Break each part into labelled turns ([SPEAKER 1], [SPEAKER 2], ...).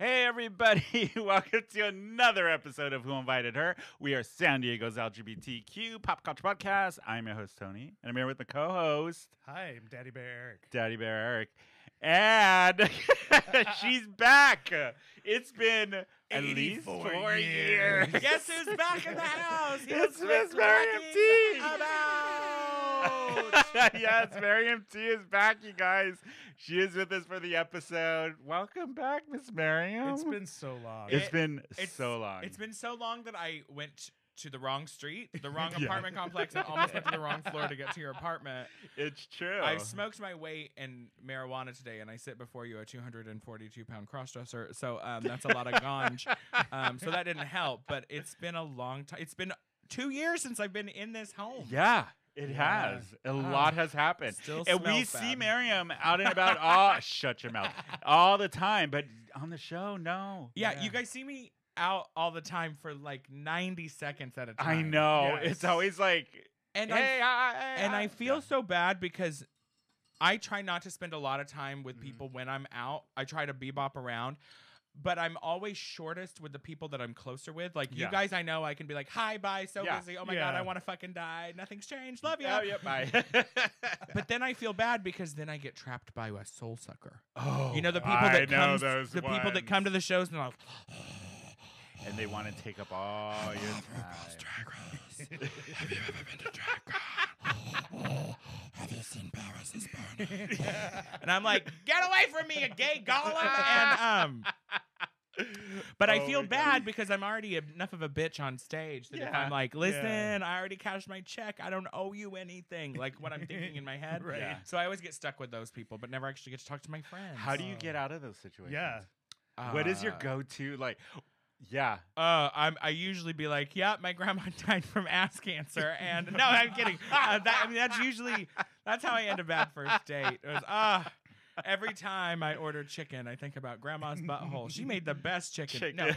[SPEAKER 1] everybody. Welcome to another episode of Who Invited Her. We are San Diego's LGBTQ pop culture podcast. I'm your host, Tony, and I'm here with my co host,
[SPEAKER 2] Hi, I'm Daddy Bear Eric.
[SPEAKER 1] Daddy Bear Eric. And she's back. It's been at least
[SPEAKER 2] 84
[SPEAKER 1] four years.
[SPEAKER 2] years.
[SPEAKER 3] Guess who's back in the house?
[SPEAKER 1] It's Miss Miriam
[SPEAKER 3] Mariam
[SPEAKER 1] T.
[SPEAKER 3] About.
[SPEAKER 1] yes, Miriam T is back, you guys. She is with us for the episode. Welcome back, Miss Miriam.
[SPEAKER 2] It's been so long.
[SPEAKER 1] It's
[SPEAKER 3] It-
[SPEAKER 1] been
[SPEAKER 3] it's-
[SPEAKER 1] so long.
[SPEAKER 3] It's been so long that I went to the wrong street, the wrong
[SPEAKER 1] Yeah.
[SPEAKER 3] apartment complex, and almost went to the wrong floor to get to your apartment.
[SPEAKER 1] It's true.
[SPEAKER 3] I smoked my weight in marijuana today, and I sit before you a 242 pound crossdresser. So um, that's a lot of ganj. Um, so that didn't help, but it's been a long time. It's been two years since I've been in this home.
[SPEAKER 1] Yeah, it
[SPEAKER 2] Yeah.
[SPEAKER 1] has. A lot has happened.
[SPEAKER 3] Ah. Still
[SPEAKER 1] and we
[SPEAKER 3] smells
[SPEAKER 1] see
[SPEAKER 3] bad.
[SPEAKER 1] Miriam out and about all shut your mouth all the time, but on the show, no.
[SPEAKER 3] Yeah,
[SPEAKER 2] Yeah.
[SPEAKER 3] you guys see me out all the time for like 90 seconds at a time.
[SPEAKER 1] I know.
[SPEAKER 2] Yes.
[SPEAKER 1] It's always like,
[SPEAKER 3] And I
[SPEAKER 1] hey, I, I-
[SPEAKER 3] and I feel
[SPEAKER 1] Yeah.
[SPEAKER 3] so bad because I try not to spend a lot of time with people when I'm out. I try to bebop around, but I'm always shortest with the people that I'm closer with. Like
[SPEAKER 1] Yeah.
[SPEAKER 3] you guys, I know I can be like, "Hi, bye, so
[SPEAKER 1] Yeah.
[SPEAKER 3] busy. Oh my god,
[SPEAKER 2] Yeah.
[SPEAKER 3] I want to fucking die. Nothing's changed. Love you."
[SPEAKER 1] Oh, yeah, bye.
[SPEAKER 3] But then I feel bad because then I get trapped by a soul sucker.
[SPEAKER 1] Oh,
[SPEAKER 3] you know the people
[SPEAKER 1] I
[SPEAKER 3] that
[SPEAKER 1] know
[SPEAKER 3] come,
[SPEAKER 1] those
[SPEAKER 3] the people that come to
[SPEAKER 1] ones.
[SPEAKER 3] the shows and they're like,
[SPEAKER 1] and they want to take up all your time.
[SPEAKER 3] Have you ever been to Drag Race? Have you seen Paris is burning? and I'm like, get away from me, a gay golem. And um, but I
[SPEAKER 1] Oh
[SPEAKER 3] feel
[SPEAKER 1] my God.
[SPEAKER 3] bad because I'm already enough of a bitch on stage that if
[SPEAKER 1] Yeah,
[SPEAKER 3] I'm like, listen, I already cashed my check. I don't owe you anything. Like what I'm thinking in my head.
[SPEAKER 2] Right.
[SPEAKER 1] Yeah.
[SPEAKER 3] So I always get stuck with those people, but never actually get to talk to my friends.
[SPEAKER 1] How do you
[SPEAKER 2] Oh.
[SPEAKER 1] get out of those situations?
[SPEAKER 2] Yeah.
[SPEAKER 1] What is your
[SPEAKER 3] Uh,
[SPEAKER 1] go-to like? Yeah.
[SPEAKER 3] Uh, I'm, I usually be like, yeah, my grandma died from ass cancer, and no, I'm kidding. Uh, that, I mean, that's usually that's how I end a bad first date. It was ah. Every time I order chicken, I think about grandma's butthole. She made the best chicken. No,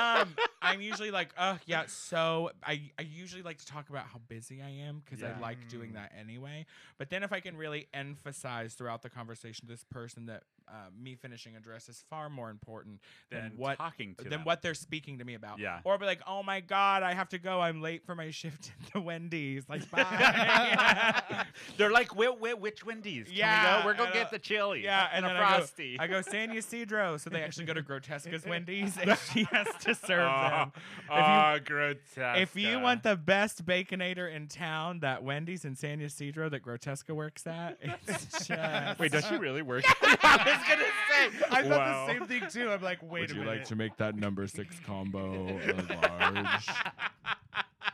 [SPEAKER 3] um, I'm usually like, oh yeah. So I, I usually like to talk about how busy I am because
[SPEAKER 1] Yeah.
[SPEAKER 3] I like doing
[SPEAKER 2] Mm.
[SPEAKER 3] that anyway. But then if I can really emphasize throughout the conversation, this person that uh, me finishing a dress is far more important than
[SPEAKER 1] Then
[SPEAKER 3] what
[SPEAKER 1] talking to
[SPEAKER 3] than
[SPEAKER 1] them.
[SPEAKER 3] what they're speaking to me about.
[SPEAKER 1] Yeah.
[SPEAKER 3] Or be like, oh my God, I have to go. I'm late for my shift at the Wendy's. Like, bye. yeah.
[SPEAKER 1] They're like, wh- wh- which Wendy's? Can we
[SPEAKER 3] Yeah,
[SPEAKER 1] go? We're gonna
[SPEAKER 3] and,
[SPEAKER 1] get
[SPEAKER 3] uh,
[SPEAKER 1] the chili.
[SPEAKER 3] yeah, and
[SPEAKER 1] the
[SPEAKER 3] then I go-
[SPEAKER 1] frosty.
[SPEAKER 3] I go, San Ysidro. So they actually go to Grotesca's Wendy's and she has to serve them.
[SPEAKER 1] Oh,
[SPEAKER 3] you-
[SPEAKER 1] grotesque.
[SPEAKER 3] If you want the best baconator in town, that Wendy's in San Ysidro that Grotesca works at, it's just.
[SPEAKER 1] wait, does she really work? I was gonna say.
[SPEAKER 2] I thought
[SPEAKER 1] wow.
[SPEAKER 2] the same thing too. I'm like, wait a minute.
[SPEAKER 3] make that number six combo large?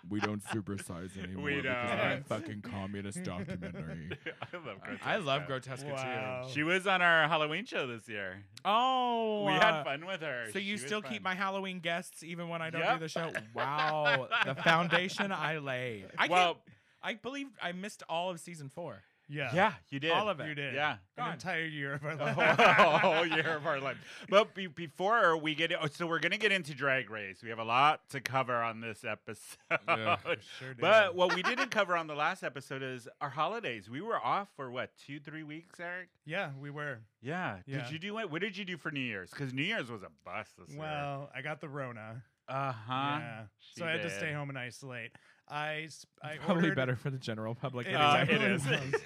[SPEAKER 3] We don't supersize
[SPEAKER 1] anymore We because of that don't.
[SPEAKER 3] fucking communist documentary.
[SPEAKER 1] I love grotesque.
[SPEAKER 3] I love Grotesca
[SPEAKER 2] Wow.
[SPEAKER 3] too.
[SPEAKER 1] She was on our Halloween show this year.
[SPEAKER 3] Oh,
[SPEAKER 1] We had
[SPEAKER 3] uh,
[SPEAKER 1] fun with her.
[SPEAKER 3] So you
[SPEAKER 1] She was
[SPEAKER 3] still keep
[SPEAKER 1] fun.
[SPEAKER 3] my Halloween guests even when I don't
[SPEAKER 1] Yep.
[SPEAKER 3] do the show? Wow, the foundation I laid. I
[SPEAKER 1] well,
[SPEAKER 3] can't, I believe I missed all of season four.
[SPEAKER 2] yeah.
[SPEAKER 1] yeah, you did.
[SPEAKER 3] all of it.
[SPEAKER 2] You did.
[SPEAKER 1] Yeah.
[SPEAKER 2] An
[SPEAKER 3] Gone.
[SPEAKER 2] entire year of our
[SPEAKER 1] a
[SPEAKER 2] life.
[SPEAKER 1] whole, Oh, a whole year of our life. But be, before we get, oh, so we're gonna get into Drag Race. We have a lot to cover on this episode.
[SPEAKER 3] Yeah,
[SPEAKER 2] sure do.
[SPEAKER 1] but what we didn't cover on the last episode is our holidays. We were off for what two, three weeks, Eric.
[SPEAKER 2] yeah, we were.
[SPEAKER 1] Yeah.
[SPEAKER 2] Yeah.
[SPEAKER 1] Did you do what? What did you do for New Year's? Because New Year's was a bust this year.
[SPEAKER 2] Well, I got the Rona.
[SPEAKER 1] Uh huh.
[SPEAKER 2] yeah. So I had to stay home and isolate. I s- I
[SPEAKER 3] Probably
[SPEAKER 2] ordered,
[SPEAKER 3] better for the general public.
[SPEAKER 2] It
[SPEAKER 3] than
[SPEAKER 1] Uh, it
[SPEAKER 3] I was.
[SPEAKER 2] definitely
[SPEAKER 1] is.
[SPEAKER 2] was.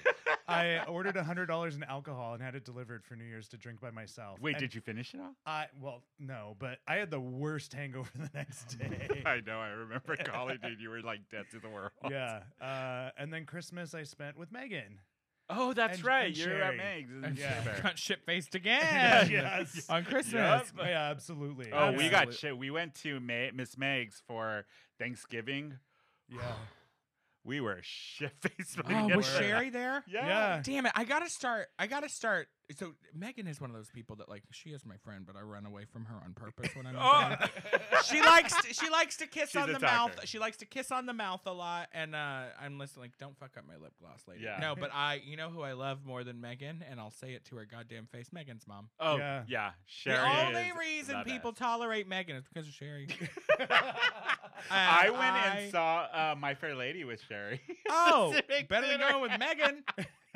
[SPEAKER 2] I ordered hundred dollars in alcohol and had it delivered for New Year's to drink by myself.
[SPEAKER 1] Wait,
[SPEAKER 2] and
[SPEAKER 1] did you finish it all?
[SPEAKER 2] I well, no, but I had the worst hangover the next day.
[SPEAKER 1] I know. I remember calling, dude. You were like dead to the world.
[SPEAKER 2] yeah. Uh, and then Christmas I spent with Megan.
[SPEAKER 1] Oh, that's
[SPEAKER 2] And-
[SPEAKER 1] right.
[SPEAKER 2] and
[SPEAKER 1] You're
[SPEAKER 2] Sherry.
[SPEAKER 1] at Meg's. and
[SPEAKER 3] And
[SPEAKER 2] Yeah.
[SPEAKER 1] Sherry.
[SPEAKER 3] Got shit faced again
[SPEAKER 2] yes.
[SPEAKER 3] on Christmas.
[SPEAKER 2] Yeah, absolutely.
[SPEAKER 1] Oh, we got
[SPEAKER 3] Absolute-
[SPEAKER 1] shit. We went to Ma- Miss Meg's for Thanksgiving.
[SPEAKER 2] Yeah.
[SPEAKER 1] We were shit faced.
[SPEAKER 3] Oh, was Sherry there?
[SPEAKER 1] Yeah.
[SPEAKER 2] Yeah.
[SPEAKER 3] Damn it! I gotta start. I gotta start. So Megan is one of those people that like she is my friend, but I run away from her on purpose when I'm.
[SPEAKER 1] Oh.
[SPEAKER 3] Oh. she likes to, she likes to kiss
[SPEAKER 1] She's
[SPEAKER 3] on
[SPEAKER 1] a
[SPEAKER 3] the mouth.
[SPEAKER 1] talker.
[SPEAKER 3] She likes to kiss on the mouth a lot, and uh, I'm listening. Like, don't fuck up my lip gloss, lady.
[SPEAKER 1] Yeah.
[SPEAKER 3] No, but I, you know who I love more than Megan, and I'll say it to her goddamn face. Megan's mom.
[SPEAKER 1] oh, yeah.
[SPEAKER 2] Yeah.
[SPEAKER 1] Sherry.
[SPEAKER 3] the only
[SPEAKER 1] is
[SPEAKER 3] reason
[SPEAKER 1] the
[SPEAKER 3] people
[SPEAKER 1] best.
[SPEAKER 3] tolerate Megan is because of Sherry.
[SPEAKER 1] I went
[SPEAKER 3] I-
[SPEAKER 1] and saw uh, My Fair Lady with Sherry.
[SPEAKER 3] oh,
[SPEAKER 1] Civic
[SPEAKER 3] better than
[SPEAKER 1] dinner.
[SPEAKER 3] going with Megan.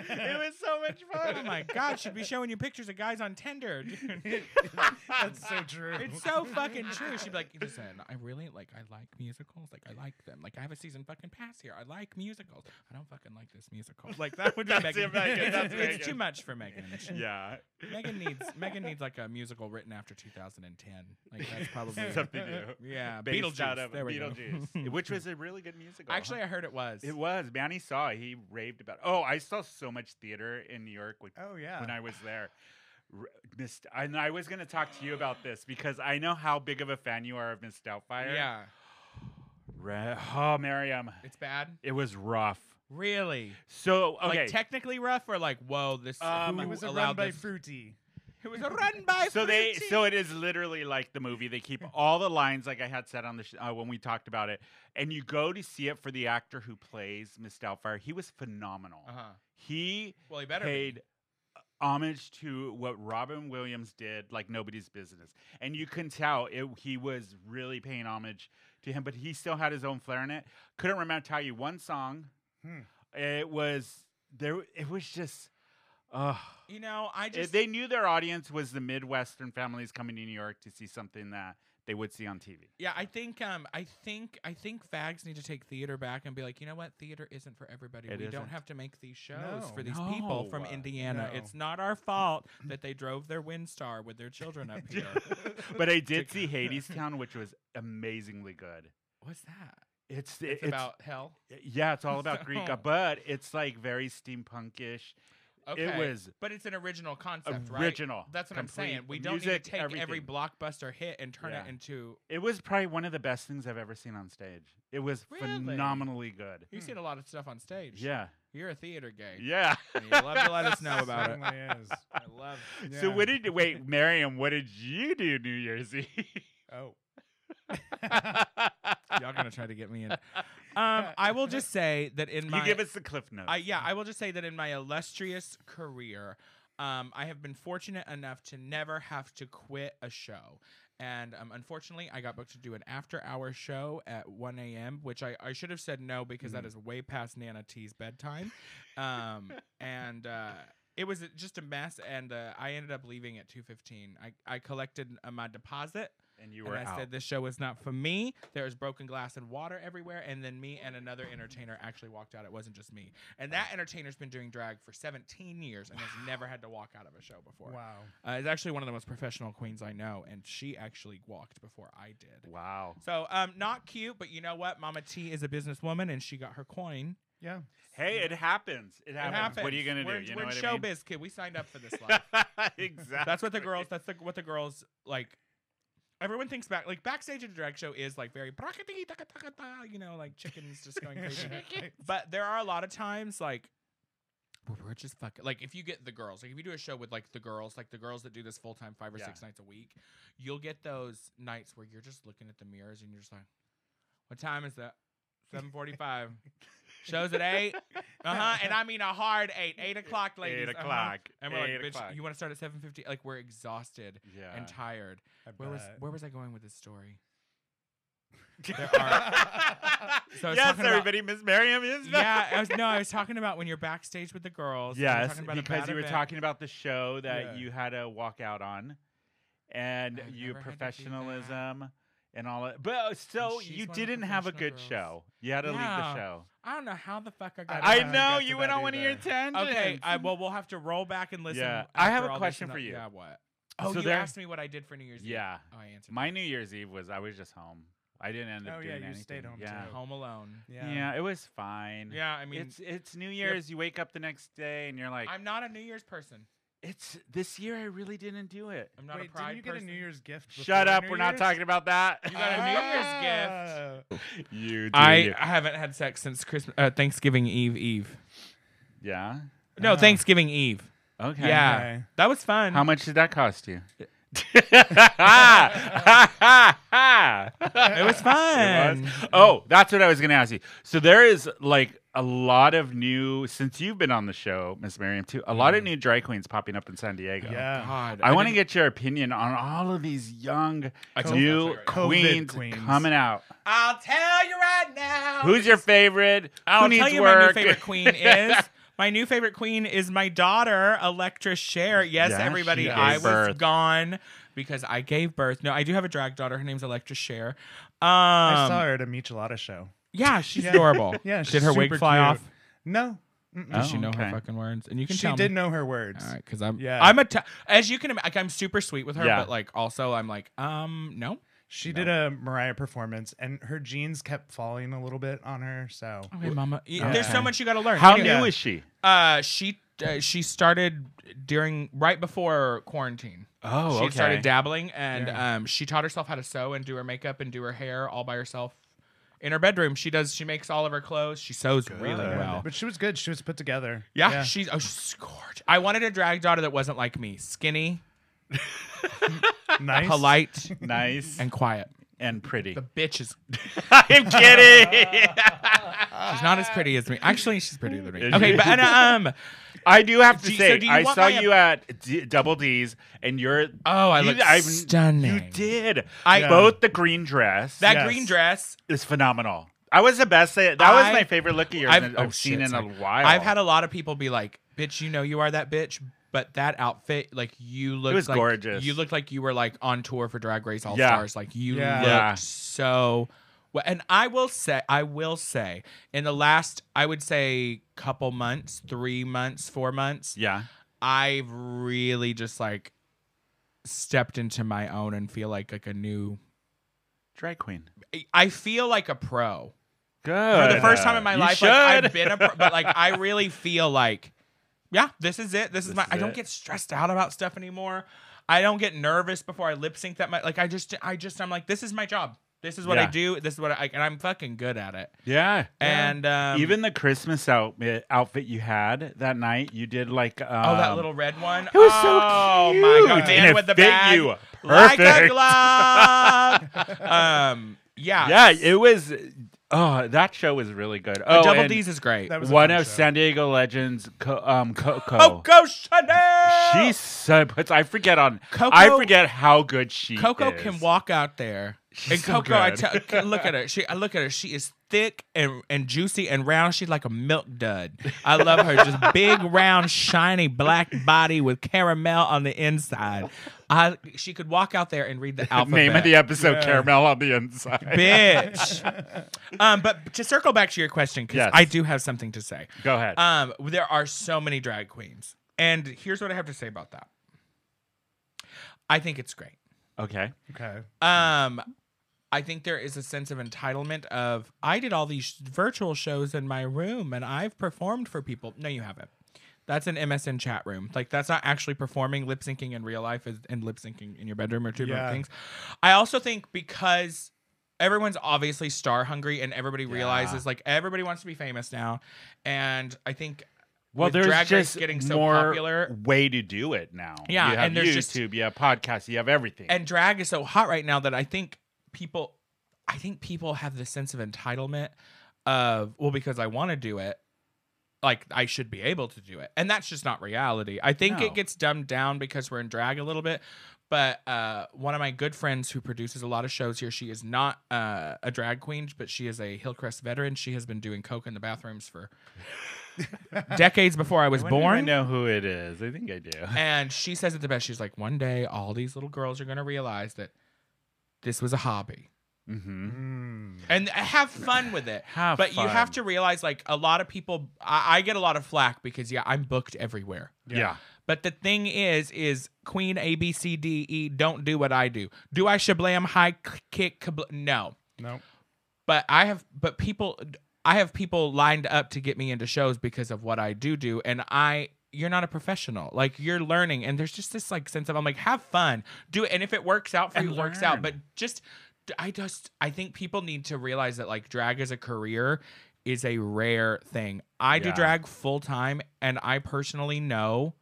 [SPEAKER 1] it was so much fun.
[SPEAKER 3] Oh my god, should be showing you pictures of guys on Tinder. dude.
[SPEAKER 2] That's so true.
[SPEAKER 3] It's so fucking true. She'd be like, "Listen, I really like I like musicals. Like I like them. Like I have a season fucking pass here. I like musicals. I don't fucking like this musical. Like that would be
[SPEAKER 1] That's
[SPEAKER 3] Megan.
[SPEAKER 1] it, Megan.
[SPEAKER 3] It's-
[SPEAKER 1] That's
[SPEAKER 3] it's
[SPEAKER 1] Megan.
[SPEAKER 3] too much for Megan. She-
[SPEAKER 1] Yeah.
[SPEAKER 3] Megan needs Megan needs like a musical written after 2010. Like that's probably
[SPEAKER 1] Something new.
[SPEAKER 3] Yeah,
[SPEAKER 1] Based
[SPEAKER 3] Beetlejuice.
[SPEAKER 1] out of
[SPEAKER 3] there we go.
[SPEAKER 1] Beetlejuice, which was a really good musical.
[SPEAKER 3] Actually, I heard it was.
[SPEAKER 1] it was. Manny saw. it. He raved about. It. Oh, I saw so much theater in New York when,
[SPEAKER 2] oh yeah.
[SPEAKER 1] when I was there. R- Miss, and I was going to talk to you about this because I know how big of a fan you are of Miss Doubtfire.
[SPEAKER 3] yeah,
[SPEAKER 1] Re- oh, Miriam,
[SPEAKER 3] it's bad.
[SPEAKER 1] it was rough.
[SPEAKER 3] Really?
[SPEAKER 1] So okay,
[SPEAKER 3] Like technically rough or like whoa, this
[SPEAKER 1] Um,
[SPEAKER 3] who
[SPEAKER 2] it was a
[SPEAKER 3] allowed
[SPEAKER 2] run by
[SPEAKER 3] this?
[SPEAKER 2] Fruity.
[SPEAKER 3] It was a run by
[SPEAKER 1] so they
[SPEAKER 3] Fruity.
[SPEAKER 1] so it is literally like the movie they keep all the lines like i had said on the sh- uh, when we talked about it and you go to see it for the actor who plays miss doubtfire he was phenomenal
[SPEAKER 3] Uh-huh.
[SPEAKER 1] he
[SPEAKER 3] Well, he better be.
[SPEAKER 1] paid homage to what robin williams did like nobody's business and you can tell it, he was really paying homage to him but he still had his own flair in it couldn't remember to tell you one song
[SPEAKER 2] Hmm.
[SPEAKER 1] it was there it was just uh
[SPEAKER 3] You know, I
[SPEAKER 1] it-
[SPEAKER 3] just
[SPEAKER 1] they knew their audience was the Midwestern families coming to New York to see something that they would see on TV.
[SPEAKER 3] yeah, I think um I think I think fags need to take theater back and be like, you know what, theater isn't for everybody.
[SPEAKER 1] It
[SPEAKER 3] we
[SPEAKER 1] isn't.
[SPEAKER 3] don't have to make these shows
[SPEAKER 2] No.
[SPEAKER 3] for these people from
[SPEAKER 1] No.
[SPEAKER 3] Indiana.
[SPEAKER 2] No.
[SPEAKER 3] It's not our fault that they drove their Windstar with their children up here.
[SPEAKER 1] But I did see Hades Town, which was amazingly good.
[SPEAKER 3] What's that?
[SPEAKER 1] It's, it's
[SPEAKER 3] It's, about hell.
[SPEAKER 1] yeah, it's all about Greek,
[SPEAKER 3] So-
[SPEAKER 1] god, but it's like very steampunkish.
[SPEAKER 3] Okay.
[SPEAKER 1] was
[SPEAKER 3] but it's an original concept, right?
[SPEAKER 1] original,
[SPEAKER 3] That's what I'm
[SPEAKER 1] complete
[SPEAKER 3] saying. We don't need
[SPEAKER 1] music,
[SPEAKER 3] to take every
[SPEAKER 1] everything.
[SPEAKER 3] blockbuster hit and turn
[SPEAKER 1] Yeah.
[SPEAKER 3] it into.
[SPEAKER 1] It was probably one of the best things I've ever seen on stage. It was
[SPEAKER 3] Really?
[SPEAKER 1] phenomenally good.
[SPEAKER 3] You've seen a lot of stuff on stage.
[SPEAKER 1] Yeah,
[SPEAKER 3] You're a theater gay.
[SPEAKER 1] yeah.
[SPEAKER 3] And you love to let us know about it.
[SPEAKER 2] Certainly is.
[SPEAKER 3] I love.
[SPEAKER 1] So
[SPEAKER 2] Yeah.
[SPEAKER 1] what did wait, Miriam? What did you do New Year's Eve?
[SPEAKER 2] Oh.
[SPEAKER 3] Y'all gonna try to get me in. Um, I will just say that in my
[SPEAKER 1] you give us the cliff notes.
[SPEAKER 3] I, yeah, I will just say that in my illustrious career, um, I have been fortunate enough to never have to quit a show. And um, unfortunately, I got booked to do an after hour show at 1 a.m., which I, I should have said no because
[SPEAKER 1] Mm.
[SPEAKER 3] that is way past Nana T's bedtime. Um, and uh, it was just a mess. And uh, I ended up leaving at 2.15. I, I collected uh, my deposit
[SPEAKER 1] and you
[SPEAKER 3] and
[SPEAKER 1] were
[SPEAKER 3] I
[SPEAKER 1] out.
[SPEAKER 3] said this show is not for me. There was broken glass and water everywhere, and then me and another entertainer actually walked out. It wasn't just me, and that entertainer's been doing drag for 17 years and has never had to walk out of a show before.
[SPEAKER 2] Wow.
[SPEAKER 3] Uh, is actually one of the most professional queens I know, and she actually walked before I did.
[SPEAKER 1] wow.
[SPEAKER 3] So, um, not cute, but you know what? Mama T is a businesswoman, and she got her coin.
[SPEAKER 2] Yeah.
[SPEAKER 1] Hey, it happens. It happens.
[SPEAKER 3] happens.
[SPEAKER 1] What are you gonna
[SPEAKER 3] We're
[SPEAKER 1] do?
[SPEAKER 3] in-
[SPEAKER 1] you
[SPEAKER 3] we're
[SPEAKER 1] know
[SPEAKER 3] in
[SPEAKER 1] what
[SPEAKER 3] showbiz,
[SPEAKER 1] I mean?
[SPEAKER 3] kid. We signed up for this life.
[SPEAKER 1] exactly.
[SPEAKER 3] That's what the girls. That's the, what the girls like. Everyone thinks back like backstage at a drag show is like very "Brakati, taka, taka, ta," you know like chickens just going crazy. but there are a lot of times like where we're just fucking like if you get the girls like if you do a show with like the girls like the girls that do this full time five or
[SPEAKER 1] Yeah.
[SPEAKER 3] six nights a week, you'll get those nights where you're just looking at the mirrors and you're just like, what time is that? Seven forty five. Shows at eight. Uh huh. And I mean a hard eight. Eight o'clock, ladies.
[SPEAKER 1] Eight
[SPEAKER 3] uh-huh.
[SPEAKER 1] o'clock.
[SPEAKER 3] And we're
[SPEAKER 1] Eight
[SPEAKER 3] like, bitch,
[SPEAKER 1] o'clock.
[SPEAKER 3] you want to start at 7:50? Like we're exhausted
[SPEAKER 1] yeah.
[SPEAKER 3] and tired.
[SPEAKER 2] I
[SPEAKER 3] Where was
[SPEAKER 2] bet.
[SPEAKER 3] where was I going with this story?
[SPEAKER 1] There
[SPEAKER 2] are-
[SPEAKER 3] So I
[SPEAKER 1] yes,
[SPEAKER 3] was talking about-
[SPEAKER 1] everybody. Miss Miriam is
[SPEAKER 3] yeah,
[SPEAKER 1] back.
[SPEAKER 3] I was, no, I was talking about when you're backstage with the girls. and you're
[SPEAKER 1] yes,
[SPEAKER 3] talking about a
[SPEAKER 1] because
[SPEAKER 3] bad
[SPEAKER 1] you were
[SPEAKER 3] event.
[SPEAKER 1] talking about the show that
[SPEAKER 2] Yeah.
[SPEAKER 1] you had to walk out on, and
[SPEAKER 3] I've
[SPEAKER 1] you
[SPEAKER 3] never had to do
[SPEAKER 1] professionalism and all that. But uh, still,
[SPEAKER 3] she's
[SPEAKER 1] you
[SPEAKER 3] one of the
[SPEAKER 1] didn't have a
[SPEAKER 3] professional
[SPEAKER 1] good
[SPEAKER 3] girls.
[SPEAKER 1] show. You had to leave
[SPEAKER 3] Yeah.
[SPEAKER 1] the show.
[SPEAKER 3] I don't know how the fuck I got.
[SPEAKER 1] I,
[SPEAKER 2] don't know
[SPEAKER 3] into
[SPEAKER 1] know
[SPEAKER 2] how I got
[SPEAKER 1] you
[SPEAKER 2] to
[SPEAKER 1] went
[SPEAKER 2] that
[SPEAKER 1] on one of your
[SPEAKER 2] either.
[SPEAKER 3] that.
[SPEAKER 1] tangents.
[SPEAKER 3] Okay, I, well we'll have to roll back and listen.
[SPEAKER 1] Yeah, I have a
[SPEAKER 3] after all this
[SPEAKER 1] question
[SPEAKER 3] and
[SPEAKER 1] for
[SPEAKER 3] that-
[SPEAKER 1] you.
[SPEAKER 3] Yeah, what? Oh,
[SPEAKER 1] So
[SPEAKER 3] you
[SPEAKER 1] there-
[SPEAKER 3] asked me what I did for New Year's Eve.
[SPEAKER 1] yeah.
[SPEAKER 3] Oh, I answered.
[SPEAKER 1] My New Year's Eve was I was just home. I didn't end up
[SPEAKER 2] Oh, yeah,
[SPEAKER 1] doing
[SPEAKER 2] you
[SPEAKER 1] anything.
[SPEAKER 2] stayed home,
[SPEAKER 3] that.
[SPEAKER 1] yeah.
[SPEAKER 2] too.
[SPEAKER 3] Home Alone.
[SPEAKER 1] yeah,
[SPEAKER 2] Yeah.
[SPEAKER 1] it was fine.
[SPEAKER 3] Yeah, I mean,
[SPEAKER 1] it's it's New Year's. You wake up the next day and you're like,
[SPEAKER 3] I'm not a New Year's person.
[SPEAKER 1] it's this year. I really didn't do it.
[SPEAKER 3] I'm not
[SPEAKER 2] Wait,
[SPEAKER 3] a pride
[SPEAKER 2] didn't you get
[SPEAKER 3] person.
[SPEAKER 2] a New Year's gift?
[SPEAKER 1] Shut
[SPEAKER 2] before
[SPEAKER 1] up.
[SPEAKER 2] New
[SPEAKER 1] We're not
[SPEAKER 2] Year's?
[SPEAKER 1] talking about that. You
[SPEAKER 3] got a New Year's gift.
[SPEAKER 2] gift.
[SPEAKER 1] you do.
[SPEAKER 3] I,
[SPEAKER 1] you.
[SPEAKER 3] I haven't had sex since Christmas, uh, Thanksgiving Eve Eve.
[SPEAKER 1] Yeah.
[SPEAKER 3] No,
[SPEAKER 2] Oh.
[SPEAKER 3] Thanksgiving Eve.
[SPEAKER 1] Okay.
[SPEAKER 3] Yeah,
[SPEAKER 2] Okay.
[SPEAKER 3] that was fun.
[SPEAKER 1] How much did that cost you? it
[SPEAKER 3] it was fun.
[SPEAKER 1] It was. Oh, that's what I was going to ask you. So there is like a lot of new since you've been on the show, Miss Miriam, too. A lot of new dry queens popping up in San Diego.
[SPEAKER 2] Yeah.
[SPEAKER 3] God,
[SPEAKER 1] I want to
[SPEAKER 3] didn't-
[SPEAKER 1] get your opinion on all of these young
[SPEAKER 3] I told
[SPEAKER 1] new
[SPEAKER 3] you.
[SPEAKER 2] COVID
[SPEAKER 1] queens,
[SPEAKER 2] queens.
[SPEAKER 1] coming out.
[SPEAKER 3] I'll tell you right now.
[SPEAKER 1] Who's your favorite?
[SPEAKER 3] Oh, I'll
[SPEAKER 1] Who needs
[SPEAKER 3] tell you
[SPEAKER 1] work?
[SPEAKER 3] my new favorite queen is My new favorite queen is my daughter, Electra Share. Yes,
[SPEAKER 1] Yeah,
[SPEAKER 3] everybody,
[SPEAKER 1] she
[SPEAKER 3] I
[SPEAKER 1] gave
[SPEAKER 3] was
[SPEAKER 1] birth.
[SPEAKER 3] gone because I gave birth. No, I do have a drag daughter. Her name's Electra Share. Um,
[SPEAKER 2] I saw her at a Michelada show.
[SPEAKER 3] Yeah, she's
[SPEAKER 2] Yeah.
[SPEAKER 3] adorable.
[SPEAKER 2] Yeah, she's
[SPEAKER 3] did her wig
[SPEAKER 2] super
[SPEAKER 3] fly
[SPEAKER 2] cute.
[SPEAKER 3] off?
[SPEAKER 2] No, Mm-mm.
[SPEAKER 3] Does
[SPEAKER 1] Oh,
[SPEAKER 3] she know her
[SPEAKER 1] okay.
[SPEAKER 3] fucking words? And you can
[SPEAKER 2] she
[SPEAKER 3] tell
[SPEAKER 2] did
[SPEAKER 3] me.
[SPEAKER 2] know her words.
[SPEAKER 3] All right, because I'm
[SPEAKER 2] Yeah.
[SPEAKER 3] I'm a t- as you can imagine, like, I'm super sweet with her,
[SPEAKER 1] Yeah.
[SPEAKER 3] but like also I'm like um no.
[SPEAKER 2] She did a Mariah performance, and her jeans kept falling a little bit on her. So
[SPEAKER 1] Oh,
[SPEAKER 3] Okay, mama. y-
[SPEAKER 1] Okay.
[SPEAKER 3] There's so much you got to learn.
[SPEAKER 1] How
[SPEAKER 3] Anyway,
[SPEAKER 1] new is she?
[SPEAKER 3] Uh, she uh, she started during right before quarantine.
[SPEAKER 1] Oh,
[SPEAKER 3] she
[SPEAKER 1] okay.
[SPEAKER 3] started dabbling, and
[SPEAKER 2] Yeah.
[SPEAKER 3] um, she taught herself how to sew and do her makeup and do her hair all by herself in her bedroom. She does. She makes all of her clothes. She sews really
[SPEAKER 1] Good.
[SPEAKER 3] well.
[SPEAKER 2] but she was good. She was put together.
[SPEAKER 3] Yeah, she's oh she's gorgeous. I wanted a drag daughter that wasn't like me, skinny,
[SPEAKER 2] nice.
[SPEAKER 3] polite,
[SPEAKER 1] nice and,
[SPEAKER 3] and quiet.
[SPEAKER 1] pretty.
[SPEAKER 3] The bitch is
[SPEAKER 1] I'm kidding.
[SPEAKER 3] she's not as pretty as me. Actually, she's prettier than me.
[SPEAKER 1] Is
[SPEAKER 3] Okay,
[SPEAKER 1] she?
[SPEAKER 3] but and, um,
[SPEAKER 1] I do have to
[SPEAKER 3] Do you- so
[SPEAKER 1] say,
[SPEAKER 3] do you
[SPEAKER 1] I
[SPEAKER 3] want
[SPEAKER 1] saw
[SPEAKER 3] my-
[SPEAKER 1] you at D- Double D's, and you're
[SPEAKER 3] oh, I
[SPEAKER 1] You-
[SPEAKER 3] look
[SPEAKER 1] I've- you
[SPEAKER 3] stunning.
[SPEAKER 1] you did.
[SPEAKER 3] I-
[SPEAKER 1] both the green dress
[SPEAKER 3] that
[SPEAKER 2] Yes.
[SPEAKER 3] green dress.
[SPEAKER 1] is phenomenal. I was the best. That was my
[SPEAKER 3] I've-
[SPEAKER 1] favorite look of yours
[SPEAKER 3] I've-
[SPEAKER 1] I've, I've
[SPEAKER 3] oh,
[SPEAKER 1] seen in
[SPEAKER 3] shit,
[SPEAKER 1] a
[SPEAKER 3] sorry.
[SPEAKER 1] while.
[SPEAKER 3] I've had a lot of people be like, "Bitch, you know you are that bitch," but that outfit, like you looked
[SPEAKER 1] was
[SPEAKER 3] like,
[SPEAKER 1] gorgeous.
[SPEAKER 3] You looked like you were like on tour for Drag Race All
[SPEAKER 1] Yeah.
[SPEAKER 3] Stars. Like you
[SPEAKER 2] Yeah.
[SPEAKER 1] Yeah.
[SPEAKER 3] looked so. Well, and I will say, I will say, in the last, I would say, couple months, three months, four months,
[SPEAKER 1] yeah.
[SPEAKER 3] I've really just like stepped into my own and feel like like a new.
[SPEAKER 1] Drag queen.
[SPEAKER 3] I- I feel like a pro
[SPEAKER 1] Good.
[SPEAKER 3] for the first time in my
[SPEAKER 1] Oh, You
[SPEAKER 3] life. Like, I've
[SPEAKER 1] should.
[SPEAKER 3] been a pro, but like I really feel like, yeah, this is it. This, is
[SPEAKER 1] This
[SPEAKER 3] my.
[SPEAKER 1] is
[SPEAKER 3] I don't
[SPEAKER 1] it.
[SPEAKER 3] get stressed out about stuff anymore. I don't get nervous before I lip sync that much. Like I just, I just, I'm like, this is my job. This is what I
[SPEAKER 1] Yeah.
[SPEAKER 3] do. This is what I, and I'm fucking good at it.
[SPEAKER 1] yeah.
[SPEAKER 3] And um,
[SPEAKER 1] Even the Christmas outfit outfit you had that night, you did like um,
[SPEAKER 3] oh, that little red one.
[SPEAKER 1] It was so
[SPEAKER 3] Oh my god,
[SPEAKER 1] cute.
[SPEAKER 3] man
[SPEAKER 1] and it
[SPEAKER 3] with the
[SPEAKER 1] fit
[SPEAKER 3] bag,
[SPEAKER 1] you
[SPEAKER 3] like
[SPEAKER 1] perfect.
[SPEAKER 3] a glove. um, yeah,
[SPEAKER 1] yeah, it was. Oh, that show was really good. Oh,
[SPEAKER 3] Double
[SPEAKER 1] and
[SPEAKER 3] D's is great.
[SPEAKER 2] That was a
[SPEAKER 1] one
[SPEAKER 2] fun
[SPEAKER 1] of
[SPEAKER 2] show.
[SPEAKER 1] San Diego legends, Co- um, Coco.
[SPEAKER 3] Oh, Coco Chanel.
[SPEAKER 1] She so puts. I forget on.
[SPEAKER 3] Coco-
[SPEAKER 1] I forget how good she.
[SPEAKER 3] Coco
[SPEAKER 1] is.
[SPEAKER 3] can walk out there.
[SPEAKER 1] She's
[SPEAKER 3] and
[SPEAKER 1] so
[SPEAKER 3] Coco, I
[SPEAKER 1] good.
[SPEAKER 3] tell- c- look at her. She, I look at her. She is thick and, and juicy and round. She's like a milk dud. I love her. Just big, round, shiny black body with caramel on the inside. I, she could walk out there and read the alphabet.
[SPEAKER 1] Name of the episode:
[SPEAKER 2] Yeah.
[SPEAKER 1] Caramel on the Inside.
[SPEAKER 3] bitch. um, but to circle back to your question, because
[SPEAKER 1] Yes.
[SPEAKER 3] I do have something to say.
[SPEAKER 1] Go ahead.
[SPEAKER 3] Um, there are so many drag queens, and here's what I have to say about that. I think it's great.
[SPEAKER 1] okay.
[SPEAKER 2] Okay.
[SPEAKER 3] Um, I think there is a sense of entitlement of I did all these virtual shows in my room and I've performed for people. No, you haven't. That's an MSN chat room. Like that's not actually performing. Lip syncing in real life is and lip syncing in your bedroom or two different
[SPEAKER 2] Yeah.
[SPEAKER 3] things. I also think because everyone's obviously star hungry and everybody realizes like everybody wants to be famous now, and I think
[SPEAKER 1] Well,
[SPEAKER 3] with
[SPEAKER 1] there's
[SPEAKER 3] Drag Race
[SPEAKER 1] just
[SPEAKER 3] getting so
[SPEAKER 1] more
[SPEAKER 3] popular-
[SPEAKER 1] way to do it now.
[SPEAKER 3] Yeah,
[SPEAKER 1] you have
[SPEAKER 3] and there's
[SPEAKER 1] YouTube,
[SPEAKER 3] just-
[SPEAKER 1] you have podcasts, you have everything.
[SPEAKER 3] and drag is so hot right now that I think people I think people have this sense of entitlement of well because I want to do it like I should be able to do it and that's just not reality. I think
[SPEAKER 1] No.
[SPEAKER 3] it gets dumbed down because we're in drag a little bit but uh, one of my good friends who produces a lot of shows here, she is not uh, a drag queen, but she is a Hillcrest veteran. She has been doing coke in the bathrooms for decades before I was
[SPEAKER 1] When did I
[SPEAKER 3] born.
[SPEAKER 1] know who it is. I think I do.
[SPEAKER 3] And she says it the best. She's like, one day all these little girls are going to realize that this was a hobby
[SPEAKER 1] Mm-hmm.
[SPEAKER 2] Mm.
[SPEAKER 3] and have fun with it.
[SPEAKER 1] Have
[SPEAKER 3] but you have
[SPEAKER 1] fun.
[SPEAKER 3] to realize, like, a lot of people, I, I get a lot of flack because, yeah, I'm booked everywhere.
[SPEAKER 1] Yeah.
[SPEAKER 3] But the thing is, is Queen A, B, C, D, E, don't do what I do. Do I shablam, high k- kick, kabl- no.
[SPEAKER 2] No.
[SPEAKER 3] But I have, but people, I have people lined up to get me into shows because of what I do do. And I, you're not a professional. Like you're learning. And there's just this like sense of, I'm like, have fun, do it. And if it works out for
[SPEAKER 1] And
[SPEAKER 3] you, it works out.
[SPEAKER 1] learn.
[SPEAKER 3] But just, I just, I think people need to realize that like drag as a career is a rare thing. I do
[SPEAKER 1] Yeah.
[SPEAKER 3] drag full time. And I personally know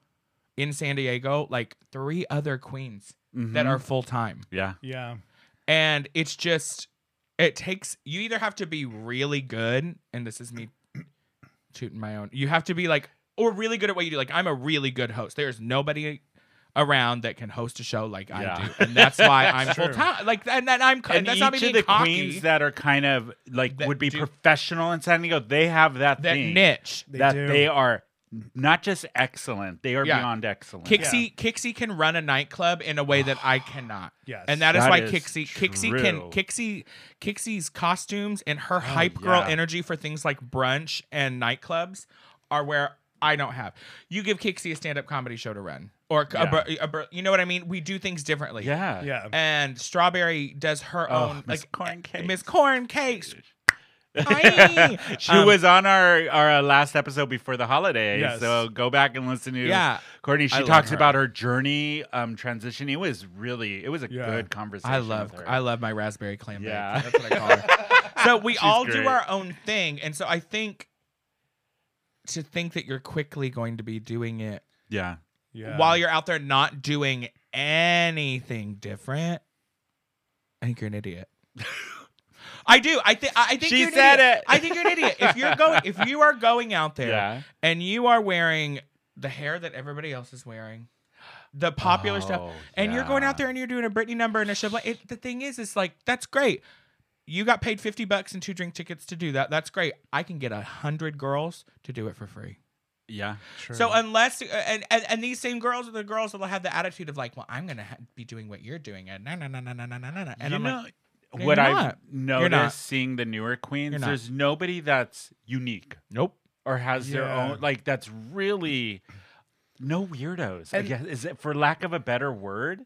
[SPEAKER 3] in San Diego, like three other queens that
[SPEAKER 1] Mhm.
[SPEAKER 3] are full time.
[SPEAKER 1] yeah.
[SPEAKER 2] Yeah.
[SPEAKER 3] And it's just, it takes, you either have to be really good, and this is me tooting my own, you have to be like, or really good at what you do. Like, I'm a really good host. There's nobody around that can host a show like I
[SPEAKER 1] Yeah.
[SPEAKER 3] do. And that's why I'm
[SPEAKER 2] True.
[SPEAKER 3] full time. Like, and then I'm,
[SPEAKER 1] And
[SPEAKER 3] that's
[SPEAKER 1] each
[SPEAKER 3] not me
[SPEAKER 1] of
[SPEAKER 3] being
[SPEAKER 1] the
[SPEAKER 3] cocky,
[SPEAKER 1] queens that are kind of like
[SPEAKER 3] That
[SPEAKER 1] would be
[SPEAKER 3] do-
[SPEAKER 1] professional in San Diego, they have that,
[SPEAKER 3] that
[SPEAKER 1] thing
[SPEAKER 3] niche.
[SPEAKER 2] They
[SPEAKER 1] that
[SPEAKER 2] do.
[SPEAKER 1] they are not just excellent; they are
[SPEAKER 3] Yeah.
[SPEAKER 1] beyond excellent.
[SPEAKER 3] Kixie Kixie can run a nightclub in a way that I cannot.
[SPEAKER 2] Yes.
[SPEAKER 3] And that is
[SPEAKER 1] That
[SPEAKER 3] why
[SPEAKER 1] is
[SPEAKER 3] Kixie Kixie can
[SPEAKER 1] true. Oh,
[SPEAKER 3] Kixie Kixie's costumes and her hype girl
[SPEAKER 1] yeah.
[SPEAKER 3] energy for things like brunch and nightclubs are where I don't have. You give Kixie a stand-up comedy show to run or a,
[SPEAKER 1] Yeah.
[SPEAKER 3] bur- a bur- you know what I mean? We do things differently.
[SPEAKER 1] yeah,
[SPEAKER 2] yeah.
[SPEAKER 3] And Strawberry does her
[SPEAKER 1] Oh,
[SPEAKER 3] own
[SPEAKER 1] Miss
[SPEAKER 3] like
[SPEAKER 1] Corn
[SPEAKER 3] eh,
[SPEAKER 1] Cakes.
[SPEAKER 3] Miss Corn Cakes. Aye.
[SPEAKER 1] she
[SPEAKER 3] Um,
[SPEAKER 1] was on our our last episode before the holiday,
[SPEAKER 2] Yes.
[SPEAKER 1] so go back and listen to
[SPEAKER 3] Yeah.
[SPEAKER 1] Courtney.
[SPEAKER 3] I
[SPEAKER 1] She
[SPEAKER 3] love
[SPEAKER 1] talks
[SPEAKER 3] her.
[SPEAKER 1] about her journey, um, transition. It was really, it was a
[SPEAKER 2] Yeah.
[SPEAKER 1] good conversation.
[SPEAKER 3] I love
[SPEAKER 1] with her.
[SPEAKER 3] I love my raspberry clam bake.
[SPEAKER 1] Yeah.
[SPEAKER 3] That's what I call her. so we
[SPEAKER 1] She's
[SPEAKER 3] all
[SPEAKER 1] great.
[SPEAKER 3] do our own thing. And so I think to think that you're quickly going to be doing it
[SPEAKER 1] yeah,
[SPEAKER 2] yeah.
[SPEAKER 3] while you're out there not doing anything different, I think you're an idiot. I do. I think I I think
[SPEAKER 1] She
[SPEAKER 3] you're an
[SPEAKER 1] said
[SPEAKER 3] idiot.
[SPEAKER 1] it.
[SPEAKER 3] I think you're an idiot. If you're going if you are going out there
[SPEAKER 1] yeah.
[SPEAKER 3] and you are wearing the hair that everybody else is wearing, the popular stuff,
[SPEAKER 1] Oh,
[SPEAKER 3] and you're going
[SPEAKER 1] yeah.
[SPEAKER 3] out there and you're doing a Britney number and a Chevrolet. It, the thing is, it's like that's great. You got paid fifty bucks and two drink tickets to do that. That's great. I can get a hundred girls to do it for free.
[SPEAKER 1] Yeah,
[SPEAKER 2] True.
[SPEAKER 3] So um, unless uh, and, and and these same girls are the girls that will have the attitude of like, well, I'm gonna ha- be doing what you're doing, and no, no, no, no, no, no, no, no. And
[SPEAKER 1] you
[SPEAKER 3] I'm
[SPEAKER 1] know
[SPEAKER 3] like, "No,
[SPEAKER 1] what
[SPEAKER 3] you're
[SPEAKER 1] I've
[SPEAKER 3] not.
[SPEAKER 1] noticed
[SPEAKER 3] not.
[SPEAKER 1] seeing the newer queens.
[SPEAKER 3] not."
[SPEAKER 1] There's nobody that's unique
[SPEAKER 3] nope.
[SPEAKER 1] or has their
[SPEAKER 2] Yeah.
[SPEAKER 1] own like that's really no weirdos. I
[SPEAKER 3] And-
[SPEAKER 1] guess is it for lack of a better word?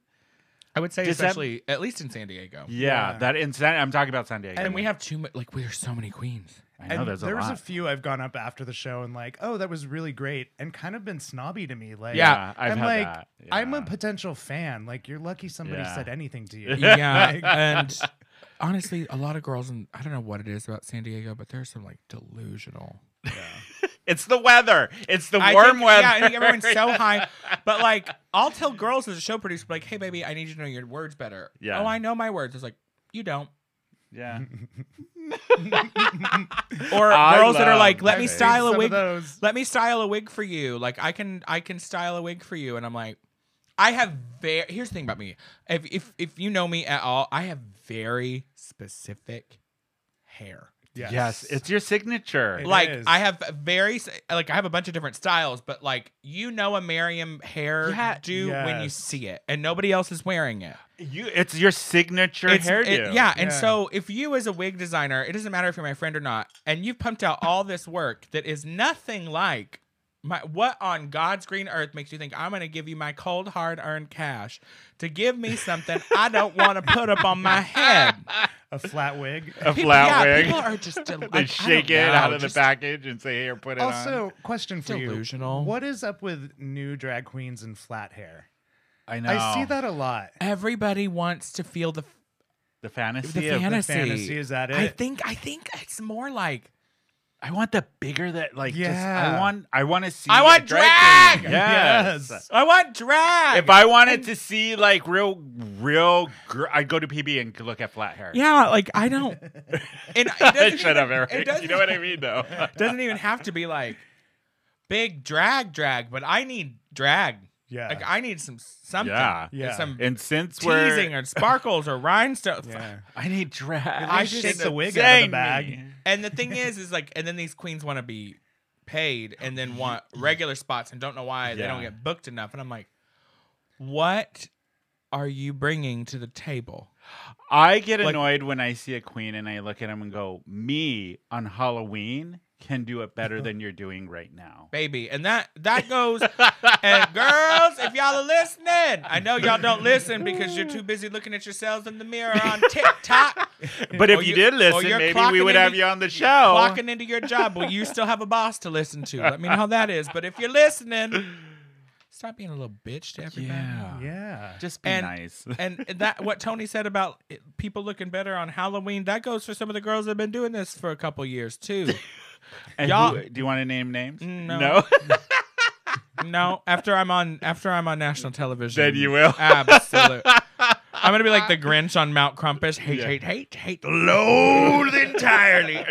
[SPEAKER 3] I would say
[SPEAKER 1] Does that-
[SPEAKER 3] especially at least in San Diego.
[SPEAKER 1] Yeah,
[SPEAKER 2] Yeah.
[SPEAKER 1] that in San, I'm talking about San Diego.
[SPEAKER 3] And we have too much. Like we are so many queens.
[SPEAKER 1] I know
[SPEAKER 2] And
[SPEAKER 1] there's a
[SPEAKER 2] there was
[SPEAKER 1] lot.
[SPEAKER 2] a few I've gone up after the show and like, oh, that was really great, and kind of been snobby to me. Like,
[SPEAKER 3] Yeah,
[SPEAKER 1] I've
[SPEAKER 2] I'm
[SPEAKER 1] had
[SPEAKER 2] like,
[SPEAKER 1] that.
[SPEAKER 2] I'm a
[SPEAKER 1] yeah.
[SPEAKER 2] potential fan. Like, you're lucky somebody
[SPEAKER 1] Yeah.
[SPEAKER 2] said anything to you.
[SPEAKER 3] yeah and honestly a lot of girls in i don't know what it is about san diego but there's some like delusional
[SPEAKER 1] It's the weather. It's the
[SPEAKER 3] I
[SPEAKER 1] warm
[SPEAKER 3] think,
[SPEAKER 1] weather.
[SPEAKER 3] yeah i think everyone's so high but like i'll tell girls as a show producer like hey baby i need you to know your words better
[SPEAKER 1] Yeah.
[SPEAKER 3] oh i know my words it's like you don't
[SPEAKER 1] yeah.
[SPEAKER 3] or
[SPEAKER 1] I
[SPEAKER 3] girls that are
[SPEAKER 1] love
[SPEAKER 3] like let
[SPEAKER 1] my baby.
[SPEAKER 3] me style a
[SPEAKER 2] Some of
[SPEAKER 3] wig
[SPEAKER 2] those.
[SPEAKER 3] let me style a wig for you like i can i can style a wig for you and i'm like i have very here's the thing about me if if, if you know me at all i have very specific hair
[SPEAKER 1] Yes. it's your signature.
[SPEAKER 2] It
[SPEAKER 3] like
[SPEAKER 2] is.
[SPEAKER 3] I have very s- like I have a bunch of different styles, but like you know a Miriam hair
[SPEAKER 1] Yeah.
[SPEAKER 3] do when you
[SPEAKER 2] Yes.
[SPEAKER 3] see it, and nobody else is wearing it.
[SPEAKER 1] You, it's your signature
[SPEAKER 3] It's-
[SPEAKER 1] hairdo.
[SPEAKER 3] it- yeah, and
[SPEAKER 2] Yeah.
[SPEAKER 3] so if you as a wig designer, it doesn't matter if you're my friend or not, and you've pumped out all this work that is nothing like my what on God's green earth makes you think I'm gonna give you my cold hard earned cash to give me something I don't want to put up on my head.
[SPEAKER 2] a flat wig.
[SPEAKER 1] a
[SPEAKER 3] People-
[SPEAKER 1] flat
[SPEAKER 3] yeah,
[SPEAKER 1] wig.
[SPEAKER 3] people are just del- I- I
[SPEAKER 1] they
[SPEAKER 3] don't
[SPEAKER 1] shake it out
[SPEAKER 3] know,
[SPEAKER 1] of the
[SPEAKER 3] just
[SPEAKER 1] package and say, "Here, put it on."
[SPEAKER 2] Also, question for
[SPEAKER 3] Delusional.
[SPEAKER 2] you: What is up with new drag queens and flat hair?
[SPEAKER 1] I know.
[SPEAKER 2] I see that a lot.
[SPEAKER 3] Everybody wants to feel the
[SPEAKER 1] the fantasy.
[SPEAKER 3] the
[SPEAKER 1] of,
[SPEAKER 3] fantasy.
[SPEAKER 2] fantasy, is that
[SPEAKER 3] I
[SPEAKER 2] it?
[SPEAKER 3] think I think it's more like
[SPEAKER 1] I want the bigger that like. Just, I
[SPEAKER 2] Yeah.
[SPEAKER 1] want. I want to see.
[SPEAKER 3] I
[SPEAKER 1] a
[SPEAKER 3] want
[SPEAKER 1] drag. queen.
[SPEAKER 3] drag!
[SPEAKER 1] Yes.
[SPEAKER 3] I want drag.
[SPEAKER 1] If I wanted to see like real, real, gr- I'd go to PB and look at flat hair.
[SPEAKER 3] yeah, like I don't. And it doesn't
[SPEAKER 1] Shut up,
[SPEAKER 3] even,
[SPEAKER 1] Eric.
[SPEAKER 3] It doesn't,
[SPEAKER 1] You know what I mean, though.
[SPEAKER 3] doesn't even have to be like big drag drag, but I need drag.
[SPEAKER 2] Yeah.
[SPEAKER 3] Like I need some something.
[SPEAKER 1] Yeah.
[SPEAKER 2] Yeah.
[SPEAKER 3] Some
[SPEAKER 1] and since we're
[SPEAKER 3] teasing or sparkles or rhinestones.
[SPEAKER 2] yeah.
[SPEAKER 1] I need drag.
[SPEAKER 3] I just-
[SPEAKER 2] shake the wig out of the
[SPEAKER 1] Dang
[SPEAKER 2] bag.
[SPEAKER 1] me.
[SPEAKER 3] And the thing is, is like, and then these queens want to be paid and then want regular spots and don't know why they don't
[SPEAKER 1] Yeah.
[SPEAKER 3] get booked enough. And I'm like, what are you bringing to the table?
[SPEAKER 1] I get
[SPEAKER 3] Like-
[SPEAKER 1] annoyed when I see a queen and I look at him and go, "Me on Halloween can do it better than you're doing right now."
[SPEAKER 3] baby. And that that goes and girls, if y'all are listening, I know y'all don't listen because you're too busy looking at yourselves in the mirror on TikTok.
[SPEAKER 1] But if
[SPEAKER 3] Or
[SPEAKER 1] you,
[SPEAKER 3] you-
[SPEAKER 1] did
[SPEAKER 3] or
[SPEAKER 1] listen,
[SPEAKER 3] you're
[SPEAKER 1] maybe we
[SPEAKER 3] clocking
[SPEAKER 1] would
[SPEAKER 3] in
[SPEAKER 1] have
[SPEAKER 3] the-
[SPEAKER 1] you on the show.
[SPEAKER 3] Clocking into your job. Well, you still have a boss to listen to. Let me know how that is. But if you're listening, stop being a little bitch to everybody.
[SPEAKER 1] yeah.
[SPEAKER 2] Yeah.
[SPEAKER 1] Just be
[SPEAKER 3] And-
[SPEAKER 1] nice.
[SPEAKER 3] And that what Tony said about it- people looking better on Halloween, that goes for some of the girls that have been doing this for a couple years too.
[SPEAKER 1] And
[SPEAKER 3] y'all-
[SPEAKER 1] who- do you want to name names?
[SPEAKER 3] No. No, after I'm on after I'm on national television,
[SPEAKER 1] Then you will.
[SPEAKER 3] Absolute. I'm gonna be like the Grinch on Mount Crumpus. Hate,
[SPEAKER 1] Yeah.
[SPEAKER 3] hate, hate, hate, loathe entirely,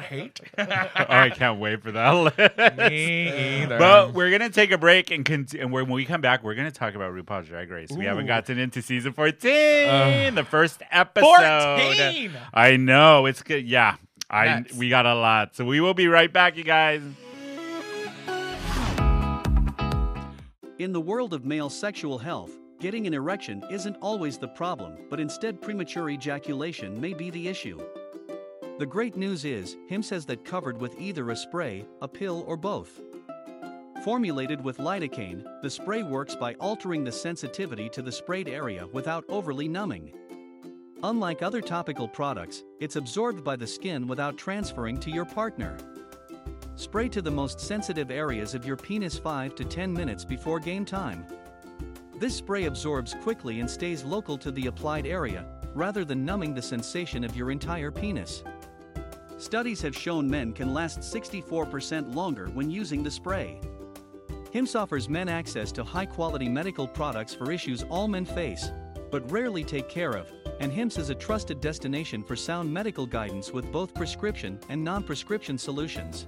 [SPEAKER 3] hate.
[SPEAKER 1] oh, I can't wait for that. list.
[SPEAKER 3] Me either.
[SPEAKER 1] But we're gonna take a break and con- and when we come back, we're gonna talk about RuPaul's Drag Race. We haven't
[SPEAKER 2] Ooh.
[SPEAKER 1] gotten into season fourteen, the first episode.
[SPEAKER 3] fourteen.
[SPEAKER 1] I know it's good. Yeah, I
[SPEAKER 3] Nuts.
[SPEAKER 1] we got a lot, so we will be right back, you guys.
[SPEAKER 4] In the world of male sexual health, getting an erection isn't always the problem, but instead premature ejaculation may be the issue. The great news is, HIMS has that covered with either a spray, a pill, or both. Formulated with lidocaine, the spray works by altering the sensitivity to the sprayed area without overly numbing. Unlike other topical products, it's absorbed by the skin without transferring to your partner. Spray to the most sensitive areas of your penis 5 to 10 minutes before game time. This spray absorbs quickly and stays local to the applied area, rather than numbing the sensation of your entire penis. Studies have shown men can last 64% longer when using the spray. HIMS offers men access to high quality medical products for issues all men face, but rarely take care of, and HIMS is a trusted destination for sound medical guidance with both prescription and non prescription solutions.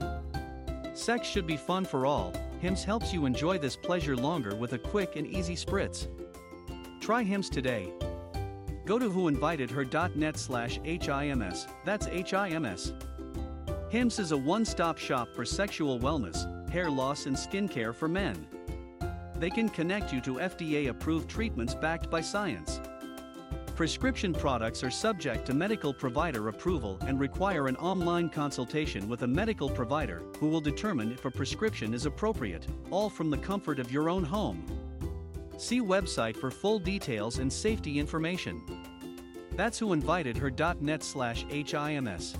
[SPEAKER 4] Sex should be fun for all, HIMS helps you enjoy this pleasure longer with a quick and easy spritz. Try HIMS today. Go to whoinvitedher.net slash HIMS, that's HIMS. HIMS is a one stop shop for sexual wellness, hair loss, and skincare for men. They can connect you to FDA approved treatments backed by science. Prescription products are subject to medical provider approval and require an online consultation with a medical provider who will determine if a prescription is appropriate, all from the comfort of your own home. See website for full details and safety information. That's who invited her.net slash HIMS.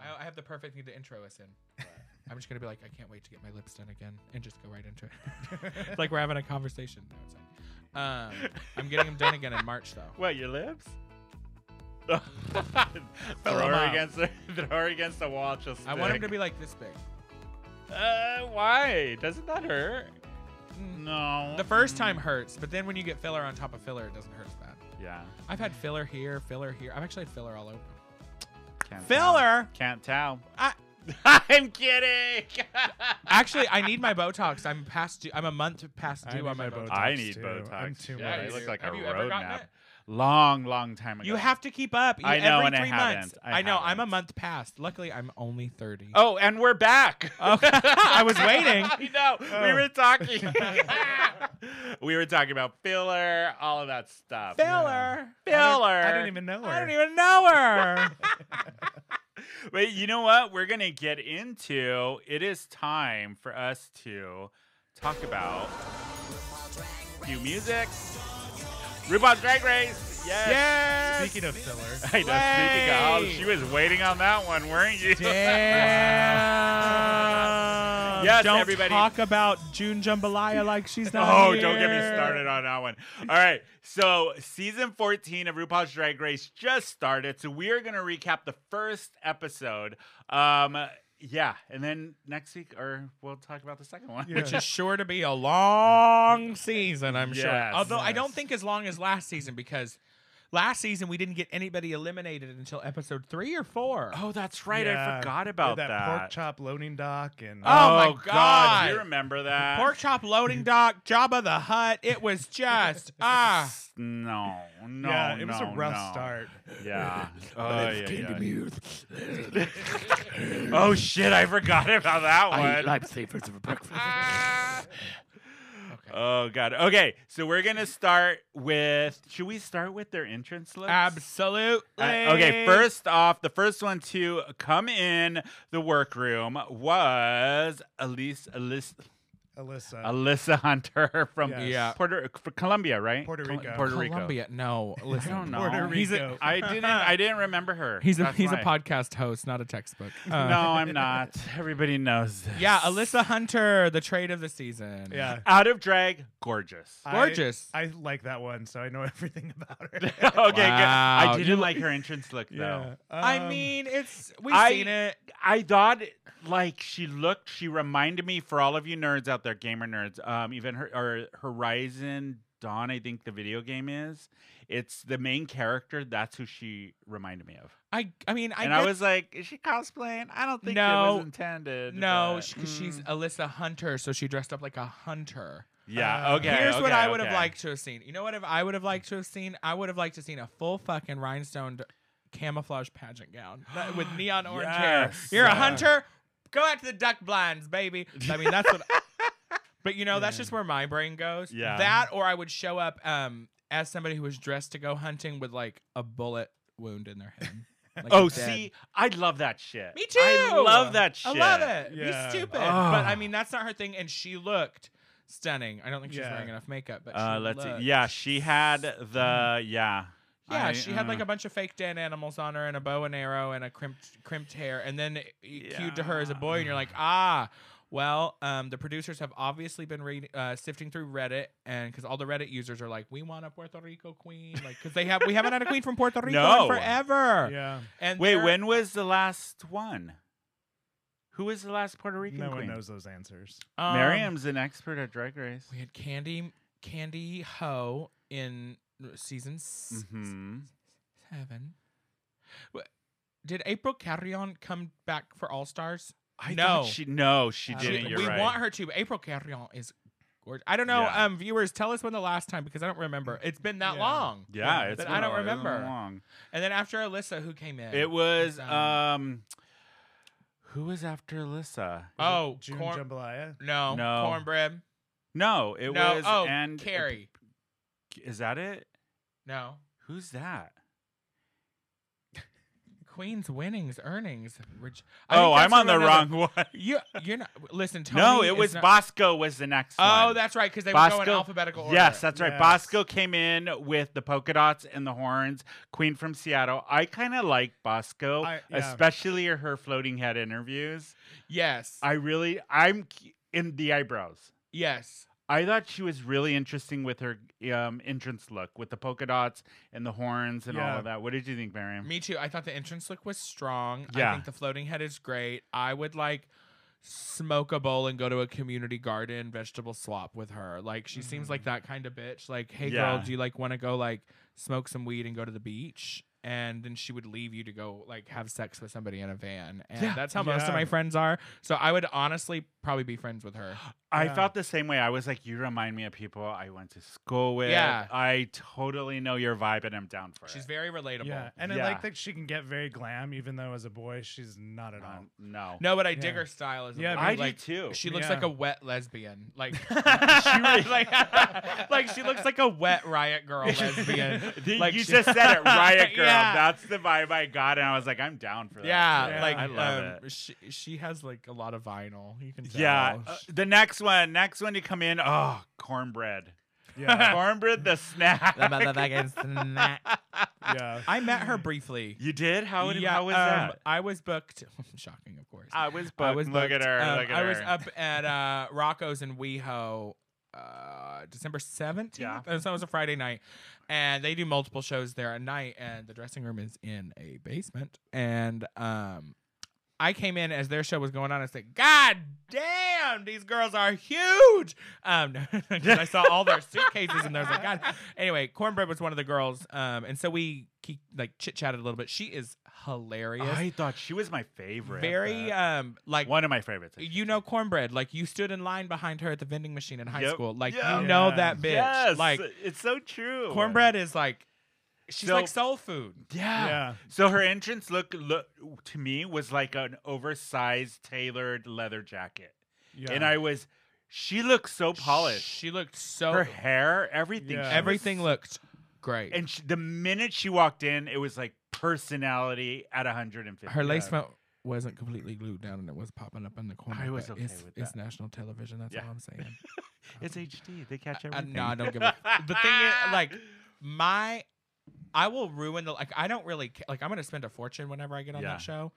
[SPEAKER 3] I, I have the perfect thing to intro us in. I'm just gonna be like, I can't wait to get my lips done again, and just go right into it. It's like we're having a conversation. No, it's not. Um, I'm getting them done again in March though.
[SPEAKER 1] What your lips? throw her
[SPEAKER 2] out.
[SPEAKER 1] against the throw her against the wall. Just
[SPEAKER 3] I want them to be like this big.
[SPEAKER 1] Uh, why? Doesn't that hurt? No.
[SPEAKER 3] The first time hurts, but then when you get filler on top of filler, it doesn't hurt as bad.
[SPEAKER 1] Yeah.
[SPEAKER 3] I've had filler here, filler here. I've actually had filler all over.
[SPEAKER 1] Can't Tell.
[SPEAKER 3] Filler.
[SPEAKER 1] Can't tell.
[SPEAKER 3] I,
[SPEAKER 1] I'm kidding.
[SPEAKER 3] actually, I need my Botox. I'm past due. I'm a month past
[SPEAKER 2] I
[SPEAKER 3] due
[SPEAKER 2] need
[SPEAKER 3] on my
[SPEAKER 2] my
[SPEAKER 3] Botox.
[SPEAKER 2] Botox.
[SPEAKER 1] I need
[SPEAKER 2] too.
[SPEAKER 1] Botox. Oh
[SPEAKER 2] I'm too
[SPEAKER 1] yeah,
[SPEAKER 2] much.
[SPEAKER 1] I look like
[SPEAKER 3] Have
[SPEAKER 1] a
[SPEAKER 3] you ever
[SPEAKER 1] road
[SPEAKER 3] gotten
[SPEAKER 1] map.
[SPEAKER 3] it?
[SPEAKER 1] Long, long time ago.
[SPEAKER 3] You have to keep up. You-
[SPEAKER 1] I know,
[SPEAKER 3] every
[SPEAKER 1] and I
[SPEAKER 3] three months.
[SPEAKER 1] haven't. I
[SPEAKER 3] know. I'm a
[SPEAKER 1] haven't.
[SPEAKER 3] month past. Luckily, I'm only thirty.
[SPEAKER 1] Oh, and we're back.
[SPEAKER 3] Okay. I was waiting.
[SPEAKER 1] I know. We
[SPEAKER 2] Oh.
[SPEAKER 1] were talking. we were talking about filler, all of that stuff.
[SPEAKER 3] filler.
[SPEAKER 1] Filler.
[SPEAKER 2] I didn't even know her.
[SPEAKER 3] I don't even know her.
[SPEAKER 1] Wait, you know what? We're gonna get into. It is time for us to talk about new music. RuPaul's Drag Race. Yes.
[SPEAKER 3] yes.
[SPEAKER 2] Speaking of filler,
[SPEAKER 1] I know. Speaking of,
[SPEAKER 3] Slay.
[SPEAKER 1] she was waiting on that one, weren't you?
[SPEAKER 3] Damn.
[SPEAKER 1] Yes,
[SPEAKER 3] don't
[SPEAKER 1] everybody.
[SPEAKER 3] talk about June Jambalaya like she's not.
[SPEAKER 1] Oh,
[SPEAKER 3] here.
[SPEAKER 1] don't get me started on that one. All right. So, season 14 of RuPaul's Drag Race just started. So, we are going to recap the first episode. Um, yeah. And then next week, or we'll talk about the second one.
[SPEAKER 3] Which is sure to be a long season, I'm
[SPEAKER 1] Yes.
[SPEAKER 3] sure. Although I
[SPEAKER 1] Yes.
[SPEAKER 3] don't think as long as last season because last season we didn't get anybody eliminated until episode three or four.
[SPEAKER 1] Oh, that's right. I
[SPEAKER 2] Yeah,
[SPEAKER 1] forgot about
[SPEAKER 2] that,
[SPEAKER 1] that.
[SPEAKER 2] pork chop loading dock and
[SPEAKER 3] Oh, my
[SPEAKER 1] Do you
[SPEAKER 3] God.
[SPEAKER 1] remember that?
[SPEAKER 3] Pork chop loading dock, Jabba the Hut. It was just ah.
[SPEAKER 1] No, no.
[SPEAKER 2] yeah, it was
[SPEAKER 1] no,
[SPEAKER 2] a rough
[SPEAKER 1] no.
[SPEAKER 2] start.
[SPEAKER 1] Yeah. Oh, yeah, yeah. oh shit! I forgot about that one.
[SPEAKER 5] lifesavers for breakfast.
[SPEAKER 1] Uh,
[SPEAKER 3] Okay.
[SPEAKER 1] Oh god. Okay, so we're gonna start with. Should we start with their entrance looks?
[SPEAKER 3] Absolutely.
[SPEAKER 1] Uh, okay, first off, the first one to come in the workroom was Elise, Elise,
[SPEAKER 2] Alyssa,
[SPEAKER 1] Alyssa Hunter from
[SPEAKER 2] Yes.
[SPEAKER 3] Yeah.
[SPEAKER 1] Puerto for Colombia, right?
[SPEAKER 2] Puerto
[SPEAKER 1] Col-
[SPEAKER 2] Rico.
[SPEAKER 1] Puerto Rico.
[SPEAKER 3] Colombia. No, listen.
[SPEAKER 1] don't know.
[SPEAKER 2] Puerto
[SPEAKER 3] He's a-
[SPEAKER 2] Rico.
[SPEAKER 1] I didn't. I didn't remember her.
[SPEAKER 3] He's a
[SPEAKER 1] That's
[SPEAKER 3] he's
[SPEAKER 1] why.
[SPEAKER 3] a podcast host, not a textbook. Uh,
[SPEAKER 1] No, I'm not. Everybody knows this.
[SPEAKER 3] Yeah, Alyssa Hunter, the trade of the season.
[SPEAKER 2] yeah,
[SPEAKER 1] Out of drag, gorgeous.
[SPEAKER 2] I-
[SPEAKER 3] Gorgeous.
[SPEAKER 2] I, like that one, so I know everything about her.
[SPEAKER 1] okay, good. I
[SPEAKER 3] Wow.
[SPEAKER 1] didn't
[SPEAKER 3] You-
[SPEAKER 1] like her entrance look though.
[SPEAKER 3] I
[SPEAKER 2] um,
[SPEAKER 3] mean, it's we've
[SPEAKER 1] I-
[SPEAKER 3] seen it.
[SPEAKER 1] I thought like she looked. She reminded me for all of you nerds out there, gamer nerds. Um, even her or Horizon Dawn, I think the video game is. It's the main character. That's who she reminded me of.
[SPEAKER 3] I I mean, I,
[SPEAKER 1] and I
[SPEAKER 3] get-
[SPEAKER 1] was like, is she cosplaying? I don't think it
[SPEAKER 3] No.
[SPEAKER 1] was intended.
[SPEAKER 3] no,
[SPEAKER 1] but-
[SPEAKER 3] because she's
[SPEAKER 1] Mm.
[SPEAKER 3] Alyssa Hunter, so she dressed up like a hunter.
[SPEAKER 1] yeah.
[SPEAKER 2] Uh,
[SPEAKER 1] okay.
[SPEAKER 3] Here's what
[SPEAKER 1] okay,
[SPEAKER 3] I would have
[SPEAKER 1] okay.
[SPEAKER 3] liked to have seen. You know what? If I would have liked to have seen, I would have liked to have seen a full fucking rhinestoned camouflage pageant gown that- with neon orange hair.
[SPEAKER 1] Yes.
[SPEAKER 3] You're a
[SPEAKER 1] Yeah.
[SPEAKER 3] hunter. Go out to the duck blinds, baby. I mean, that's what. But you know, that's
[SPEAKER 2] Yeah.
[SPEAKER 3] just where my brain goes.
[SPEAKER 1] Yeah.
[SPEAKER 3] That or I would show up um as somebody who was dressed to go hunting with like a bullet wound in their head. Like
[SPEAKER 1] oh,
[SPEAKER 3] dead.
[SPEAKER 1] see, I love that shit.
[SPEAKER 3] Me
[SPEAKER 1] I
[SPEAKER 3] too!
[SPEAKER 1] love that shit.
[SPEAKER 3] I love it.
[SPEAKER 2] Yeah.
[SPEAKER 3] Be stupid.
[SPEAKER 1] Oh.
[SPEAKER 3] But I mean, that's not her thing. And she looked stunning. I don't think she's
[SPEAKER 2] Yeah.
[SPEAKER 3] wearing enough makeup. But she
[SPEAKER 1] Uh, let's see.
[SPEAKER 3] looked
[SPEAKER 1] Yeah, she had the yeah.
[SPEAKER 3] Yeah,
[SPEAKER 1] I-
[SPEAKER 3] she had like
[SPEAKER 1] uh,
[SPEAKER 3] a bunch of fake dead animals on her and a bow and arrow and a crimped crimped hair. And then it cued to her as a boy, and you're like, ah, well, um, the producers have obviously been read, uh, sifting through Reddit, and because all the Reddit users are like, we want a Puerto Rico queen, like because they have we haven't had a queen from Puerto Rico
[SPEAKER 1] No.
[SPEAKER 3] in forever.
[SPEAKER 2] Yeah.
[SPEAKER 3] And
[SPEAKER 1] Wait,
[SPEAKER 3] they're-
[SPEAKER 1] when was the last one? Who was the last Puerto Rican
[SPEAKER 2] No
[SPEAKER 1] queen?
[SPEAKER 2] one knows those answers.
[SPEAKER 3] um,
[SPEAKER 1] Miriam's an expert at Drag Race.
[SPEAKER 3] we had Candy Candy Ho in season s-
[SPEAKER 1] hmm
[SPEAKER 3] seven. Wh- Did April Carrion come back for All Stars?
[SPEAKER 1] I
[SPEAKER 3] No.
[SPEAKER 1] thought she no, she
[SPEAKER 3] Uh,
[SPEAKER 1] didn't. You're
[SPEAKER 3] we
[SPEAKER 1] right.
[SPEAKER 3] want her to. but April Carrion is gorgeous. I don't know.
[SPEAKER 1] Yeah.
[SPEAKER 3] Um, viewers, tell us when the last time because I don't remember. It's been that
[SPEAKER 2] Yeah.
[SPEAKER 3] long.
[SPEAKER 1] yeah, it's
[SPEAKER 3] that
[SPEAKER 1] been
[SPEAKER 3] I don't
[SPEAKER 1] a- it's been
[SPEAKER 3] remember.
[SPEAKER 1] Long.
[SPEAKER 3] And then after Alyssa, who came in?
[SPEAKER 1] It was
[SPEAKER 3] Um,
[SPEAKER 1] um, who was after Alyssa?
[SPEAKER 3] oh
[SPEAKER 2] June
[SPEAKER 3] corn.
[SPEAKER 2] Jambalaya.
[SPEAKER 3] no,
[SPEAKER 1] No.
[SPEAKER 3] cornbread.
[SPEAKER 1] No, it
[SPEAKER 3] no,
[SPEAKER 1] was
[SPEAKER 3] oh
[SPEAKER 1] and
[SPEAKER 3] Carrie.
[SPEAKER 1] Is that it?
[SPEAKER 3] No,
[SPEAKER 1] Oh, Who's that?
[SPEAKER 3] Queen's winnings earnings. Rich. I
[SPEAKER 1] Oh,
[SPEAKER 3] think
[SPEAKER 1] I'm
[SPEAKER 3] that's
[SPEAKER 1] on
[SPEAKER 3] from
[SPEAKER 1] the
[SPEAKER 3] another-
[SPEAKER 1] wrong one.
[SPEAKER 3] You, you're not. Listen, Tony.
[SPEAKER 1] no, it
[SPEAKER 3] is
[SPEAKER 1] was
[SPEAKER 3] not-
[SPEAKER 1] Bosco was the next one.
[SPEAKER 3] Oh, that's right, because they were going
[SPEAKER 1] Bosco-
[SPEAKER 3] alphabetical order.
[SPEAKER 1] Yes, that's right.
[SPEAKER 2] Yes.
[SPEAKER 1] Bosco came in with the polka dots and the horns. Queen from Seattle. I kind of like Bosco,
[SPEAKER 2] I- yeah.
[SPEAKER 1] especially her floating head interviews.
[SPEAKER 3] yes.
[SPEAKER 1] I really, I'm k- in the eyebrows.
[SPEAKER 3] yes.
[SPEAKER 1] I thought she was really interesting with her um, entrance look, with the polka dots and the horns and all
[SPEAKER 2] Yeah.
[SPEAKER 1] of that. What did you think, Miriam?
[SPEAKER 3] Me too. I thought the entrance look was strong. I
[SPEAKER 1] Yeah.
[SPEAKER 3] think the floating head is great. I would like smoke a bowl and go to a community garden vegetable swap with her. Like she seems like that kind of bitch. Like, hey
[SPEAKER 1] Mm. Yeah.
[SPEAKER 3] girl, do you like want to go like smoke some weed and go to the beach? And then she would leave you to go like have sex with somebody in a van. And
[SPEAKER 1] Yeah.
[SPEAKER 3] that's how most of
[SPEAKER 2] Yeah.
[SPEAKER 3] my friends are. So I would honestly probably be friends with her.
[SPEAKER 1] I
[SPEAKER 2] Yeah.
[SPEAKER 1] felt the same way. I was like, you remind me of people I went to school with.
[SPEAKER 3] Yeah.
[SPEAKER 1] I totally know your vibe and I'm down for
[SPEAKER 3] She's
[SPEAKER 1] it.
[SPEAKER 3] very relatable.
[SPEAKER 2] Yeah. And
[SPEAKER 1] Yeah.
[SPEAKER 2] I like that she can get very glam, even though as a boy she's not at all.
[SPEAKER 1] Um, no.
[SPEAKER 3] No, but I dig
[SPEAKER 2] Yeah.
[SPEAKER 3] her style as a
[SPEAKER 2] Yeah,
[SPEAKER 3] woman.
[SPEAKER 1] I do
[SPEAKER 3] like,
[SPEAKER 1] too.
[SPEAKER 3] She looks
[SPEAKER 2] Yeah.
[SPEAKER 3] like a wet lesbian. Like
[SPEAKER 1] She really-
[SPEAKER 3] like, like she looks like a wet riot girl lesbian.
[SPEAKER 1] The-
[SPEAKER 3] Like
[SPEAKER 1] you
[SPEAKER 3] she-
[SPEAKER 1] just said it, riot girl.
[SPEAKER 3] Yeah.
[SPEAKER 1] That's the vibe I got, and I was like, I'm down for that.
[SPEAKER 3] Yeah,
[SPEAKER 1] shit.
[SPEAKER 3] like
[SPEAKER 1] I love
[SPEAKER 3] um,
[SPEAKER 1] it.
[SPEAKER 3] She, she has like a lot of vinyl. You can tell.
[SPEAKER 1] Yeah, uh, the next one, next one to come in, oh, cornbread,
[SPEAKER 2] Yeah.
[SPEAKER 1] cornbread, the snack.
[SPEAKER 2] yeah.
[SPEAKER 3] I met her briefly.
[SPEAKER 1] You did? How, did,
[SPEAKER 3] Yeah,
[SPEAKER 1] how was
[SPEAKER 3] um,
[SPEAKER 1] that?
[SPEAKER 3] I was booked. Shocking, of course.
[SPEAKER 1] I was,
[SPEAKER 3] I
[SPEAKER 1] booked.
[SPEAKER 3] was
[SPEAKER 1] look at
[SPEAKER 3] booked.
[SPEAKER 1] her.
[SPEAKER 3] Um,
[SPEAKER 1] look at
[SPEAKER 3] I
[SPEAKER 1] her.
[SPEAKER 3] was up at uh, Rocco's in WeHo, uh, December seventeenth.
[SPEAKER 1] Yeah.
[SPEAKER 3] And so it was a Friday night, and they do multiple shows there at night, and the dressing room is in a basement. And um, I came in as their show was going on. I said, "God damn, these girls are huge!" Um, 'cause I saw all their suitcases, and I was like, "God." Anyway, Cornbread was one of the girls, um, and so we ke- like chit chatted a little bit. She is hilarious.
[SPEAKER 1] I thought she was my favorite.
[SPEAKER 3] very um like
[SPEAKER 1] one of my favorites. I
[SPEAKER 3] you know cornbread like you stood in line behind her at the vending machine in high
[SPEAKER 1] Yep.
[SPEAKER 3] school like
[SPEAKER 1] Yeah.
[SPEAKER 3] you know
[SPEAKER 2] Yeah.
[SPEAKER 3] that bitch
[SPEAKER 1] think. Yes,
[SPEAKER 3] like
[SPEAKER 1] it's so true.
[SPEAKER 3] cornbread is like she's
[SPEAKER 1] So-
[SPEAKER 3] like soul food
[SPEAKER 1] Yeah.
[SPEAKER 2] Yeah.
[SPEAKER 1] So her entrance look, look to me was like an oversized tailored leather jacket.
[SPEAKER 2] Yeah.
[SPEAKER 1] And I was she looked so polished.
[SPEAKER 3] she looked so
[SPEAKER 1] her hair, everything.
[SPEAKER 2] Yeah.
[SPEAKER 1] she was-
[SPEAKER 3] everything looked great
[SPEAKER 1] and she, the minute she walked in, it was like personality at 150.
[SPEAKER 3] her lace front wasn't completely glued down and it was popping up in the corner
[SPEAKER 1] I was
[SPEAKER 3] but
[SPEAKER 1] okay
[SPEAKER 3] it's,
[SPEAKER 1] with
[SPEAKER 3] it's
[SPEAKER 1] that.
[SPEAKER 3] national television that's
[SPEAKER 1] Yeah.
[SPEAKER 3] all i'm saying
[SPEAKER 1] It's HD. They catch
[SPEAKER 3] I,
[SPEAKER 1] everything.
[SPEAKER 3] no Uh, i don't give a the thing is like my I will ruin the like. I don't really ca- like. I'm gonna spend a fortune whenever I get on
[SPEAKER 1] Yeah.
[SPEAKER 3] that show.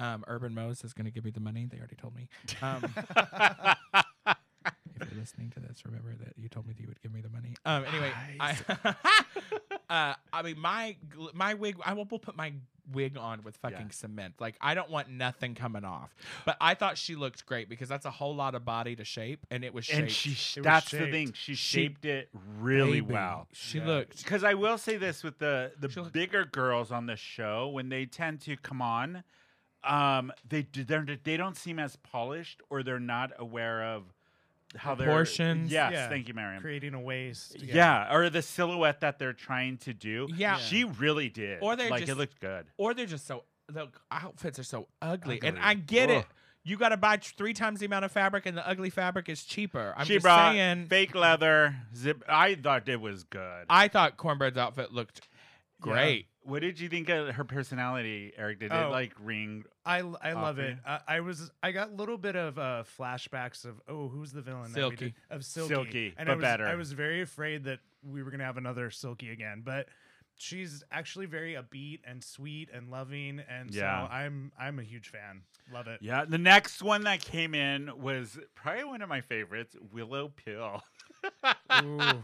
[SPEAKER 3] Um, Urban Mose is gonna give me the money. They already told me. Um, if you're listening to this, remember that you told me that you would give me the money. Um, anyway, I, uh, I mean my gl- my wig. I will will put my wig on with fucking
[SPEAKER 1] Yeah.
[SPEAKER 3] cement. Like I don't want nothing coming off. But I thought she looked great because that's a whole lot of body to shape, and it was shaped.
[SPEAKER 1] and she sh-
[SPEAKER 2] It was
[SPEAKER 1] that's the
[SPEAKER 2] shaped.
[SPEAKER 1] thing. She
[SPEAKER 3] She-
[SPEAKER 1] shaped it really
[SPEAKER 3] Baby,
[SPEAKER 1] well.
[SPEAKER 3] She
[SPEAKER 2] Yeah.
[SPEAKER 3] looked
[SPEAKER 1] Because I will say this with the the
[SPEAKER 3] She'll-
[SPEAKER 1] bigger girls on the show, when they tend to come on, um, they d- they're, they don't seem as polished or they're not aware of how they're
[SPEAKER 3] Proportions.
[SPEAKER 1] Yes,
[SPEAKER 2] Yeah.
[SPEAKER 1] thank you, Mariam.
[SPEAKER 2] creating a waste.
[SPEAKER 1] yeah. or the silhouette that they're trying to do.
[SPEAKER 3] Yeah.
[SPEAKER 1] she really did.
[SPEAKER 3] Or they're
[SPEAKER 1] like it
[SPEAKER 3] just-
[SPEAKER 1] looked good.
[SPEAKER 3] or they're just so the outfits are so ugly. And
[SPEAKER 1] Ugly.
[SPEAKER 3] I get
[SPEAKER 1] Ugh.
[SPEAKER 3] it. you got to buy t- three times the amount of fabric, and the ugly fabric is cheaper. I'm
[SPEAKER 1] she
[SPEAKER 3] just
[SPEAKER 1] brought
[SPEAKER 3] saying.
[SPEAKER 1] fake leather zip. I thought it was good.
[SPEAKER 3] I thought Cornbread's outfit looked great.
[SPEAKER 1] what did you think of her personality, Eric? Did
[SPEAKER 2] Oh.
[SPEAKER 1] it like ring?
[SPEAKER 2] I, l- I love
[SPEAKER 1] Offer
[SPEAKER 2] it. I, I was I got little bit of uh, flashbacks of oh who's the villain that we did-
[SPEAKER 3] Silky.
[SPEAKER 2] of Silky
[SPEAKER 1] Silky,
[SPEAKER 2] and I
[SPEAKER 1] but
[SPEAKER 2] was,
[SPEAKER 1] better.
[SPEAKER 2] I was very afraid that we were gonna have another Silky again, but she's actually very upbeat and sweet and loving, and
[SPEAKER 1] Yeah.
[SPEAKER 2] so I'm I'm a huge fan. Love it.
[SPEAKER 1] Yeah. The next one that came in was probably one of my favorites, Willow Pill.
[SPEAKER 2] Ooh, the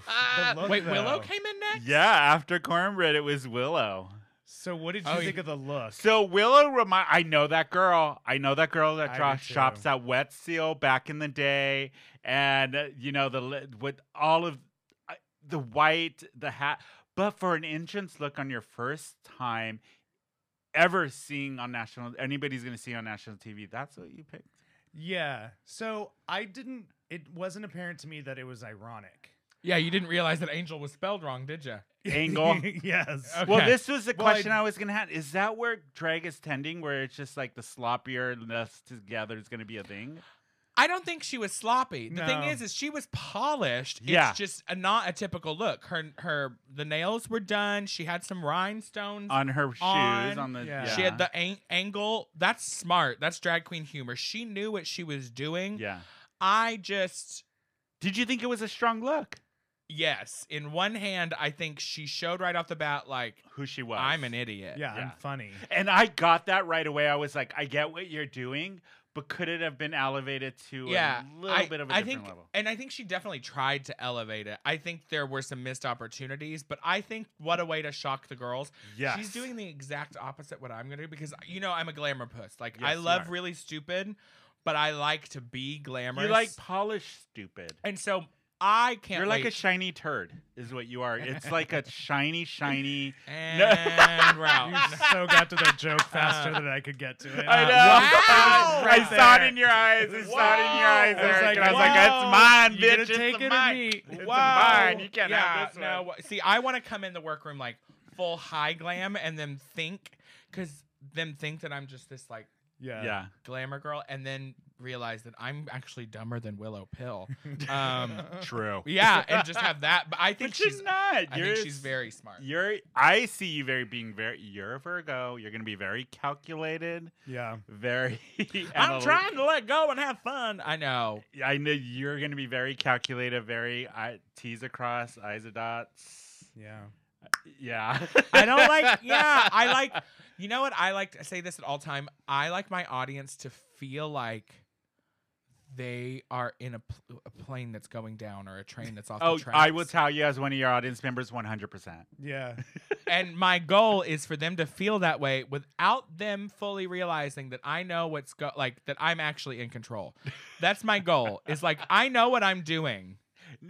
[SPEAKER 2] look,
[SPEAKER 3] Wait, Willow
[SPEAKER 2] though.
[SPEAKER 3] came in next.
[SPEAKER 1] Ah, yeah, after cornbread, it was Willow.
[SPEAKER 2] So what did you
[SPEAKER 3] Oh,
[SPEAKER 2] think
[SPEAKER 3] yeah.
[SPEAKER 2] of the look?
[SPEAKER 1] So Willow remind I know that girl. I know that girl
[SPEAKER 2] I
[SPEAKER 1] that
[SPEAKER 2] do
[SPEAKER 1] draw,
[SPEAKER 2] too.
[SPEAKER 1] shops at Wet Seal back in the day, and uh, you know the li- with all of I the white, the hat. But for an entrance look on your first time ever seeing on national, anybody's gonna see on national TV. That's what you picked.
[SPEAKER 2] yeah. So I didn't. It wasn't apparent to me that it was ironic.
[SPEAKER 3] Yeah, you didn't realize that Angel was spelled wrong, did you?
[SPEAKER 1] Angle.
[SPEAKER 2] yes.
[SPEAKER 3] Okay.
[SPEAKER 1] Well, this was the
[SPEAKER 2] Well, I-
[SPEAKER 1] question I, was gonna have. Is that where drag is tending, where it's just like the sloppier, less together is gonna be a thing?
[SPEAKER 3] I don't think she was sloppy. The thing
[SPEAKER 2] No.
[SPEAKER 3] is, is she was polished.
[SPEAKER 1] Yeah.
[SPEAKER 3] It's just a, not a typical look. Her her the nails were done. She had some rhinestones.
[SPEAKER 1] On her shoes,
[SPEAKER 3] On-
[SPEAKER 1] on the
[SPEAKER 2] Yeah.
[SPEAKER 1] yeah.
[SPEAKER 3] She had the an- angle. That's smart. That's drag queen humor. She knew what she was doing.
[SPEAKER 1] yeah.
[SPEAKER 3] I just
[SPEAKER 1] Did you think it was a strong look?
[SPEAKER 3] yes. In one hand, I think she showed right off the bat like
[SPEAKER 1] Who she was.
[SPEAKER 3] I'm an idiot.
[SPEAKER 2] yeah, I'm
[SPEAKER 1] Yeah.
[SPEAKER 2] funny.
[SPEAKER 1] And I got that right away. I was like, I get what you're doing, but could it have been elevated to
[SPEAKER 3] Yeah,
[SPEAKER 1] a little bit of a
[SPEAKER 3] I
[SPEAKER 1] different
[SPEAKER 3] think,
[SPEAKER 1] level?
[SPEAKER 3] And I think she definitely tried to elevate it. I think there were some missed opportunities, but I think what a way to shock the girls.
[SPEAKER 1] Yeah.
[SPEAKER 3] She's doing the exact opposite what I'm gonna do because you know I'm a glamour puss. Like
[SPEAKER 1] Yes,
[SPEAKER 3] I
[SPEAKER 1] you
[SPEAKER 3] love
[SPEAKER 1] are.
[SPEAKER 3] really stupid, but I like to be glamorous.
[SPEAKER 1] You're like polished stupid.
[SPEAKER 3] and so I can't.
[SPEAKER 1] You're like a
[SPEAKER 3] wait.
[SPEAKER 1] shiny turd, is what you are. It's like a shiny, shiny.
[SPEAKER 3] and
[SPEAKER 2] You
[SPEAKER 3] route.
[SPEAKER 2] so got to that joke faster than I could get to it. Uh,
[SPEAKER 1] I know.
[SPEAKER 3] wow.
[SPEAKER 1] I
[SPEAKER 2] Right
[SPEAKER 1] saw it
[SPEAKER 2] there.
[SPEAKER 1] in your eyes. I saw it in your eyes,
[SPEAKER 2] Wow.
[SPEAKER 1] Eric.
[SPEAKER 2] It's like,
[SPEAKER 1] and I was
[SPEAKER 2] wow.
[SPEAKER 1] like, it's mine,
[SPEAKER 2] You
[SPEAKER 1] bitch.
[SPEAKER 2] gotta
[SPEAKER 1] It's
[SPEAKER 2] take it or
[SPEAKER 1] mine.
[SPEAKER 2] me.
[SPEAKER 1] It's
[SPEAKER 2] It's
[SPEAKER 1] mine. You can't
[SPEAKER 3] yeah,
[SPEAKER 1] have this one.
[SPEAKER 3] no. See, I want to come in the workroom like full high glam and then think, because them think that I'm just this like
[SPEAKER 2] Yeah.
[SPEAKER 1] Yeah.
[SPEAKER 3] glamour girl, and then realize that I'm actually dumber than Willow Pill. Um,
[SPEAKER 1] True.
[SPEAKER 3] yeah, and just have that. But I think
[SPEAKER 1] But
[SPEAKER 3] she's
[SPEAKER 1] you're not.
[SPEAKER 3] I
[SPEAKER 1] You're
[SPEAKER 3] think she's
[SPEAKER 1] s-
[SPEAKER 3] very smart.
[SPEAKER 1] You're. I see you very being very. You're a Virgo. You're gonna be very calculated.
[SPEAKER 2] Yeah.
[SPEAKER 1] Very.
[SPEAKER 3] I'm
[SPEAKER 1] analytical.
[SPEAKER 3] trying to let go and have fun. I know.
[SPEAKER 1] I know you're gonna be very calculated. Very I, T's across, I's a dots.
[SPEAKER 2] Yeah.
[SPEAKER 1] Yeah.
[SPEAKER 3] I don't like. Yeah, I like. You know what? I like. I say this at all time. I like my audience to feel like they are in a, pl- a plane that's going down or a train that's off
[SPEAKER 1] Oh,
[SPEAKER 3] the tracks.
[SPEAKER 1] I will tell you as one of your audience members, 100. percent
[SPEAKER 2] Yeah.
[SPEAKER 3] and my goal is for them to feel that way without them fully realizing that I know what's go- like that I'm actually in control. That's my goal. Is like I know what I'm doing.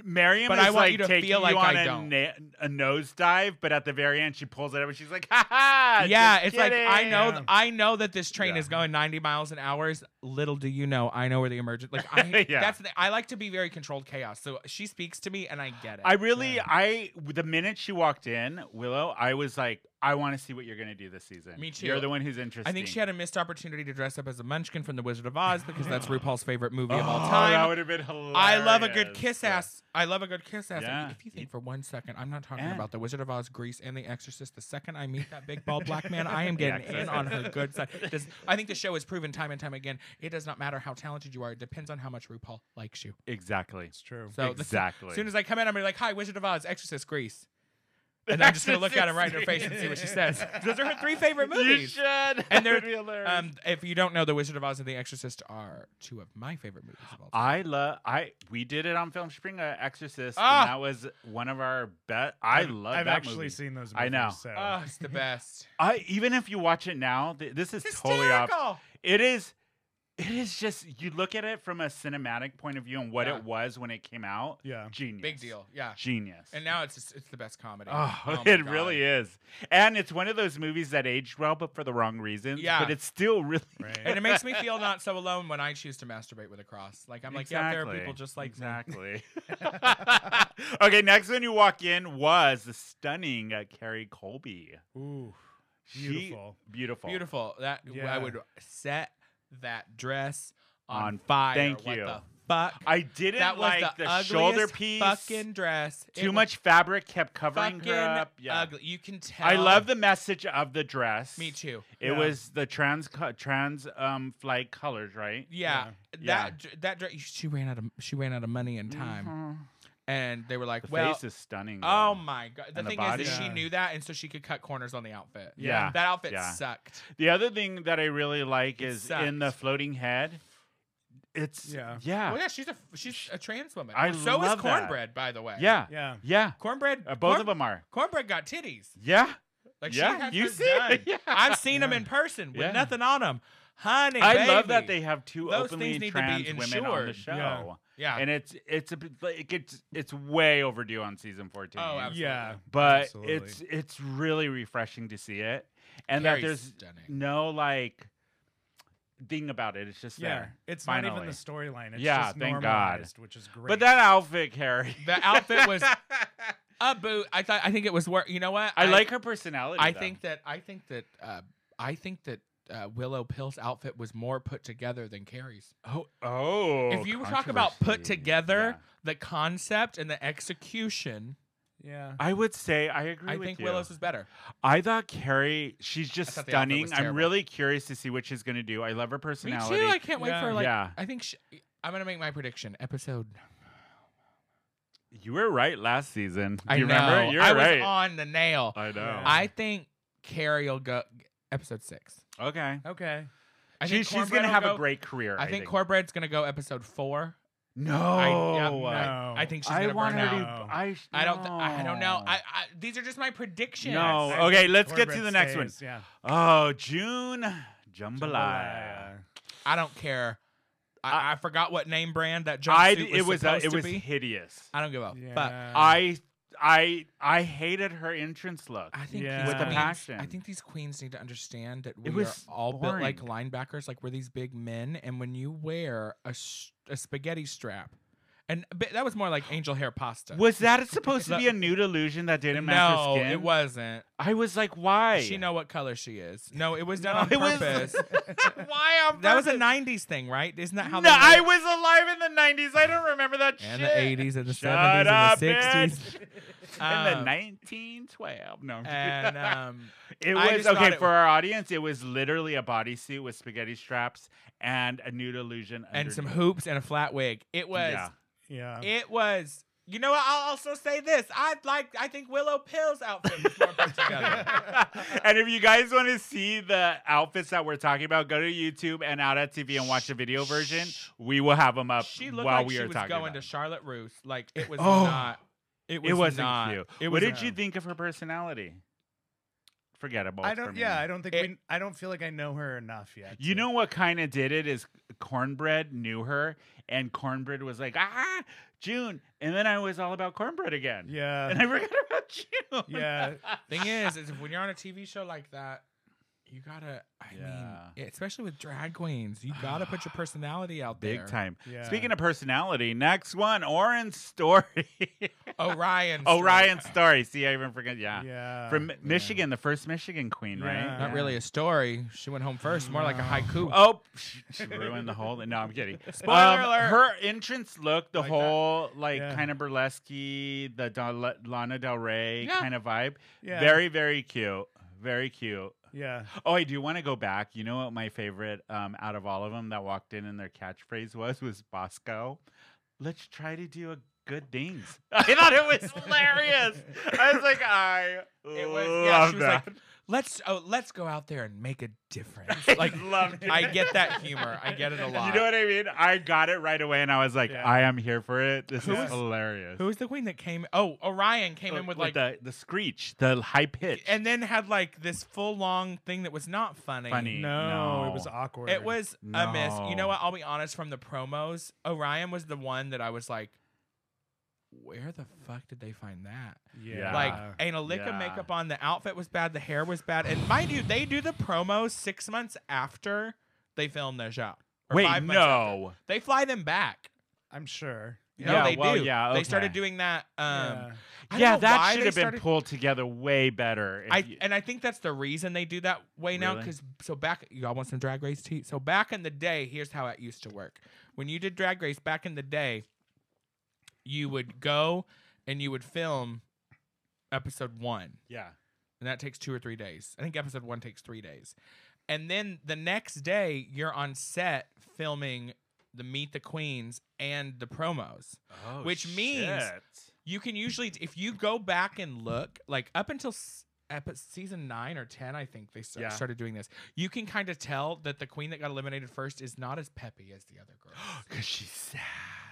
[SPEAKER 1] Miriam
[SPEAKER 3] But
[SPEAKER 1] is
[SPEAKER 3] I want
[SPEAKER 1] like
[SPEAKER 3] you to
[SPEAKER 1] taking
[SPEAKER 3] feel like
[SPEAKER 1] you on
[SPEAKER 3] I
[SPEAKER 1] a
[SPEAKER 3] don't.
[SPEAKER 1] na- a nosedive, but at the very end, she pulls it up and she's like, "Ha ha!"
[SPEAKER 3] yeah,
[SPEAKER 1] just
[SPEAKER 3] it's like I
[SPEAKER 1] kidding."
[SPEAKER 3] know
[SPEAKER 2] kidding.
[SPEAKER 3] th- I know that this train
[SPEAKER 1] Yeah.
[SPEAKER 3] is going 90 miles an hour. Little do you know, I know where the emergent like I
[SPEAKER 1] Yeah.
[SPEAKER 3] that's the, I like to be very controlled chaos. So she speaks to me and I get it.
[SPEAKER 1] I really, I the minute she walked in, Willow, I was like, I want to see what you're gonna do this season.
[SPEAKER 3] Me too.
[SPEAKER 1] You're the one who's interested.
[SPEAKER 3] I think she had a missed opportunity to dress up as a munchkin from The Wizard of Oz because that's RuPaul's favorite movie of all
[SPEAKER 1] Oh, That
[SPEAKER 3] time.
[SPEAKER 1] would have been hilarious.
[SPEAKER 3] I love a good kiss
[SPEAKER 1] Yeah.
[SPEAKER 3] ass. I love a good kiss ass.
[SPEAKER 1] Yeah.
[SPEAKER 3] If you think for one second, I'm not talking
[SPEAKER 1] And-
[SPEAKER 3] about The Wizard of Oz, Grease, and The Exorcist. The second I meet that big bald black man, I am getting in
[SPEAKER 1] Exorcist.
[SPEAKER 3] on her good side. Does, I think the show has proven time and time again it does not matter how talented you are. It depends on how much RuPaul likes you.
[SPEAKER 1] Exactly.
[SPEAKER 2] It's true.
[SPEAKER 3] So the-
[SPEAKER 1] exactly.
[SPEAKER 3] as soon as I come in, I'm gonna be like, "Hi, Wizard of Oz, Exorcist, Grease," and I'm just gonna look at her right in her face and see what she says. Those are her three favorite
[SPEAKER 1] You
[SPEAKER 3] movies.
[SPEAKER 1] should.
[SPEAKER 3] And they're-
[SPEAKER 1] That'd be hilarious.
[SPEAKER 3] Um, if you don't know, The Wizard of Oz and The Exorcist are two of my favorite movies of all time.
[SPEAKER 1] I love. I we did it on Film Spring, uh, Exorcist,
[SPEAKER 3] Ah!
[SPEAKER 1] and that was one of our best. I love.
[SPEAKER 2] I've
[SPEAKER 1] that
[SPEAKER 2] actually
[SPEAKER 1] movie.
[SPEAKER 2] seen those. Movies,
[SPEAKER 1] I know.
[SPEAKER 2] So.
[SPEAKER 3] Oh, it's the best.
[SPEAKER 1] I even if you watch it now, th- this is totally off.
[SPEAKER 3] Hysterical!
[SPEAKER 1] It is. It is just you look at it from a cinematic point of view and what
[SPEAKER 3] Yeah.
[SPEAKER 1] it was when it came out.
[SPEAKER 2] yeah.
[SPEAKER 1] Genius.
[SPEAKER 3] Big deal. Yeah.
[SPEAKER 1] Genius.
[SPEAKER 3] And now it's just, it's the best comedy.
[SPEAKER 1] Oh,
[SPEAKER 3] my
[SPEAKER 1] it
[SPEAKER 3] God.
[SPEAKER 1] really is. And it's one of those movies that aged well, but for the wrong reasons.
[SPEAKER 3] Yeah.
[SPEAKER 1] But it's still really.
[SPEAKER 2] Right.
[SPEAKER 3] And it makes me feel not so alone when I choose to masturbate with a cross. Like I'm like, yeah, there are people just like me.
[SPEAKER 1] Exactly. okay, next one you walk in was the stunning uh, Carrie Colby.
[SPEAKER 2] Ooh.
[SPEAKER 1] She-
[SPEAKER 2] Beautiful.
[SPEAKER 1] beautiful.
[SPEAKER 3] Beautiful. That I
[SPEAKER 2] Yeah.
[SPEAKER 3] would set that dress on,
[SPEAKER 1] On-
[SPEAKER 3] fire.
[SPEAKER 1] thank
[SPEAKER 3] What
[SPEAKER 1] you.
[SPEAKER 3] the fuck?
[SPEAKER 1] I didn't
[SPEAKER 3] that was
[SPEAKER 1] like
[SPEAKER 3] the,
[SPEAKER 1] the,
[SPEAKER 3] ugliest
[SPEAKER 1] shoulder piece.
[SPEAKER 3] fucking dress. It
[SPEAKER 1] Too
[SPEAKER 3] was
[SPEAKER 1] much fabric kept covering
[SPEAKER 3] fucking
[SPEAKER 1] her up. Yeah.
[SPEAKER 3] ugly. You can tell.
[SPEAKER 1] I love the message of the dress.
[SPEAKER 3] Me too.
[SPEAKER 1] It
[SPEAKER 2] Yeah.
[SPEAKER 1] was the trans co- trans um flag colors, right?
[SPEAKER 3] Yeah,
[SPEAKER 1] Yeah.
[SPEAKER 3] that dr- that dress. She ran out of she ran out of money and time, and they were like,
[SPEAKER 1] Mm-hmm. The
[SPEAKER 3] "Well,
[SPEAKER 1] face is stunning.
[SPEAKER 3] oh
[SPEAKER 1] though.
[SPEAKER 3] my god." The
[SPEAKER 1] and the
[SPEAKER 3] thing is,
[SPEAKER 1] body.
[SPEAKER 3] is, she
[SPEAKER 2] Yeah.
[SPEAKER 3] knew that, and so she could cut corners on the outfit.
[SPEAKER 1] Yeah.
[SPEAKER 3] that outfit
[SPEAKER 1] Yeah.
[SPEAKER 3] sucked.
[SPEAKER 1] The other thing that I really like
[SPEAKER 3] It
[SPEAKER 1] is in the
[SPEAKER 3] sucked.
[SPEAKER 1] floating head. It's yeah,
[SPEAKER 2] Yeah.
[SPEAKER 1] yeah,
[SPEAKER 3] Well, yeah, she's a she's a trans woman.
[SPEAKER 1] I
[SPEAKER 3] so
[SPEAKER 1] love
[SPEAKER 3] is
[SPEAKER 1] that.
[SPEAKER 3] cornbread, by the way.
[SPEAKER 1] yeah.
[SPEAKER 2] Yeah.
[SPEAKER 3] cornbread.
[SPEAKER 1] Uh, both
[SPEAKER 3] corn-
[SPEAKER 1] of them are.
[SPEAKER 3] Cornbread got titties.
[SPEAKER 1] Yeah,
[SPEAKER 3] Like she
[SPEAKER 1] yeah.
[SPEAKER 3] has
[SPEAKER 1] You
[SPEAKER 3] hers
[SPEAKER 1] see,
[SPEAKER 3] done.
[SPEAKER 1] yeah.
[SPEAKER 3] I've seen them
[SPEAKER 2] Yeah.
[SPEAKER 3] in person with
[SPEAKER 1] Yeah.
[SPEAKER 3] nothing on them, honey.
[SPEAKER 1] I love that they
[SPEAKER 3] baby.
[SPEAKER 1] have two
[SPEAKER 3] Those things
[SPEAKER 1] openly
[SPEAKER 3] need to be
[SPEAKER 1] trans women on the
[SPEAKER 3] insured.
[SPEAKER 1] show,
[SPEAKER 2] Yeah.
[SPEAKER 3] yeah.
[SPEAKER 1] and it's it's a bit like, it gets it's way overdue on season fourteen.
[SPEAKER 3] oh, absolutely.
[SPEAKER 2] Yeah.
[SPEAKER 1] but
[SPEAKER 2] Absolutely.
[SPEAKER 1] it's it's really refreshing to see it, and
[SPEAKER 3] Carrie's
[SPEAKER 1] that there's
[SPEAKER 3] stunning.
[SPEAKER 1] no like thing about it. It's just
[SPEAKER 2] Yeah.
[SPEAKER 1] there.
[SPEAKER 2] It's not even
[SPEAKER 1] Finally.
[SPEAKER 2] the storyline. It's
[SPEAKER 1] Yeah,
[SPEAKER 2] just
[SPEAKER 1] thank God.
[SPEAKER 2] normalized, which is great.
[SPEAKER 1] But that outfit, Carrie.
[SPEAKER 3] The outfit was a boot. I thought I think it was work. You know what?
[SPEAKER 1] I, like her personality.
[SPEAKER 3] I
[SPEAKER 1] though.
[SPEAKER 3] think that I think that uh, I think that uh, Willow Pill's outfit was more put together than Carrie's.
[SPEAKER 1] Oh, oh.
[SPEAKER 3] if you talk about put
[SPEAKER 1] controversy.
[SPEAKER 3] together,
[SPEAKER 1] Yeah.
[SPEAKER 3] the concept and the execution,
[SPEAKER 2] yeah.
[SPEAKER 1] I would say I agree
[SPEAKER 3] I
[SPEAKER 1] with
[SPEAKER 3] think
[SPEAKER 1] you.
[SPEAKER 3] Willow's was better.
[SPEAKER 1] I thought Carrie, she's just
[SPEAKER 3] thought the outfit was
[SPEAKER 1] stunning. I'm
[SPEAKER 3] terrible.
[SPEAKER 1] really curious to see what she's going to do. I love her
[SPEAKER 3] Me too.
[SPEAKER 1] personality.
[SPEAKER 3] I can't wait
[SPEAKER 2] Yeah.
[SPEAKER 3] for like.
[SPEAKER 1] Yeah.
[SPEAKER 3] I think sh I'm gonna make my prediction. Episode.
[SPEAKER 1] you were right last season.
[SPEAKER 3] I
[SPEAKER 1] you
[SPEAKER 3] know.
[SPEAKER 1] remember? You're
[SPEAKER 3] I
[SPEAKER 1] right. Oh,
[SPEAKER 3] was on the nail.
[SPEAKER 1] I know.
[SPEAKER 2] Yeah.
[SPEAKER 3] I think Carrie will go episode six.
[SPEAKER 1] okay.
[SPEAKER 2] Okay.
[SPEAKER 3] I
[SPEAKER 1] She,
[SPEAKER 3] think
[SPEAKER 1] she's
[SPEAKER 3] Cornbread
[SPEAKER 1] going to
[SPEAKER 3] will
[SPEAKER 1] have
[SPEAKER 3] go-
[SPEAKER 1] a great career.
[SPEAKER 3] I think Cornbread's gonna go episode four.
[SPEAKER 1] No.
[SPEAKER 3] I,
[SPEAKER 1] I,
[SPEAKER 3] yeah,
[SPEAKER 2] No.
[SPEAKER 3] I, I think she's
[SPEAKER 1] I
[SPEAKER 3] gonna
[SPEAKER 1] want
[SPEAKER 3] burn
[SPEAKER 1] her
[SPEAKER 3] out.
[SPEAKER 1] to.
[SPEAKER 2] out.
[SPEAKER 1] I, sh-
[SPEAKER 3] I don't. Th- I don't know.
[SPEAKER 1] no.
[SPEAKER 3] I, I these are just my predictions.
[SPEAKER 1] No.
[SPEAKER 2] I
[SPEAKER 1] Okay,
[SPEAKER 2] think
[SPEAKER 1] let's get to
[SPEAKER 2] Cornbread
[SPEAKER 1] the next
[SPEAKER 2] stays, Yeah.
[SPEAKER 1] Oh, June Jambalaya.
[SPEAKER 3] I don't care. I, I forgot what name brand that jumpsuit
[SPEAKER 1] I.
[SPEAKER 3] was
[SPEAKER 1] It was. Uh,
[SPEAKER 3] supposed
[SPEAKER 1] it
[SPEAKER 3] to
[SPEAKER 1] was
[SPEAKER 3] be. Uh.
[SPEAKER 1] hideous.
[SPEAKER 3] I don't give a
[SPEAKER 2] Yeah.
[SPEAKER 3] fuck.
[SPEAKER 1] I. I. I hated her entrance look.
[SPEAKER 3] I think
[SPEAKER 2] Yeah.
[SPEAKER 3] these
[SPEAKER 2] With the
[SPEAKER 3] queens-
[SPEAKER 1] passion.
[SPEAKER 3] I think these queens need to understand that we
[SPEAKER 1] It was
[SPEAKER 3] are all built like linebackers, like we're these big men, and when you wear a, s- a spaghetti strap, and but that was more like angel hair pasta.
[SPEAKER 1] Was that supposed to
[SPEAKER 3] The-
[SPEAKER 1] be a nude illusion that didn't match her
[SPEAKER 3] no,
[SPEAKER 1] skin?
[SPEAKER 3] it wasn't.
[SPEAKER 1] I was like, why?
[SPEAKER 3] She know what color she is. No, it was done
[SPEAKER 1] No,
[SPEAKER 3] on
[SPEAKER 1] it was-
[SPEAKER 3] purpose.
[SPEAKER 1] why on
[SPEAKER 3] that was a
[SPEAKER 1] purpose?
[SPEAKER 3] '90s thing, right? Isn't that how?
[SPEAKER 1] No,
[SPEAKER 3] they made
[SPEAKER 1] I
[SPEAKER 3] it?
[SPEAKER 1] was alive in the nineties. I don't remember that
[SPEAKER 3] and
[SPEAKER 1] shit.
[SPEAKER 3] the 80s and the
[SPEAKER 1] Shut
[SPEAKER 3] 70s
[SPEAKER 1] up,
[SPEAKER 3] and the 60s.
[SPEAKER 1] bitch. in the
[SPEAKER 3] Um,
[SPEAKER 1] nineteen twelve. No, I'm
[SPEAKER 3] And
[SPEAKER 1] kidding.
[SPEAKER 3] um,
[SPEAKER 1] it
[SPEAKER 3] I
[SPEAKER 1] was
[SPEAKER 3] just thought
[SPEAKER 1] okay
[SPEAKER 3] it-
[SPEAKER 1] for our audience. It was literally a bodysuit with spaghetti straps and a nude illusion
[SPEAKER 3] and some
[SPEAKER 1] underneath.
[SPEAKER 3] hoops and a flat wig. It was
[SPEAKER 1] Yeah.
[SPEAKER 2] Yeah.
[SPEAKER 3] it was you know what? I'll also say this. I'd like I think Willow Pill's outfit was more put together.
[SPEAKER 1] and if you guys want to see the outfits that we're talking about, go to YouTube and out at TV and watch the video version. We will have them up
[SPEAKER 3] She looked
[SPEAKER 1] Uh, while
[SPEAKER 3] like
[SPEAKER 1] we
[SPEAKER 3] she
[SPEAKER 1] are
[SPEAKER 3] was
[SPEAKER 1] talking.
[SPEAKER 3] going
[SPEAKER 1] about
[SPEAKER 3] to
[SPEAKER 1] it.
[SPEAKER 3] Charlotte Ruth. Like it was
[SPEAKER 1] Oh.
[SPEAKER 3] not it was
[SPEAKER 1] it wasn't
[SPEAKER 3] not,
[SPEAKER 1] cute.
[SPEAKER 3] It
[SPEAKER 1] what
[SPEAKER 3] was
[SPEAKER 1] did you think of her personality? Forgettable.
[SPEAKER 2] I
[SPEAKER 1] for
[SPEAKER 2] don't.
[SPEAKER 1] me.
[SPEAKER 2] Yeah, I don't think
[SPEAKER 3] It-
[SPEAKER 2] we. I don't feel like I know her enough yet.
[SPEAKER 1] You
[SPEAKER 2] to-
[SPEAKER 1] know what kind of did it is Cornbread knew her, and Cornbread was like, ah, June. And then I was all about Cornbread again. And
[SPEAKER 2] Yeah.
[SPEAKER 1] I forgot about June.
[SPEAKER 2] Yeah.
[SPEAKER 3] thing is, is when you're on a TV show like that, you gotta I
[SPEAKER 1] Yeah.
[SPEAKER 3] mean especially with drag queens, you gotta put your personality out
[SPEAKER 1] Big
[SPEAKER 3] there.
[SPEAKER 1] time.
[SPEAKER 2] Yeah.
[SPEAKER 1] Speaking of personality, next one, Orin's story.
[SPEAKER 3] Orion
[SPEAKER 1] Orion's story. See, I even forget. Yeah.
[SPEAKER 2] Yeah.
[SPEAKER 1] From
[SPEAKER 2] yeah.
[SPEAKER 1] Michigan, the first Michigan queen, right?
[SPEAKER 2] Yeah.
[SPEAKER 3] Not really a story. She went home first, more like a haiku.
[SPEAKER 1] Oh, she, she ruined the whole. No, I'm kidding. Um,
[SPEAKER 3] Spoiler alert.
[SPEAKER 1] Her entrance look, the
[SPEAKER 3] Like that.
[SPEAKER 1] whole like
[SPEAKER 2] Yeah.
[SPEAKER 1] kind of burlesque, the Don, Lana Del Rey
[SPEAKER 3] Yeah.
[SPEAKER 1] kind of vibe.
[SPEAKER 2] Yeah.
[SPEAKER 1] Very, very cute. Very cute.
[SPEAKER 2] Yeah.
[SPEAKER 1] Oh, I do want to go back. You know what my favorite um, out of all of them that walked in and their catchphrase was was Bosco. Let's try to do a good things. I thought it was hilarious. I was like, I
[SPEAKER 3] It was- yeah,
[SPEAKER 1] love
[SPEAKER 3] she was
[SPEAKER 1] that.
[SPEAKER 3] like, let's oh let's go out there and make a difference. Like
[SPEAKER 1] like, loved it.
[SPEAKER 3] I get that humor. I get it a lot.
[SPEAKER 1] You know what I mean? I got it right away, and I was like,
[SPEAKER 2] Yeah.
[SPEAKER 1] I am here for it. This
[SPEAKER 3] Who
[SPEAKER 1] is
[SPEAKER 3] was-
[SPEAKER 1] hilarious.
[SPEAKER 3] Who was the queen that came? Oh, Orion came in with, like
[SPEAKER 1] the the screech, the high pitch,
[SPEAKER 3] and then had like this full long thing that was not funny.
[SPEAKER 1] Funny.
[SPEAKER 2] No,
[SPEAKER 1] No.
[SPEAKER 2] it was awkward.
[SPEAKER 3] It was a miss. You
[SPEAKER 1] No.
[SPEAKER 3] know what? I'll be honest. From the promos, Orion was the one that I was like, "Where the fuck did they find that?"
[SPEAKER 2] Yeah.
[SPEAKER 3] Like, ain't a lick
[SPEAKER 1] Ah, Yeah.
[SPEAKER 3] of makeup on. The outfit was bad. The hair was bad. And mind you, they do the promos six months after they film their show. Or
[SPEAKER 1] Wait,
[SPEAKER 3] five months after.
[SPEAKER 1] no.
[SPEAKER 3] They fly them back.
[SPEAKER 2] I'm sure.
[SPEAKER 3] No,
[SPEAKER 1] Yeah,
[SPEAKER 3] they
[SPEAKER 1] well,
[SPEAKER 3] do.
[SPEAKER 1] yeah,
[SPEAKER 3] They started
[SPEAKER 1] okay.
[SPEAKER 3] doing that. Um,
[SPEAKER 2] Yeah.
[SPEAKER 3] I don't
[SPEAKER 1] yeah,
[SPEAKER 3] know
[SPEAKER 1] that
[SPEAKER 3] why
[SPEAKER 1] should
[SPEAKER 3] they
[SPEAKER 1] have been
[SPEAKER 3] started-
[SPEAKER 1] pulled together way better. if
[SPEAKER 3] I
[SPEAKER 1] you-
[SPEAKER 3] and I think that's the reason they do that way now.
[SPEAKER 1] Really?
[SPEAKER 3] Because so back, y'all want some drag race tea? So back in the day, here's how it used to work. When you did drag race back in the day, you would go and you would film episode one,
[SPEAKER 1] yeah,
[SPEAKER 3] and that takes two or three days. I think episode one takes three days, and then the next day you're on set filming the meet the queens and the promos.
[SPEAKER 1] oh,
[SPEAKER 3] Which means- you can usually if you go back and look like up until s- epi- season 9 or 10 i think they sta-
[SPEAKER 1] Yeah.
[SPEAKER 3] started doing this you can kind of tell that the queen that got eliminated first is not as peppy as the other girls
[SPEAKER 1] because she's sad.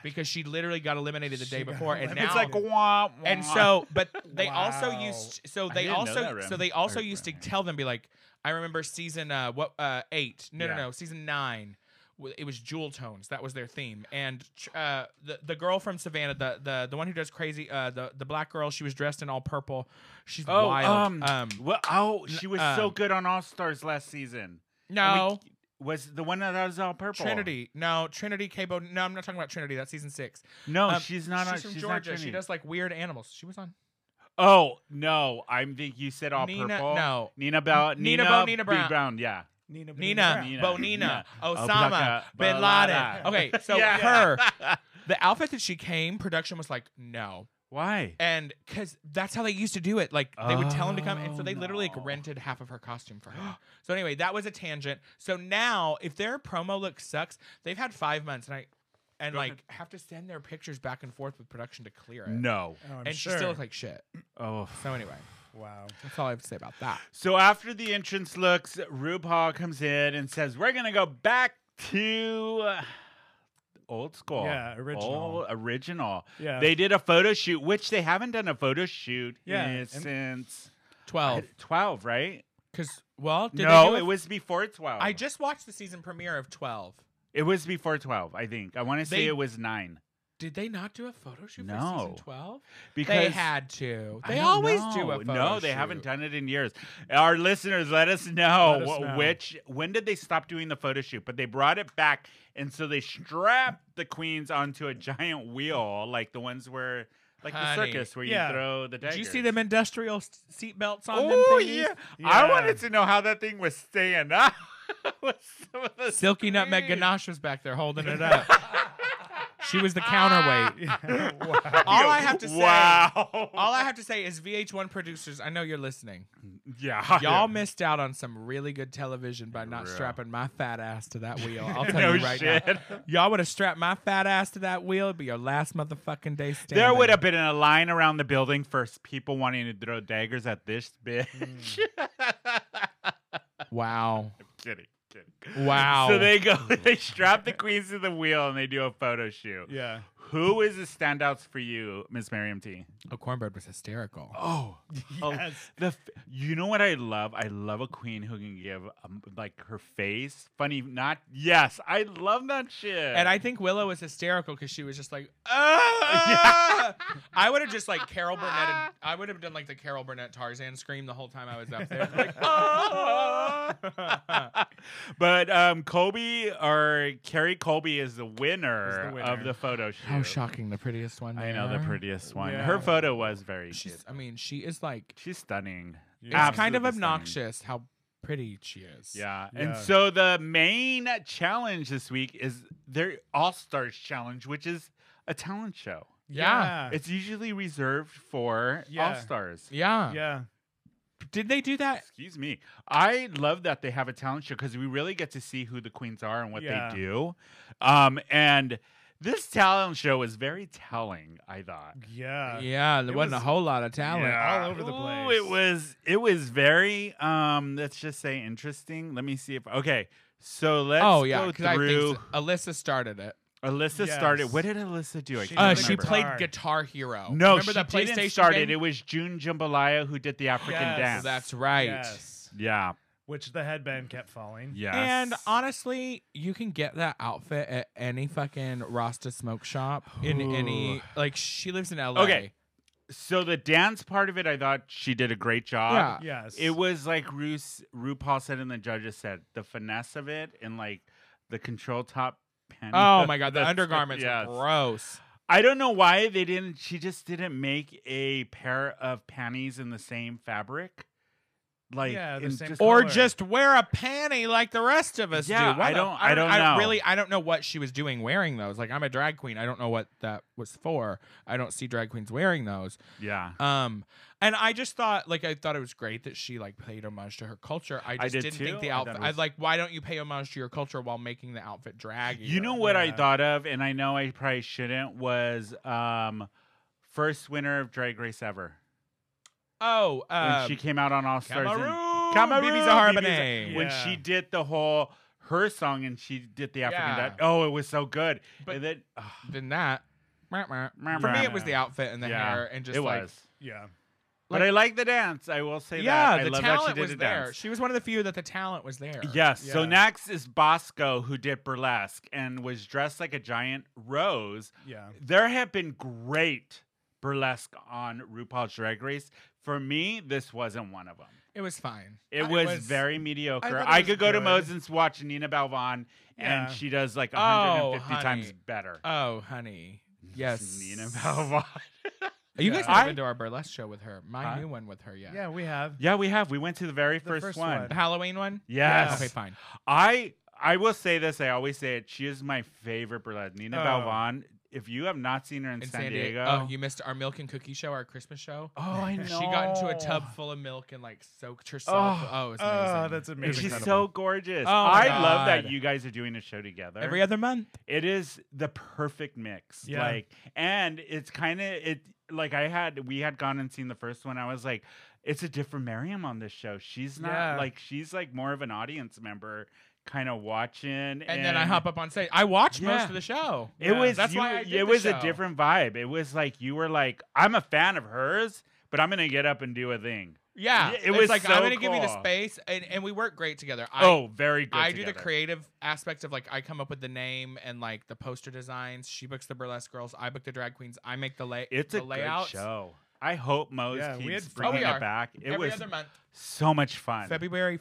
[SPEAKER 3] because she literally got eliminated the
[SPEAKER 2] She
[SPEAKER 3] day
[SPEAKER 2] got
[SPEAKER 3] before and
[SPEAKER 2] eliminated.
[SPEAKER 3] now
[SPEAKER 1] it's like wah, wah.
[SPEAKER 3] and so but they also
[SPEAKER 2] Wow.
[SPEAKER 3] used so
[SPEAKER 1] I
[SPEAKER 3] they
[SPEAKER 1] didn't know
[SPEAKER 3] also
[SPEAKER 1] that,
[SPEAKER 3] so
[SPEAKER 1] Rim.
[SPEAKER 3] they also
[SPEAKER 1] Or
[SPEAKER 3] used to
[SPEAKER 1] Rim.
[SPEAKER 3] tell them be like i remember season uh what uh eight no
[SPEAKER 1] Yeah.
[SPEAKER 3] no no season nine w- it was jewel tones that was their theme and uh the the girl from savannah the the the one who does crazy uh the the black girl she was dressed in all purple she's
[SPEAKER 1] oh,
[SPEAKER 3] wild
[SPEAKER 1] um, well, oh, she was so
[SPEAKER 3] um,
[SPEAKER 1] good on All Stars last season.
[SPEAKER 3] no
[SPEAKER 1] We- was the one that was all purple.
[SPEAKER 3] Trinity, no Trinity Cabo. No, I'm not talking about Trinity. That's season six.
[SPEAKER 1] No,
[SPEAKER 3] Um,
[SPEAKER 1] she's not.
[SPEAKER 3] she's
[SPEAKER 1] on,
[SPEAKER 3] from
[SPEAKER 1] she's not
[SPEAKER 3] Georgia.
[SPEAKER 1] Trinity.
[SPEAKER 3] she does like weird animals. She was on
[SPEAKER 1] Oh no, I think you said all
[SPEAKER 3] Nina.
[SPEAKER 1] purple.
[SPEAKER 3] No,
[SPEAKER 1] Nina Bell.
[SPEAKER 3] Nina
[SPEAKER 1] Nina,
[SPEAKER 3] Bo- Nina
[SPEAKER 1] B.
[SPEAKER 3] Brown.
[SPEAKER 1] Yeah.
[SPEAKER 2] Nina,
[SPEAKER 3] Nina,
[SPEAKER 1] Nina,
[SPEAKER 3] Bonina,
[SPEAKER 1] Nina,
[SPEAKER 3] Osama,
[SPEAKER 1] Osaka,
[SPEAKER 3] Bin Laden.
[SPEAKER 1] Balada.
[SPEAKER 3] Okay, so
[SPEAKER 1] Yeah.
[SPEAKER 3] her, the outfit that she came, production was like, no.
[SPEAKER 1] Why?
[SPEAKER 3] And because that's how they used to do it. Like, they would tell him to come. And so
[SPEAKER 1] Oh,
[SPEAKER 3] they literally like
[SPEAKER 1] no.
[SPEAKER 3] rented half of her costume for her. So, anyway, that was a tangent. So now, if their promo look sucks, they've had five months and I, and
[SPEAKER 1] Go
[SPEAKER 3] like
[SPEAKER 1] ahead.
[SPEAKER 3] have to send their pictures back and forth with production to clear it.
[SPEAKER 1] No.
[SPEAKER 2] Oh, I'm
[SPEAKER 3] and
[SPEAKER 2] sure.
[SPEAKER 3] she still looks like shit.
[SPEAKER 1] Oh.
[SPEAKER 3] So, anyway,
[SPEAKER 2] wow.
[SPEAKER 3] that's all I have to say about that.
[SPEAKER 1] So after the entrance looks, RuPaul comes in and says, "We're gonna go back to uh, old school.
[SPEAKER 2] Yeah, original.
[SPEAKER 1] Old- original.
[SPEAKER 2] Yeah.
[SPEAKER 1] They did a photo shoot, which they haven't done a photo shoot
[SPEAKER 2] Yeah,
[SPEAKER 1] in-
[SPEAKER 2] and-
[SPEAKER 1] since
[SPEAKER 3] 12.
[SPEAKER 1] twelve, right?
[SPEAKER 3] Because, well, did they do
[SPEAKER 1] no,
[SPEAKER 3] a-
[SPEAKER 1] it was before twelve.
[SPEAKER 3] I just watched the season premiere of 12.
[SPEAKER 1] it was before twelve. I think I want to say
[SPEAKER 3] They-
[SPEAKER 1] it was nine
[SPEAKER 3] Did they not do a photo shoot for
[SPEAKER 1] No.
[SPEAKER 3] season 12?
[SPEAKER 1] because
[SPEAKER 3] they had to.
[SPEAKER 1] I
[SPEAKER 3] They
[SPEAKER 1] don't
[SPEAKER 3] always do
[SPEAKER 1] know.
[SPEAKER 3] a photo
[SPEAKER 1] No, they
[SPEAKER 3] shoot.
[SPEAKER 1] haven't done it in years. Our listeners, let us know,
[SPEAKER 2] Let us
[SPEAKER 1] wh-
[SPEAKER 2] know.
[SPEAKER 1] which when did they stop doing the photo shoot? But they brought it back, and so they strapped the queens onto a giant wheel, like the ones where, like
[SPEAKER 3] Honey.
[SPEAKER 1] the circus, where
[SPEAKER 2] Yeah.
[SPEAKER 1] you throw the.
[SPEAKER 3] Did
[SPEAKER 1] Daggers.
[SPEAKER 3] you see them industrial s- seatbelts on them?
[SPEAKER 1] Oh
[SPEAKER 3] thingies?
[SPEAKER 1] yeah. I
[SPEAKER 2] Yeah.
[SPEAKER 1] wanted to know how that thing was staying up. with some of the
[SPEAKER 3] Silky Nutmeg
[SPEAKER 1] screams.
[SPEAKER 3] Ganache was back there holding it up. she was the counterweight.
[SPEAKER 2] Yeah, wow.
[SPEAKER 3] All I have to say.
[SPEAKER 1] Wow.
[SPEAKER 3] All I have to say is VH1 producers, I know you're listening.
[SPEAKER 1] yeah.
[SPEAKER 3] Y'all missed out on some really good television by not
[SPEAKER 1] Real.
[SPEAKER 3] strapping my fat ass to that wheel. I'll tell
[SPEAKER 1] no
[SPEAKER 3] you right
[SPEAKER 1] shit.
[SPEAKER 3] now. Y'all would have strapped my fat ass to that wheel. It'd be your last motherfucking day standing.
[SPEAKER 1] There would have been a line around the building for s- people wanting to throw daggers at this bitch.
[SPEAKER 3] Wow.
[SPEAKER 1] kidding, kidding.
[SPEAKER 3] Wow.
[SPEAKER 1] So they go, they strap the queens to the wheel and they do a photo shoot.
[SPEAKER 2] yeah.
[SPEAKER 1] Who is the standouts for you, Miss Miriam T?
[SPEAKER 3] Oh, cornbread was hysterical.
[SPEAKER 1] Oh,
[SPEAKER 2] Yes.
[SPEAKER 1] the f- you know what I love? I love a queen who can give um, like her face funny. Not yes, I love that shit.
[SPEAKER 3] And I think Willow was hysterical because she was just like, ah! I would have just like Carol Burnett. And, I would have done like the Carol Burnett Tarzan scream the whole time I was up there. Like, ah!
[SPEAKER 1] but um, Colby or Carrie Colby is the winner,
[SPEAKER 2] Is the winner.
[SPEAKER 1] of the photo shoot.
[SPEAKER 3] How shocking! The prettiest one.
[SPEAKER 1] I know the
[SPEAKER 3] there.
[SPEAKER 1] prettiest one.
[SPEAKER 2] Yeah.
[SPEAKER 1] Her photo was very good.
[SPEAKER 3] She's. I mean, she is like.
[SPEAKER 1] She's stunning.
[SPEAKER 3] It's
[SPEAKER 2] Yeah.
[SPEAKER 3] kind of
[SPEAKER 1] Absolutely stunning.
[SPEAKER 3] obnoxious how pretty she is.
[SPEAKER 1] Yeah.
[SPEAKER 2] Yeah.
[SPEAKER 1] And so the main challenge this week is their All Stars challenge, which is a talent show.
[SPEAKER 3] Yeah.
[SPEAKER 1] It's usually reserved for
[SPEAKER 2] Uh. Yeah.
[SPEAKER 1] All Stars.
[SPEAKER 3] Yeah.
[SPEAKER 2] Yeah.
[SPEAKER 3] Did they do that?
[SPEAKER 1] Excuse me. I love that they have a talent show because we really get to see who the queens are and what
[SPEAKER 2] Yeah.
[SPEAKER 1] they do. Um, and this talent show was very telling, I thought. uh,
[SPEAKER 2] Yeah.
[SPEAKER 3] yeah, there
[SPEAKER 2] it
[SPEAKER 3] wasn't
[SPEAKER 2] was-
[SPEAKER 3] a whole lot of talent.
[SPEAKER 2] Yeah. all over the
[SPEAKER 1] Ooh,
[SPEAKER 2] place.
[SPEAKER 1] it was it was very um let's just say interesting. Let me see if okay. So let's
[SPEAKER 3] Oh yeah,
[SPEAKER 1] go
[SPEAKER 3] because I think
[SPEAKER 1] through.
[SPEAKER 3] so. Alyssa started it.
[SPEAKER 1] Alyssa
[SPEAKER 2] Yes.
[SPEAKER 1] started. What did Alyssa do? I
[SPEAKER 2] She
[SPEAKER 1] can't
[SPEAKER 2] did
[SPEAKER 3] Uh,
[SPEAKER 2] a
[SPEAKER 1] remember.
[SPEAKER 3] she played
[SPEAKER 2] guitar.
[SPEAKER 3] Guitar Hero.
[SPEAKER 1] No,
[SPEAKER 3] Remember
[SPEAKER 1] she
[SPEAKER 3] that PlayStation
[SPEAKER 1] didn't start
[SPEAKER 3] game?
[SPEAKER 1] it. It was June Jambalaya who did the African
[SPEAKER 2] Yes.
[SPEAKER 1] dance.
[SPEAKER 3] That's right.
[SPEAKER 2] Yes.
[SPEAKER 1] yeah.
[SPEAKER 2] Which the headband kept falling.
[SPEAKER 1] Yes.
[SPEAKER 3] And honestly, you can get that outfit at any fucking Rasta smoke shop in any. Like she lives in LA.
[SPEAKER 1] Okay. so the dance part of it, I thought she did a great job.
[SPEAKER 3] Yeah.
[SPEAKER 2] Yes.
[SPEAKER 1] It was like Ru's, RuPaul said and the judges said the finesse of it and like the control top. Pen
[SPEAKER 3] Oh my god, the
[SPEAKER 1] That's-
[SPEAKER 3] undergarments
[SPEAKER 1] yes.
[SPEAKER 3] are gross.
[SPEAKER 1] I don't know why they didn't. She just didn't make a pair of panties in the same fabric. Like,
[SPEAKER 2] Yeah, the
[SPEAKER 1] in
[SPEAKER 2] same
[SPEAKER 1] just-
[SPEAKER 2] color.
[SPEAKER 3] or just wear a panty like the rest of us
[SPEAKER 1] Yeah,
[SPEAKER 3] do.
[SPEAKER 1] I
[SPEAKER 3] Why the-
[SPEAKER 1] don't- I don't know.
[SPEAKER 3] Really, I don't know what she was doing wearing those. Like, I'm a drag queen. I don't know what that was for. I don't see drag queens wearing those.
[SPEAKER 1] yeah.
[SPEAKER 3] Um, and I just thought, like, I thought it was great that she like paid homage to her culture. I just
[SPEAKER 1] did
[SPEAKER 3] not think
[SPEAKER 1] too.
[SPEAKER 3] the
[SPEAKER 1] I
[SPEAKER 3] outfit.
[SPEAKER 1] thought it
[SPEAKER 3] I
[SPEAKER 1] was-
[SPEAKER 3] like, why don't you pay homage to your culture while making the outfit drag?
[SPEAKER 1] You know what I
[SPEAKER 2] Yeah.
[SPEAKER 1] thought of, and I know I probably shouldn't, was um, first winner of Drag Race ever.
[SPEAKER 3] Oh,
[SPEAKER 1] when
[SPEAKER 3] uh,
[SPEAKER 1] she came out on All Stars.
[SPEAKER 3] Cameroon,
[SPEAKER 1] And,
[SPEAKER 3] Cameroon,
[SPEAKER 1] Cameroon,
[SPEAKER 3] Bibi
[SPEAKER 1] Bibi
[SPEAKER 3] Zahara
[SPEAKER 1] Zahara-
[SPEAKER 3] Benet.
[SPEAKER 1] When
[SPEAKER 2] Yeah.
[SPEAKER 1] she did the whole her song and she did the African
[SPEAKER 3] Yeah.
[SPEAKER 1] dance. Oh, it was so good.
[SPEAKER 3] But-
[SPEAKER 1] and then, ugh,
[SPEAKER 3] Then that. For me, it was the outfit and the
[SPEAKER 1] Yeah,
[SPEAKER 3] hair and just
[SPEAKER 1] it
[SPEAKER 3] like
[SPEAKER 1] was.
[SPEAKER 2] Yeah.
[SPEAKER 1] but I like the dance. I will say
[SPEAKER 3] yeah,
[SPEAKER 1] that. I
[SPEAKER 3] the
[SPEAKER 1] love
[SPEAKER 3] talent
[SPEAKER 1] that she did
[SPEAKER 3] was
[SPEAKER 1] a
[SPEAKER 3] there.
[SPEAKER 1] dance.
[SPEAKER 3] She was one of the few that the talent was there.
[SPEAKER 1] Yes. So
[SPEAKER 2] Yeah.
[SPEAKER 1] next is Bosco, who did burlesque and was dressed like a giant rose.
[SPEAKER 2] Yeah.
[SPEAKER 1] There have been great burlesque on RuPaul's Drag Race. For me, this wasn't one of them.
[SPEAKER 3] it was fine.
[SPEAKER 1] It
[SPEAKER 3] I
[SPEAKER 1] was, very mediocre.
[SPEAKER 2] thought it
[SPEAKER 1] I,
[SPEAKER 2] was
[SPEAKER 1] could go to
[SPEAKER 2] good.
[SPEAKER 1] Mosin's watch Nina Balvan,
[SPEAKER 2] Yeah.
[SPEAKER 1] and she does like
[SPEAKER 3] Oh,
[SPEAKER 1] 150
[SPEAKER 3] honey.
[SPEAKER 1] times better.
[SPEAKER 3] Oh, honey. Yes,
[SPEAKER 1] Nina Balvan.
[SPEAKER 3] You guys
[SPEAKER 2] Yeah.
[SPEAKER 3] have
[SPEAKER 1] I-
[SPEAKER 3] been to our burlesque show with her. My
[SPEAKER 1] Huh?
[SPEAKER 3] new one with her. Yeah.
[SPEAKER 2] Yeah, we have.
[SPEAKER 1] yeah, we have. We went to the very
[SPEAKER 2] The
[SPEAKER 1] first,
[SPEAKER 2] first
[SPEAKER 1] one.
[SPEAKER 2] one.
[SPEAKER 3] The Halloween one.
[SPEAKER 1] Yes.
[SPEAKER 3] Okay, fine.
[SPEAKER 1] I I will say this. I always say it. She is my favorite burlesque. Nina
[SPEAKER 2] Oh.
[SPEAKER 1] Balvan. If you have not seen her in,
[SPEAKER 3] In
[SPEAKER 1] San, Diego,
[SPEAKER 3] Oh, you missed our milk and cookie show, our Christmas show.
[SPEAKER 1] Oh, I know.
[SPEAKER 3] She got into a tub full of milk and like soaked herself.
[SPEAKER 1] Oh.
[SPEAKER 3] Oh, it was amazing.
[SPEAKER 2] Oh, that's
[SPEAKER 1] And
[SPEAKER 2] amazing.
[SPEAKER 1] she's so
[SPEAKER 2] Incredible.
[SPEAKER 1] gorgeous.
[SPEAKER 3] Oh my
[SPEAKER 1] I love that
[SPEAKER 3] God.
[SPEAKER 1] you guys are doing a show together.
[SPEAKER 3] every other month.
[SPEAKER 1] it is the perfect mix
[SPEAKER 2] Yeah.
[SPEAKER 1] like and it's kind of it like i had we had gone and seen the first one i was like it's a different miriam on this show she's not
[SPEAKER 2] Yeah.
[SPEAKER 1] like she's like more of an audience member kind of watching and,
[SPEAKER 3] And, then I hop up on stage. I watched most
[SPEAKER 1] Yeah.
[SPEAKER 3] of the show.
[SPEAKER 1] it
[SPEAKER 2] Yeah.
[SPEAKER 1] was
[SPEAKER 3] That's
[SPEAKER 1] you-
[SPEAKER 3] why I did
[SPEAKER 1] it
[SPEAKER 3] the
[SPEAKER 1] was a
[SPEAKER 3] show.
[SPEAKER 1] different vibe it was like you were like i'm a fan of hers but i'm gonna get up and do a thing
[SPEAKER 3] Yeah,
[SPEAKER 1] Yeah, it
[SPEAKER 3] it's
[SPEAKER 1] was
[SPEAKER 3] like I'm
[SPEAKER 1] so
[SPEAKER 3] gonna give you the
[SPEAKER 1] cool.
[SPEAKER 3] space, and, and we work great together. I,
[SPEAKER 1] oh very good
[SPEAKER 3] I do the
[SPEAKER 1] together.
[SPEAKER 3] creative aspects of like I come up with the name and like the poster designs. She books the burlesque girls. I book the drag queens. I make the lay.
[SPEAKER 1] it's
[SPEAKER 3] the
[SPEAKER 1] a
[SPEAKER 3] layouts.
[SPEAKER 1] good show i hope mo's
[SPEAKER 2] Yeah, we
[SPEAKER 1] keeps
[SPEAKER 2] had fun.
[SPEAKER 3] Oh, we
[SPEAKER 1] bringing it
[SPEAKER 3] are.
[SPEAKER 1] back it
[SPEAKER 3] Every
[SPEAKER 1] was
[SPEAKER 3] other month,
[SPEAKER 1] so much fun
[SPEAKER 3] February.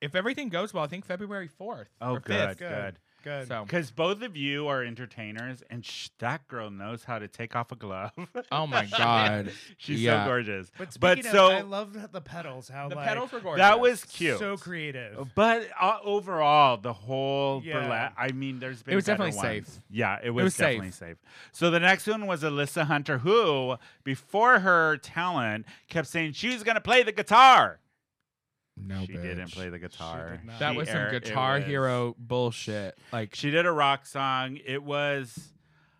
[SPEAKER 3] If everything goes well, I think February fourth.
[SPEAKER 1] oh
[SPEAKER 3] or
[SPEAKER 1] good,
[SPEAKER 3] 5th.
[SPEAKER 1] good.
[SPEAKER 2] good.
[SPEAKER 3] So,
[SPEAKER 1] Because both of you are entertainers, and sh- that girl knows how to take off a glove.
[SPEAKER 3] oh my god,
[SPEAKER 1] She's
[SPEAKER 3] Yeah.
[SPEAKER 1] so gorgeous.
[SPEAKER 2] But
[SPEAKER 1] But
[SPEAKER 2] speaking of,
[SPEAKER 1] so-
[SPEAKER 2] I love the pedals. How
[SPEAKER 3] the
[SPEAKER 2] like,
[SPEAKER 3] pedals were gorgeous.
[SPEAKER 1] Oh That was cute.
[SPEAKER 2] So
[SPEAKER 3] Oh,
[SPEAKER 2] creative.
[SPEAKER 1] But uh, overall, the whole
[SPEAKER 2] Yeah.
[SPEAKER 1] burlesque, I mean, there's been
[SPEAKER 3] It was
[SPEAKER 1] better
[SPEAKER 3] definitely safe.
[SPEAKER 1] ones. Yeah, it was,
[SPEAKER 3] was safe.
[SPEAKER 1] definitely safe. So the next one was Alyssa Hunter, who, before her talent, kept saying she was going to play the guitar.
[SPEAKER 3] No,
[SPEAKER 1] she didn't play the guitar.
[SPEAKER 2] did not.
[SPEAKER 3] That
[SPEAKER 1] She
[SPEAKER 3] was some
[SPEAKER 1] er- it
[SPEAKER 3] Guitar
[SPEAKER 1] was-
[SPEAKER 3] Hero bullshit. Like
[SPEAKER 1] She did a rock song. It was.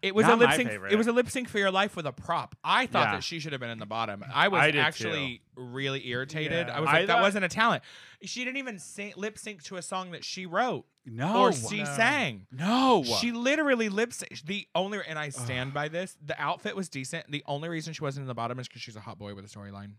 [SPEAKER 3] It was
[SPEAKER 1] Not
[SPEAKER 3] a lip
[SPEAKER 1] my
[SPEAKER 3] sync.
[SPEAKER 1] favorite.
[SPEAKER 3] It was a lip sync for your life with a prop. I thought
[SPEAKER 1] Yeah.
[SPEAKER 3] that she should have been in the bottom. I was
[SPEAKER 1] I did
[SPEAKER 3] actually really irritated.
[SPEAKER 2] Yeah.
[SPEAKER 3] I was
[SPEAKER 1] I
[SPEAKER 3] like, that
[SPEAKER 1] thought-
[SPEAKER 3] wasn't a talent. She didn't even sing, lip sync to a song that she wrote
[SPEAKER 1] No.
[SPEAKER 3] or
[SPEAKER 2] No.
[SPEAKER 3] she sang.
[SPEAKER 1] no.
[SPEAKER 3] She literally lip synced. The only and I stand by this. The outfit was decent. The only reason she wasn't in the bottom is because she's a hot boy with a storyline.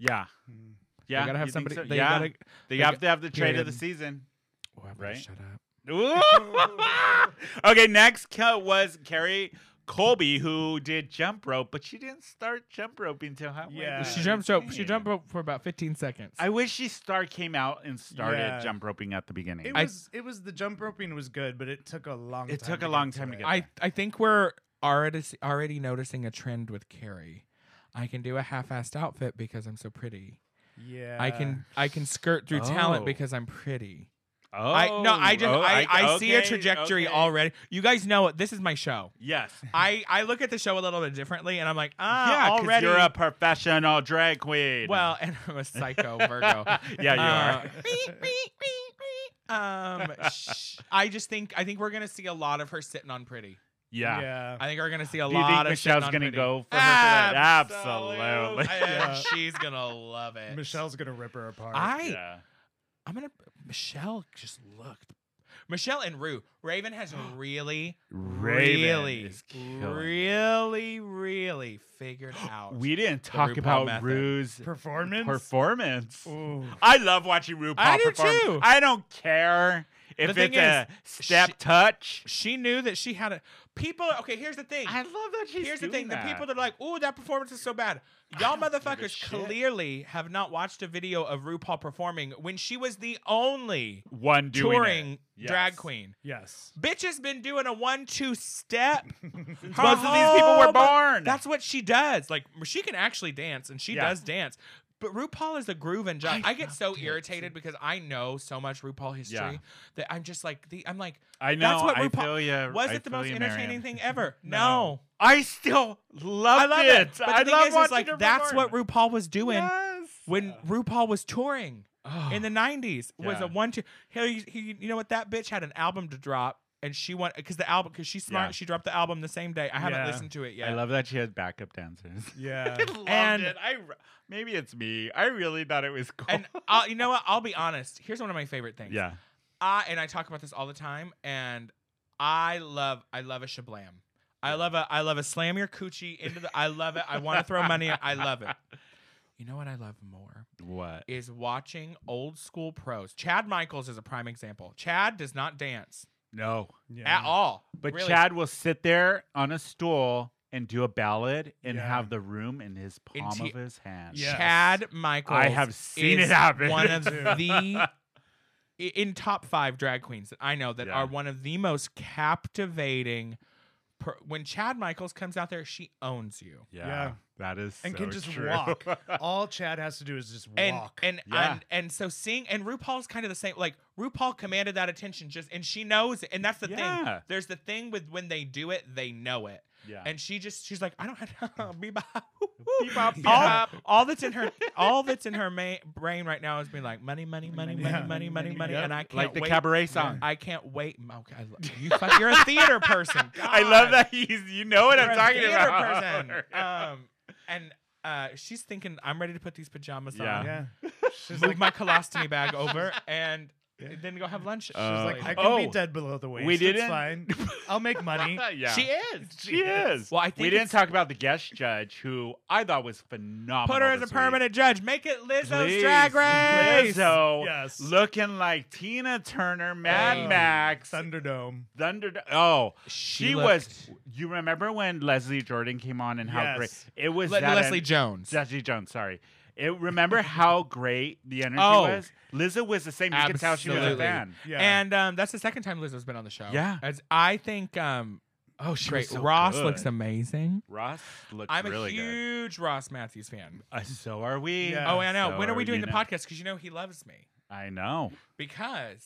[SPEAKER 1] yeah. Yeah.
[SPEAKER 3] Mm. they gotta have
[SPEAKER 1] you think
[SPEAKER 3] somebody.
[SPEAKER 1] so?
[SPEAKER 3] They
[SPEAKER 1] yeah.
[SPEAKER 3] gotta.
[SPEAKER 1] They
[SPEAKER 3] They
[SPEAKER 1] have
[SPEAKER 3] got-
[SPEAKER 1] to have the trade of the
[SPEAKER 3] period.
[SPEAKER 1] season.
[SPEAKER 3] Oh, I'm gonna
[SPEAKER 1] Right?
[SPEAKER 3] Shut up.
[SPEAKER 1] okay, next cut was Carrie Colby, who did jump rope, but she didn't start jump roping until halfway.
[SPEAKER 2] Yeah.
[SPEAKER 1] through
[SPEAKER 3] She
[SPEAKER 1] the
[SPEAKER 3] jumped rope. She
[SPEAKER 1] thing.
[SPEAKER 3] jumped rope for about 15 seconds.
[SPEAKER 1] I wish she star came out and started
[SPEAKER 2] Yeah.
[SPEAKER 1] jump roping at the beginning.
[SPEAKER 2] It
[SPEAKER 3] I-
[SPEAKER 2] was it was the jump roping was good, but it took a long.
[SPEAKER 1] It
[SPEAKER 2] time
[SPEAKER 1] took
[SPEAKER 2] to
[SPEAKER 1] a
[SPEAKER 2] get
[SPEAKER 1] long time to
[SPEAKER 2] it.
[SPEAKER 1] get-
[SPEAKER 3] I I think we're already already noticing a trend with Carrie. I can do a half-assed outfit because I'm so pretty.
[SPEAKER 2] Yeah,
[SPEAKER 3] I can I can skirt through talent
[SPEAKER 1] Oh.
[SPEAKER 3] because I'm pretty.
[SPEAKER 1] oh,
[SPEAKER 3] I no, I just
[SPEAKER 1] oh,
[SPEAKER 3] I, I see a
[SPEAKER 1] okay,
[SPEAKER 3] trajectory
[SPEAKER 1] okay.
[SPEAKER 3] already. You guys know it. This is my show.
[SPEAKER 1] Yes.
[SPEAKER 3] I I look at the show a little bit differently, and I'm like,
[SPEAKER 1] yeah,
[SPEAKER 3] ah,
[SPEAKER 1] 'cause
[SPEAKER 3] already.
[SPEAKER 1] you're a professional drag queen.
[SPEAKER 3] well, and I'm a psycho Virgo.
[SPEAKER 1] yeah, you
[SPEAKER 3] Uh,
[SPEAKER 1] are.
[SPEAKER 3] beep, beep, beep, beep. Um, sh- I just think I think we're gonna see a lot of her sitting on pretty.
[SPEAKER 1] Yeah.
[SPEAKER 2] yeah.
[SPEAKER 3] I think we're gonna see a
[SPEAKER 1] Do you
[SPEAKER 3] lot
[SPEAKER 1] think
[SPEAKER 3] of
[SPEAKER 1] Michelle's gonna
[SPEAKER 3] going to
[SPEAKER 1] go for her for that? Absolutely.
[SPEAKER 2] Yeah.
[SPEAKER 3] she's going to love it.
[SPEAKER 2] Michelle's gonna rip her apart.
[SPEAKER 3] I
[SPEAKER 1] Yeah.
[SPEAKER 3] I'm going to Michelle just looked Michelle and Rue. Raven has really
[SPEAKER 1] Raven
[SPEAKER 3] really
[SPEAKER 1] is killing it.
[SPEAKER 3] really really figured out.
[SPEAKER 1] We didn't
[SPEAKER 3] The
[SPEAKER 1] talk
[SPEAKER 3] RuPaul
[SPEAKER 1] about
[SPEAKER 3] method.
[SPEAKER 1] Rue's
[SPEAKER 2] performance.
[SPEAKER 1] performance.
[SPEAKER 2] Ooh.
[SPEAKER 1] I love watching RuPaul
[SPEAKER 3] I do
[SPEAKER 1] perform.
[SPEAKER 3] too.
[SPEAKER 1] I don't care If
[SPEAKER 3] thing
[SPEAKER 1] it's a step touch,
[SPEAKER 3] She knew that she had a people. Okay, here's the thing.
[SPEAKER 1] I love that she's
[SPEAKER 3] Here's the
[SPEAKER 1] doing
[SPEAKER 3] thing:
[SPEAKER 1] that.
[SPEAKER 3] the people that are like, "Ooh, that performance is so bad." Y'all
[SPEAKER 1] don't give a
[SPEAKER 3] motherfuckers
[SPEAKER 1] shit.
[SPEAKER 3] clearly have not watched a video of RuPaul performing when she was the only
[SPEAKER 1] one doing it.
[SPEAKER 3] touring drag
[SPEAKER 1] Yes.
[SPEAKER 3] queen.
[SPEAKER 2] Yes.
[SPEAKER 3] Bitch has been doing a one-two step. Her
[SPEAKER 1] Most of these people were
[SPEAKER 3] whole-
[SPEAKER 1] born.
[SPEAKER 3] That's what she does. Like she can actually dance, and she
[SPEAKER 1] Yeah.
[SPEAKER 3] does dance. But RuPaul is a groove and job.
[SPEAKER 1] I
[SPEAKER 3] I, get so irritated because I know so much RuPaul history
[SPEAKER 1] Yeah.
[SPEAKER 3] that I'm just like the, I'm like
[SPEAKER 1] I know.
[SPEAKER 3] That's what
[SPEAKER 1] I
[SPEAKER 3] RuPaul-
[SPEAKER 1] feel ya,
[SPEAKER 3] was
[SPEAKER 1] Uh, I
[SPEAKER 3] it the most
[SPEAKER 1] feel ya,
[SPEAKER 3] entertaining
[SPEAKER 1] Mariam.
[SPEAKER 3] thing ever?
[SPEAKER 2] No.
[SPEAKER 3] no.
[SPEAKER 1] I still loved
[SPEAKER 3] I love
[SPEAKER 1] it.
[SPEAKER 3] it. But the
[SPEAKER 1] I
[SPEAKER 3] thing
[SPEAKER 1] love
[SPEAKER 3] is, is
[SPEAKER 1] watching
[SPEAKER 3] like
[SPEAKER 1] her
[SPEAKER 3] that's
[SPEAKER 1] perform.
[SPEAKER 3] what RuPaul was doing
[SPEAKER 1] Yes.
[SPEAKER 3] when RuPaul was touring in the '90s. Was
[SPEAKER 1] Oh. Yeah.
[SPEAKER 3] a one two. He, he, you know what? That bitch had an album to drop, and she went because the album because she's smart.
[SPEAKER 1] Yeah.
[SPEAKER 3] She dropped the album the same day. I haven't
[SPEAKER 2] Yeah.
[SPEAKER 3] listened to it yet.
[SPEAKER 1] I love that she has backup dancers.
[SPEAKER 2] Yeah.
[SPEAKER 1] I loved
[SPEAKER 3] And-
[SPEAKER 1] it. I re- maybe it's me. I really thought it was cool.
[SPEAKER 3] and I'll, you know what? I'll be honest. Here's one of my favorite things.
[SPEAKER 1] yeah.
[SPEAKER 3] I and I talk about this all the time, and I love I love a shablam. I love a I love a slam your coochie into the. I love it. I want to throw money. I love it. You know what I love more?
[SPEAKER 1] What?
[SPEAKER 3] is watching old school pros. Chad Michaels is a prime example. Chad does not dance
[SPEAKER 1] No.
[SPEAKER 2] Yeah.
[SPEAKER 3] at all.
[SPEAKER 1] But
[SPEAKER 3] really.
[SPEAKER 1] Chad will sit there on a stool and do a ballad and
[SPEAKER 2] Yeah.
[SPEAKER 1] have the room in his
[SPEAKER 3] In
[SPEAKER 1] palm
[SPEAKER 3] te-
[SPEAKER 1] of his hand.
[SPEAKER 2] Yeah.
[SPEAKER 3] Chad Michaels.
[SPEAKER 1] I have seen
[SPEAKER 3] is
[SPEAKER 1] it happen.
[SPEAKER 3] One of
[SPEAKER 2] Dude.
[SPEAKER 3] the i- in top five drag queens that I know that
[SPEAKER 1] Yeah.
[SPEAKER 3] are one of the most captivating. Per- when Chad Michaels comes out there, she owns you.
[SPEAKER 1] Yeah,
[SPEAKER 2] Yeah.
[SPEAKER 1] that is
[SPEAKER 2] And
[SPEAKER 1] so
[SPEAKER 2] can just
[SPEAKER 1] true.
[SPEAKER 2] walk. All Chad has to do is just
[SPEAKER 3] And
[SPEAKER 2] walk.
[SPEAKER 3] and,
[SPEAKER 1] Yeah.
[SPEAKER 3] and and so seeing and RuPaul's kind of the same. Like RuPaul commanded that attention, just and she knows it. And that's the
[SPEAKER 1] Yeah.
[SPEAKER 3] thing. There's the thing with when they do it, they know it.
[SPEAKER 1] yeah,
[SPEAKER 3] And she just she's like, I don't have to bebop.
[SPEAKER 1] Bebop,
[SPEAKER 3] all,
[SPEAKER 1] bebop.
[SPEAKER 3] all that's in her all that's in her ma- brain right now is being like money, money, money, money,
[SPEAKER 2] Yeah.
[SPEAKER 3] money, money, money,
[SPEAKER 2] Yep.
[SPEAKER 3] and I can't
[SPEAKER 1] like the
[SPEAKER 3] wait.
[SPEAKER 1] cabaret song.
[SPEAKER 3] I can't wait. Mm, Okay, I lo- you fuck, you're a theater person.
[SPEAKER 1] I love
[SPEAKER 3] God.
[SPEAKER 1] that he's. You know what
[SPEAKER 3] You're
[SPEAKER 1] I'm
[SPEAKER 3] a
[SPEAKER 1] talking
[SPEAKER 3] theater
[SPEAKER 1] about.
[SPEAKER 3] Person. Um, and uh, she's thinking, I'm ready to put these pajamas
[SPEAKER 1] Yeah.
[SPEAKER 3] on,
[SPEAKER 2] yeah. She's
[SPEAKER 3] move
[SPEAKER 2] like,
[SPEAKER 3] my colostomy bag over, and
[SPEAKER 2] Yeah.
[SPEAKER 3] then go have lunch. She's
[SPEAKER 1] Uh,
[SPEAKER 3] like,
[SPEAKER 2] like, I can
[SPEAKER 1] Oh.
[SPEAKER 2] be dead below the waist.
[SPEAKER 1] didn't-
[SPEAKER 2] It's fine. I'll make money.
[SPEAKER 1] yeah,
[SPEAKER 3] she is.
[SPEAKER 1] She is.
[SPEAKER 3] Well, I think
[SPEAKER 1] we
[SPEAKER 3] it's-
[SPEAKER 1] didn't talk about the guest judge, who I thought was phenomenal.
[SPEAKER 3] Put her as a
[SPEAKER 1] this week.
[SPEAKER 3] permanent judge. Make it Lizzo's
[SPEAKER 1] Please,
[SPEAKER 3] Drag Race.
[SPEAKER 1] Lizzo,
[SPEAKER 2] Yes.
[SPEAKER 1] looking like Tina Turner, Mad
[SPEAKER 3] Oh.
[SPEAKER 1] Max,
[SPEAKER 2] Thunderdome.
[SPEAKER 1] Thunder. Oh,
[SPEAKER 3] She,
[SPEAKER 1] she was. You remember when Leslie Jordan came on and how
[SPEAKER 2] Yes.
[SPEAKER 1] great it was?
[SPEAKER 3] Le-
[SPEAKER 1] that
[SPEAKER 3] Leslie
[SPEAKER 1] en-
[SPEAKER 3] Jones.
[SPEAKER 1] Leslie Jones. Sorry. It, remember how great the energy
[SPEAKER 3] Oh.
[SPEAKER 1] was? Lizzo was the same. You could tell she was a
[SPEAKER 3] Absolutely.
[SPEAKER 1] fan.
[SPEAKER 2] Yeah.
[SPEAKER 3] And um, that's the second time Lizzo's been on the show.
[SPEAKER 1] Yeah.
[SPEAKER 3] As I think um
[SPEAKER 1] Oh, she
[SPEAKER 3] great Ross looks amazing.
[SPEAKER 1] Ross looks
[SPEAKER 3] I'm
[SPEAKER 1] really
[SPEAKER 3] a
[SPEAKER 1] good.
[SPEAKER 3] huge Ross Matthews fan.
[SPEAKER 1] Uh, so are we.
[SPEAKER 2] Yeah.
[SPEAKER 3] Oh, I know.
[SPEAKER 1] So
[SPEAKER 3] when are we doing
[SPEAKER 1] you
[SPEAKER 3] the
[SPEAKER 1] now.
[SPEAKER 3] podcast? Because you know he loves me.
[SPEAKER 1] I know.
[SPEAKER 3] Because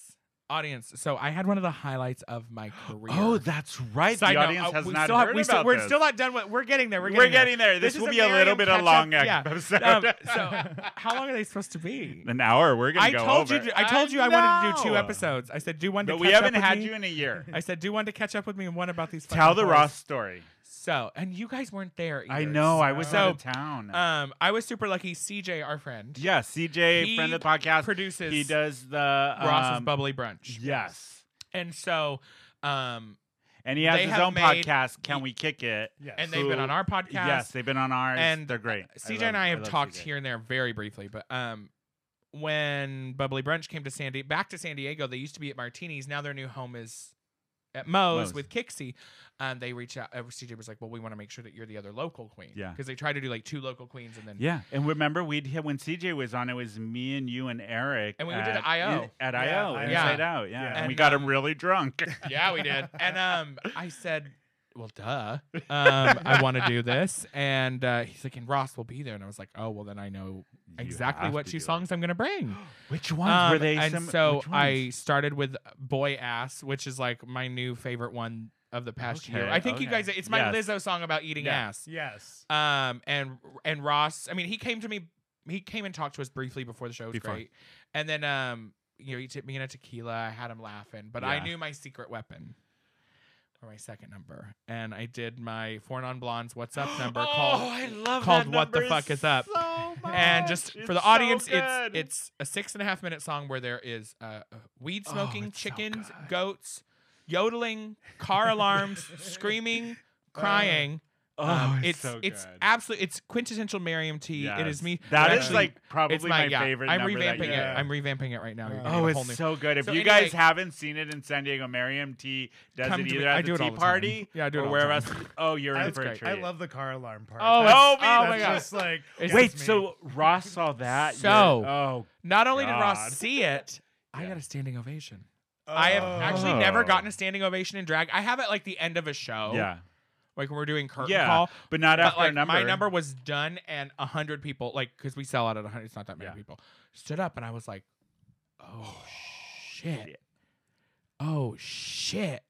[SPEAKER 3] audience, so I had one of the highlights of my career.
[SPEAKER 1] Oh, that's right.
[SPEAKER 3] Side
[SPEAKER 1] the
[SPEAKER 3] note,
[SPEAKER 1] audience
[SPEAKER 3] uh,
[SPEAKER 1] has
[SPEAKER 3] we
[SPEAKER 1] not
[SPEAKER 3] still have-
[SPEAKER 1] heard
[SPEAKER 3] we still,
[SPEAKER 1] about
[SPEAKER 3] We're
[SPEAKER 1] this.
[SPEAKER 3] still not done. With, we're getting there. We're
[SPEAKER 1] We're getting
[SPEAKER 3] getting,
[SPEAKER 1] there. This will
[SPEAKER 3] is
[SPEAKER 1] be a little
[SPEAKER 3] Miriam
[SPEAKER 1] bit of a
[SPEAKER 3] catch-up.
[SPEAKER 1] long
[SPEAKER 3] Yeah.
[SPEAKER 1] episode.
[SPEAKER 3] Um, so, how long are they supposed to be?
[SPEAKER 1] An hour. We're gonna
[SPEAKER 3] I
[SPEAKER 1] go
[SPEAKER 3] told you.
[SPEAKER 1] over.
[SPEAKER 3] to- I told you I wanted to do two
[SPEAKER 1] know.
[SPEAKER 3] episodes. I said do one. to
[SPEAKER 1] but we
[SPEAKER 3] catch up
[SPEAKER 1] haven't
[SPEAKER 3] with
[SPEAKER 1] had
[SPEAKER 3] me.
[SPEAKER 1] you in a year.
[SPEAKER 3] I said, do one to catch up with me and one about these.
[SPEAKER 1] Tell
[SPEAKER 3] fucking
[SPEAKER 1] the
[SPEAKER 3] whores."
[SPEAKER 1] Ross story.
[SPEAKER 3] So, and you guys weren't there. Either,
[SPEAKER 1] I know. I was
[SPEAKER 3] so.
[SPEAKER 1] out of town.
[SPEAKER 3] Um, I was super lucky. CJ, our friend,
[SPEAKER 1] yeah, CJ, friend of the
[SPEAKER 3] he
[SPEAKER 1] podcast,
[SPEAKER 3] produces
[SPEAKER 1] He does the um,
[SPEAKER 3] Ross's Bubbly Brunch,
[SPEAKER 1] Yes,
[SPEAKER 3] and so, um,
[SPEAKER 1] and he has
[SPEAKER 3] They
[SPEAKER 1] his
[SPEAKER 3] have
[SPEAKER 1] own
[SPEAKER 3] made-
[SPEAKER 1] podcast. Can we kick it?
[SPEAKER 2] Yes.
[SPEAKER 3] and they've been
[SPEAKER 1] Who-
[SPEAKER 3] on our podcast.
[SPEAKER 1] Yes, they've been on ours,
[SPEAKER 3] and
[SPEAKER 1] they're great.
[SPEAKER 3] CJ
[SPEAKER 1] love-
[SPEAKER 3] and I have
[SPEAKER 1] love
[SPEAKER 3] talked
[SPEAKER 1] CJ.
[SPEAKER 3] here and there very briefly, but um, when Bubbly Brunch came to San Diego, back to San Diego, they used to be at Martini's. Now their new home is at Moe's,
[SPEAKER 1] Moe's.
[SPEAKER 3] with Kixie. Um, they reached out. Uh, CJ was like, "Well, we want to make sure that you're the other local queen."
[SPEAKER 1] Yeah.
[SPEAKER 3] because they tried to do like two local queens, and then
[SPEAKER 1] Yeah, and remember we'd hit when CJ was on. It was me and you and Eric,
[SPEAKER 3] And we did
[SPEAKER 1] at-
[SPEAKER 3] IO.
[SPEAKER 1] in- at
[SPEAKER 2] Yeah,
[SPEAKER 1] IO,
[SPEAKER 2] IO.
[SPEAKER 1] Inside Out. Yeah,
[SPEAKER 2] Yeah.
[SPEAKER 1] and, we
[SPEAKER 3] And,
[SPEAKER 1] got
[SPEAKER 3] um,
[SPEAKER 1] him really drunk.
[SPEAKER 3] Yeah, we did. And um, I said, "Well, duh, um, I want to do this." And uh, he's like, "And Ross will be there." And I was like, "Oh, well, then I
[SPEAKER 1] You
[SPEAKER 3] know exactly
[SPEAKER 1] have
[SPEAKER 3] what
[SPEAKER 1] to
[SPEAKER 3] two
[SPEAKER 1] do it.
[SPEAKER 3] songs I'm gonna bring."
[SPEAKER 1] Which ones were
[SPEAKER 3] Um,
[SPEAKER 1] they?
[SPEAKER 3] And
[SPEAKER 1] sim-
[SPEAKER 3] so
[SPEAKER 1] which
[SPEAKER 3] I
[SPEAKER 1] ones?
[SPEAKER 3] started with "Boy Ass," which is like my new favorite one of the past year.
[SPEAKER 1] Okay,
[SPEAKER 3] I think you
[SPEAKER 1] okay.
[SPEAKER 3] guys, it's my
[SPEAKER 1] Yes.
[SPEAKER 3] Lizzo song about eating
[SPEAKER 1] Yeah.
[SPEAKER 3] ass.
[SPEAKER 2] yes.
[SPEAKER 3] Um, and and Ross, I mean, he came to me, he came and talked to us briefly before the show. It was
[SPEAKER 1] Before.
[SPEAKER 3] great. And then um, you know, he tipped me in a tequila. I had him laughing, but I
[SPEAKER 1] Yeah.
[SPEAKER 3] knew my secret weapon. Or my second number, and I did my four non blondes. What's up number called,
[SPEAKER 1] Oh, I love
[SPEAKER 3] called
[SPEAKER 1] that
[SPEAKER 3] "What the
[SPEAKER 1] number
[SPEAKER 3] Fuck Is Up,"
[SPEAKER 1] so
[SPEAKER 3] and just
[SPEAKER 1] much.
[SPEAKER 3] for the
[SPEAKER 1] It's so
[SPEAKER 3] audience, it's
[SPEAKER 1] good.
[SPEAKER 3] it's a six and a half minute song where there is uh, uh, weed
[SPEAKER 1] Oh,
[SPEAKER 3] smoking,
[SPEAKER 1] it's so
[SPEAKER 3] chickens,
[SPEAKER 1] good.
[SPEAKER 3] goats, yodeling, car alarms, screaming, crying,
[SPEAKER 1] Uh, Oh,
[SPEAKER 3] Um,
[SPEAKER 1] it's, so good.
[SPEAKER 3] it's absolutely it's quintessential Miriam T. It is
[SPEAKER 1] Yes.
[SPEAKER 3] me.
[SPEAKER 1] That
[SPEAKER 3] It
[SPEAKER 1] is
[SPEAKER 3] actually-
[SPEAKER 1] like probably
[SPEAKER 3] it's my, yeah,
[SPEAKER 1] favorite.
[SPEAKER 3] I'm
[SPEAKER 1] number that
[SPEAKER 3] revamping
[SPEAKER 1] you
[SPEAKER 3] it.
[SPEAKER 1] did.
[SPEAKER 2] yeah.
[SPEAKER 3] I'm revamping it right now. You're gonna get
[SPEAKER 1] Oh,
[SPEAKER 3] a whole
[SPEAKER 1] it's
[SPEAKER 3] new-
[SPEAKER 1] so good. If
[SPEAKER 3] So
[SPEAKER 1] you
[SPEAKER 3] anyway-
[SPEAKER 1] guys haven't seen it in San Diego, Merriam T does
[SPEAKER 3] Come
[SPEAKER 1] it
[SPEAKER 3] to
[SPEAKER 1] either
[SPEAKER 3] me. I
[SPEAKER 1] at the
[SPEAKER 3] do it all
[SPEAKER 1] tea
[SPEAKER 3] the time.
[SPEAKER 1] party
[SPEAKER 3] Yeah, I do it
[SPEAKER 1] or
[SPEAKER 3] all the
[SPEAKER 1] wherever
[SPEAKER 3] time.
[SPEAKER 1] else. Oh, you're in
[SPEAKER 2] That's
[SPEAKER 1] for a
[SPEAKER 3] great.
[SPEAKER 1] treat.
[SPEAKER 2] I love the car alarm part.
[SPEAKER 3] Oh,
[SPEAKER 2] That's-
[SPEAKER 1] Oh,
[SPEAKER 3] oh my
[SPEAKER 2] that's
[SPEAKER 3] God.
[SPEAKER 2] just like
[SPEAKER 3] It's-
[SPEAKER 1] Wait,
[SPEAKER 2] gets me.
[SPEAKER 1] so Ross saw that. You're-
[SPEAKER 3] So-
[SPEAKER 1] oh,
[SPEAKER 3] Not only did
[SPEAKER 1] God.
[SPEAKER 3] Ross see it, I
[SPEAKER 1] Yeah.
[SPEAKER 3] got a standing ovation. I have actually
[SPEAKER 1] Oh.
[SPEAKER 3] never gotten a standing ovation in drag. I have it like the end of a show.
[SPEAKER 1] yeah,
[SPEAKER 3] Like when we're doing curtain
[SPEAKER 1] yeah,
[SPEAKER 3] call.
[SPEAKER 1] but not
[SPEAKER 3] oh. But
[SPEAKER 1] after
[SPEAKER 3] like
[SPEAKER 1] a number.
[SPEAKER 3] my number was done and a hundred people, like because we sell out at a hundred, it's not that many
[SPEAKER 1] Yeah.
[SPEAKER 3] people, stood up and I was like, oh shit,
[SPEAKER 1] shit.
[SPEAKER 3] oh shit.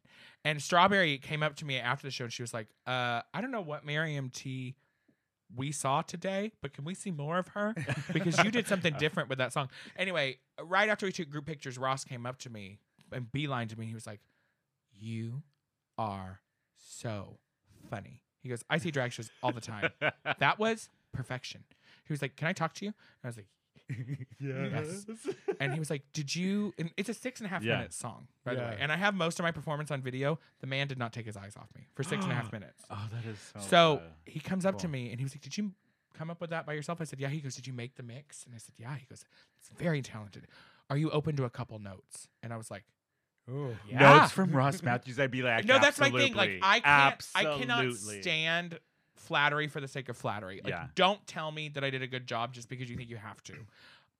[SPEAKER 3] And Strawberry came up to me after the show and she was like, uh, I don't know what Miriam T we saw today, but can we see more of her? Because you did something different with that song. Anyway, right after we took group pictures, Ross came up to me and beelined to me. He was like, You are so funny. He goes, I see drag shows all the time. that was perfection. He was like, Can I talk to you? And I was like,
[SPEAKER 2] yes.
[SPEAKER 3] and he was like, Did you? And it's a six and a half
[SPEAKER 1] Yeah.
[SPEAKER 3] minute song, by the
[SPEAKER 2] Yeah.
[SPEAKER 3] way. And I have most of my performance on video. The man did not take his eyes off me for six and a half minutes.
[SPEAKER 1] Oh, that is so.
[SPEAKER 3] So
[SPEAKER 1] good.
[SPEAKER 3] he comes up to
[SPEAKER 1] cool.
[SPEAKER 3] me and he was like, Did you come up with that by yourself? I said, Yeah. He goes, Did you make the mix? And I said, Yeah. He goes, It's very talented. Are you open to a couple notes? And I was like, Yeah.
[SPEAKER 1] notes from Ross Matthews, I'd be like,
[SPEAKER 3] No, that's my thing. Like
[SPEAKER 1] absolutely,
[SPEAKER 3] I can't I cannot
[SPEAKER 1] absolutely.
[SPEAKER 3] stand flattery for the sake of flattery. Like
[SPEAKER 1] Yeah.
[SPEAKER 3] don't tell me that I did a good job just because you think you have to.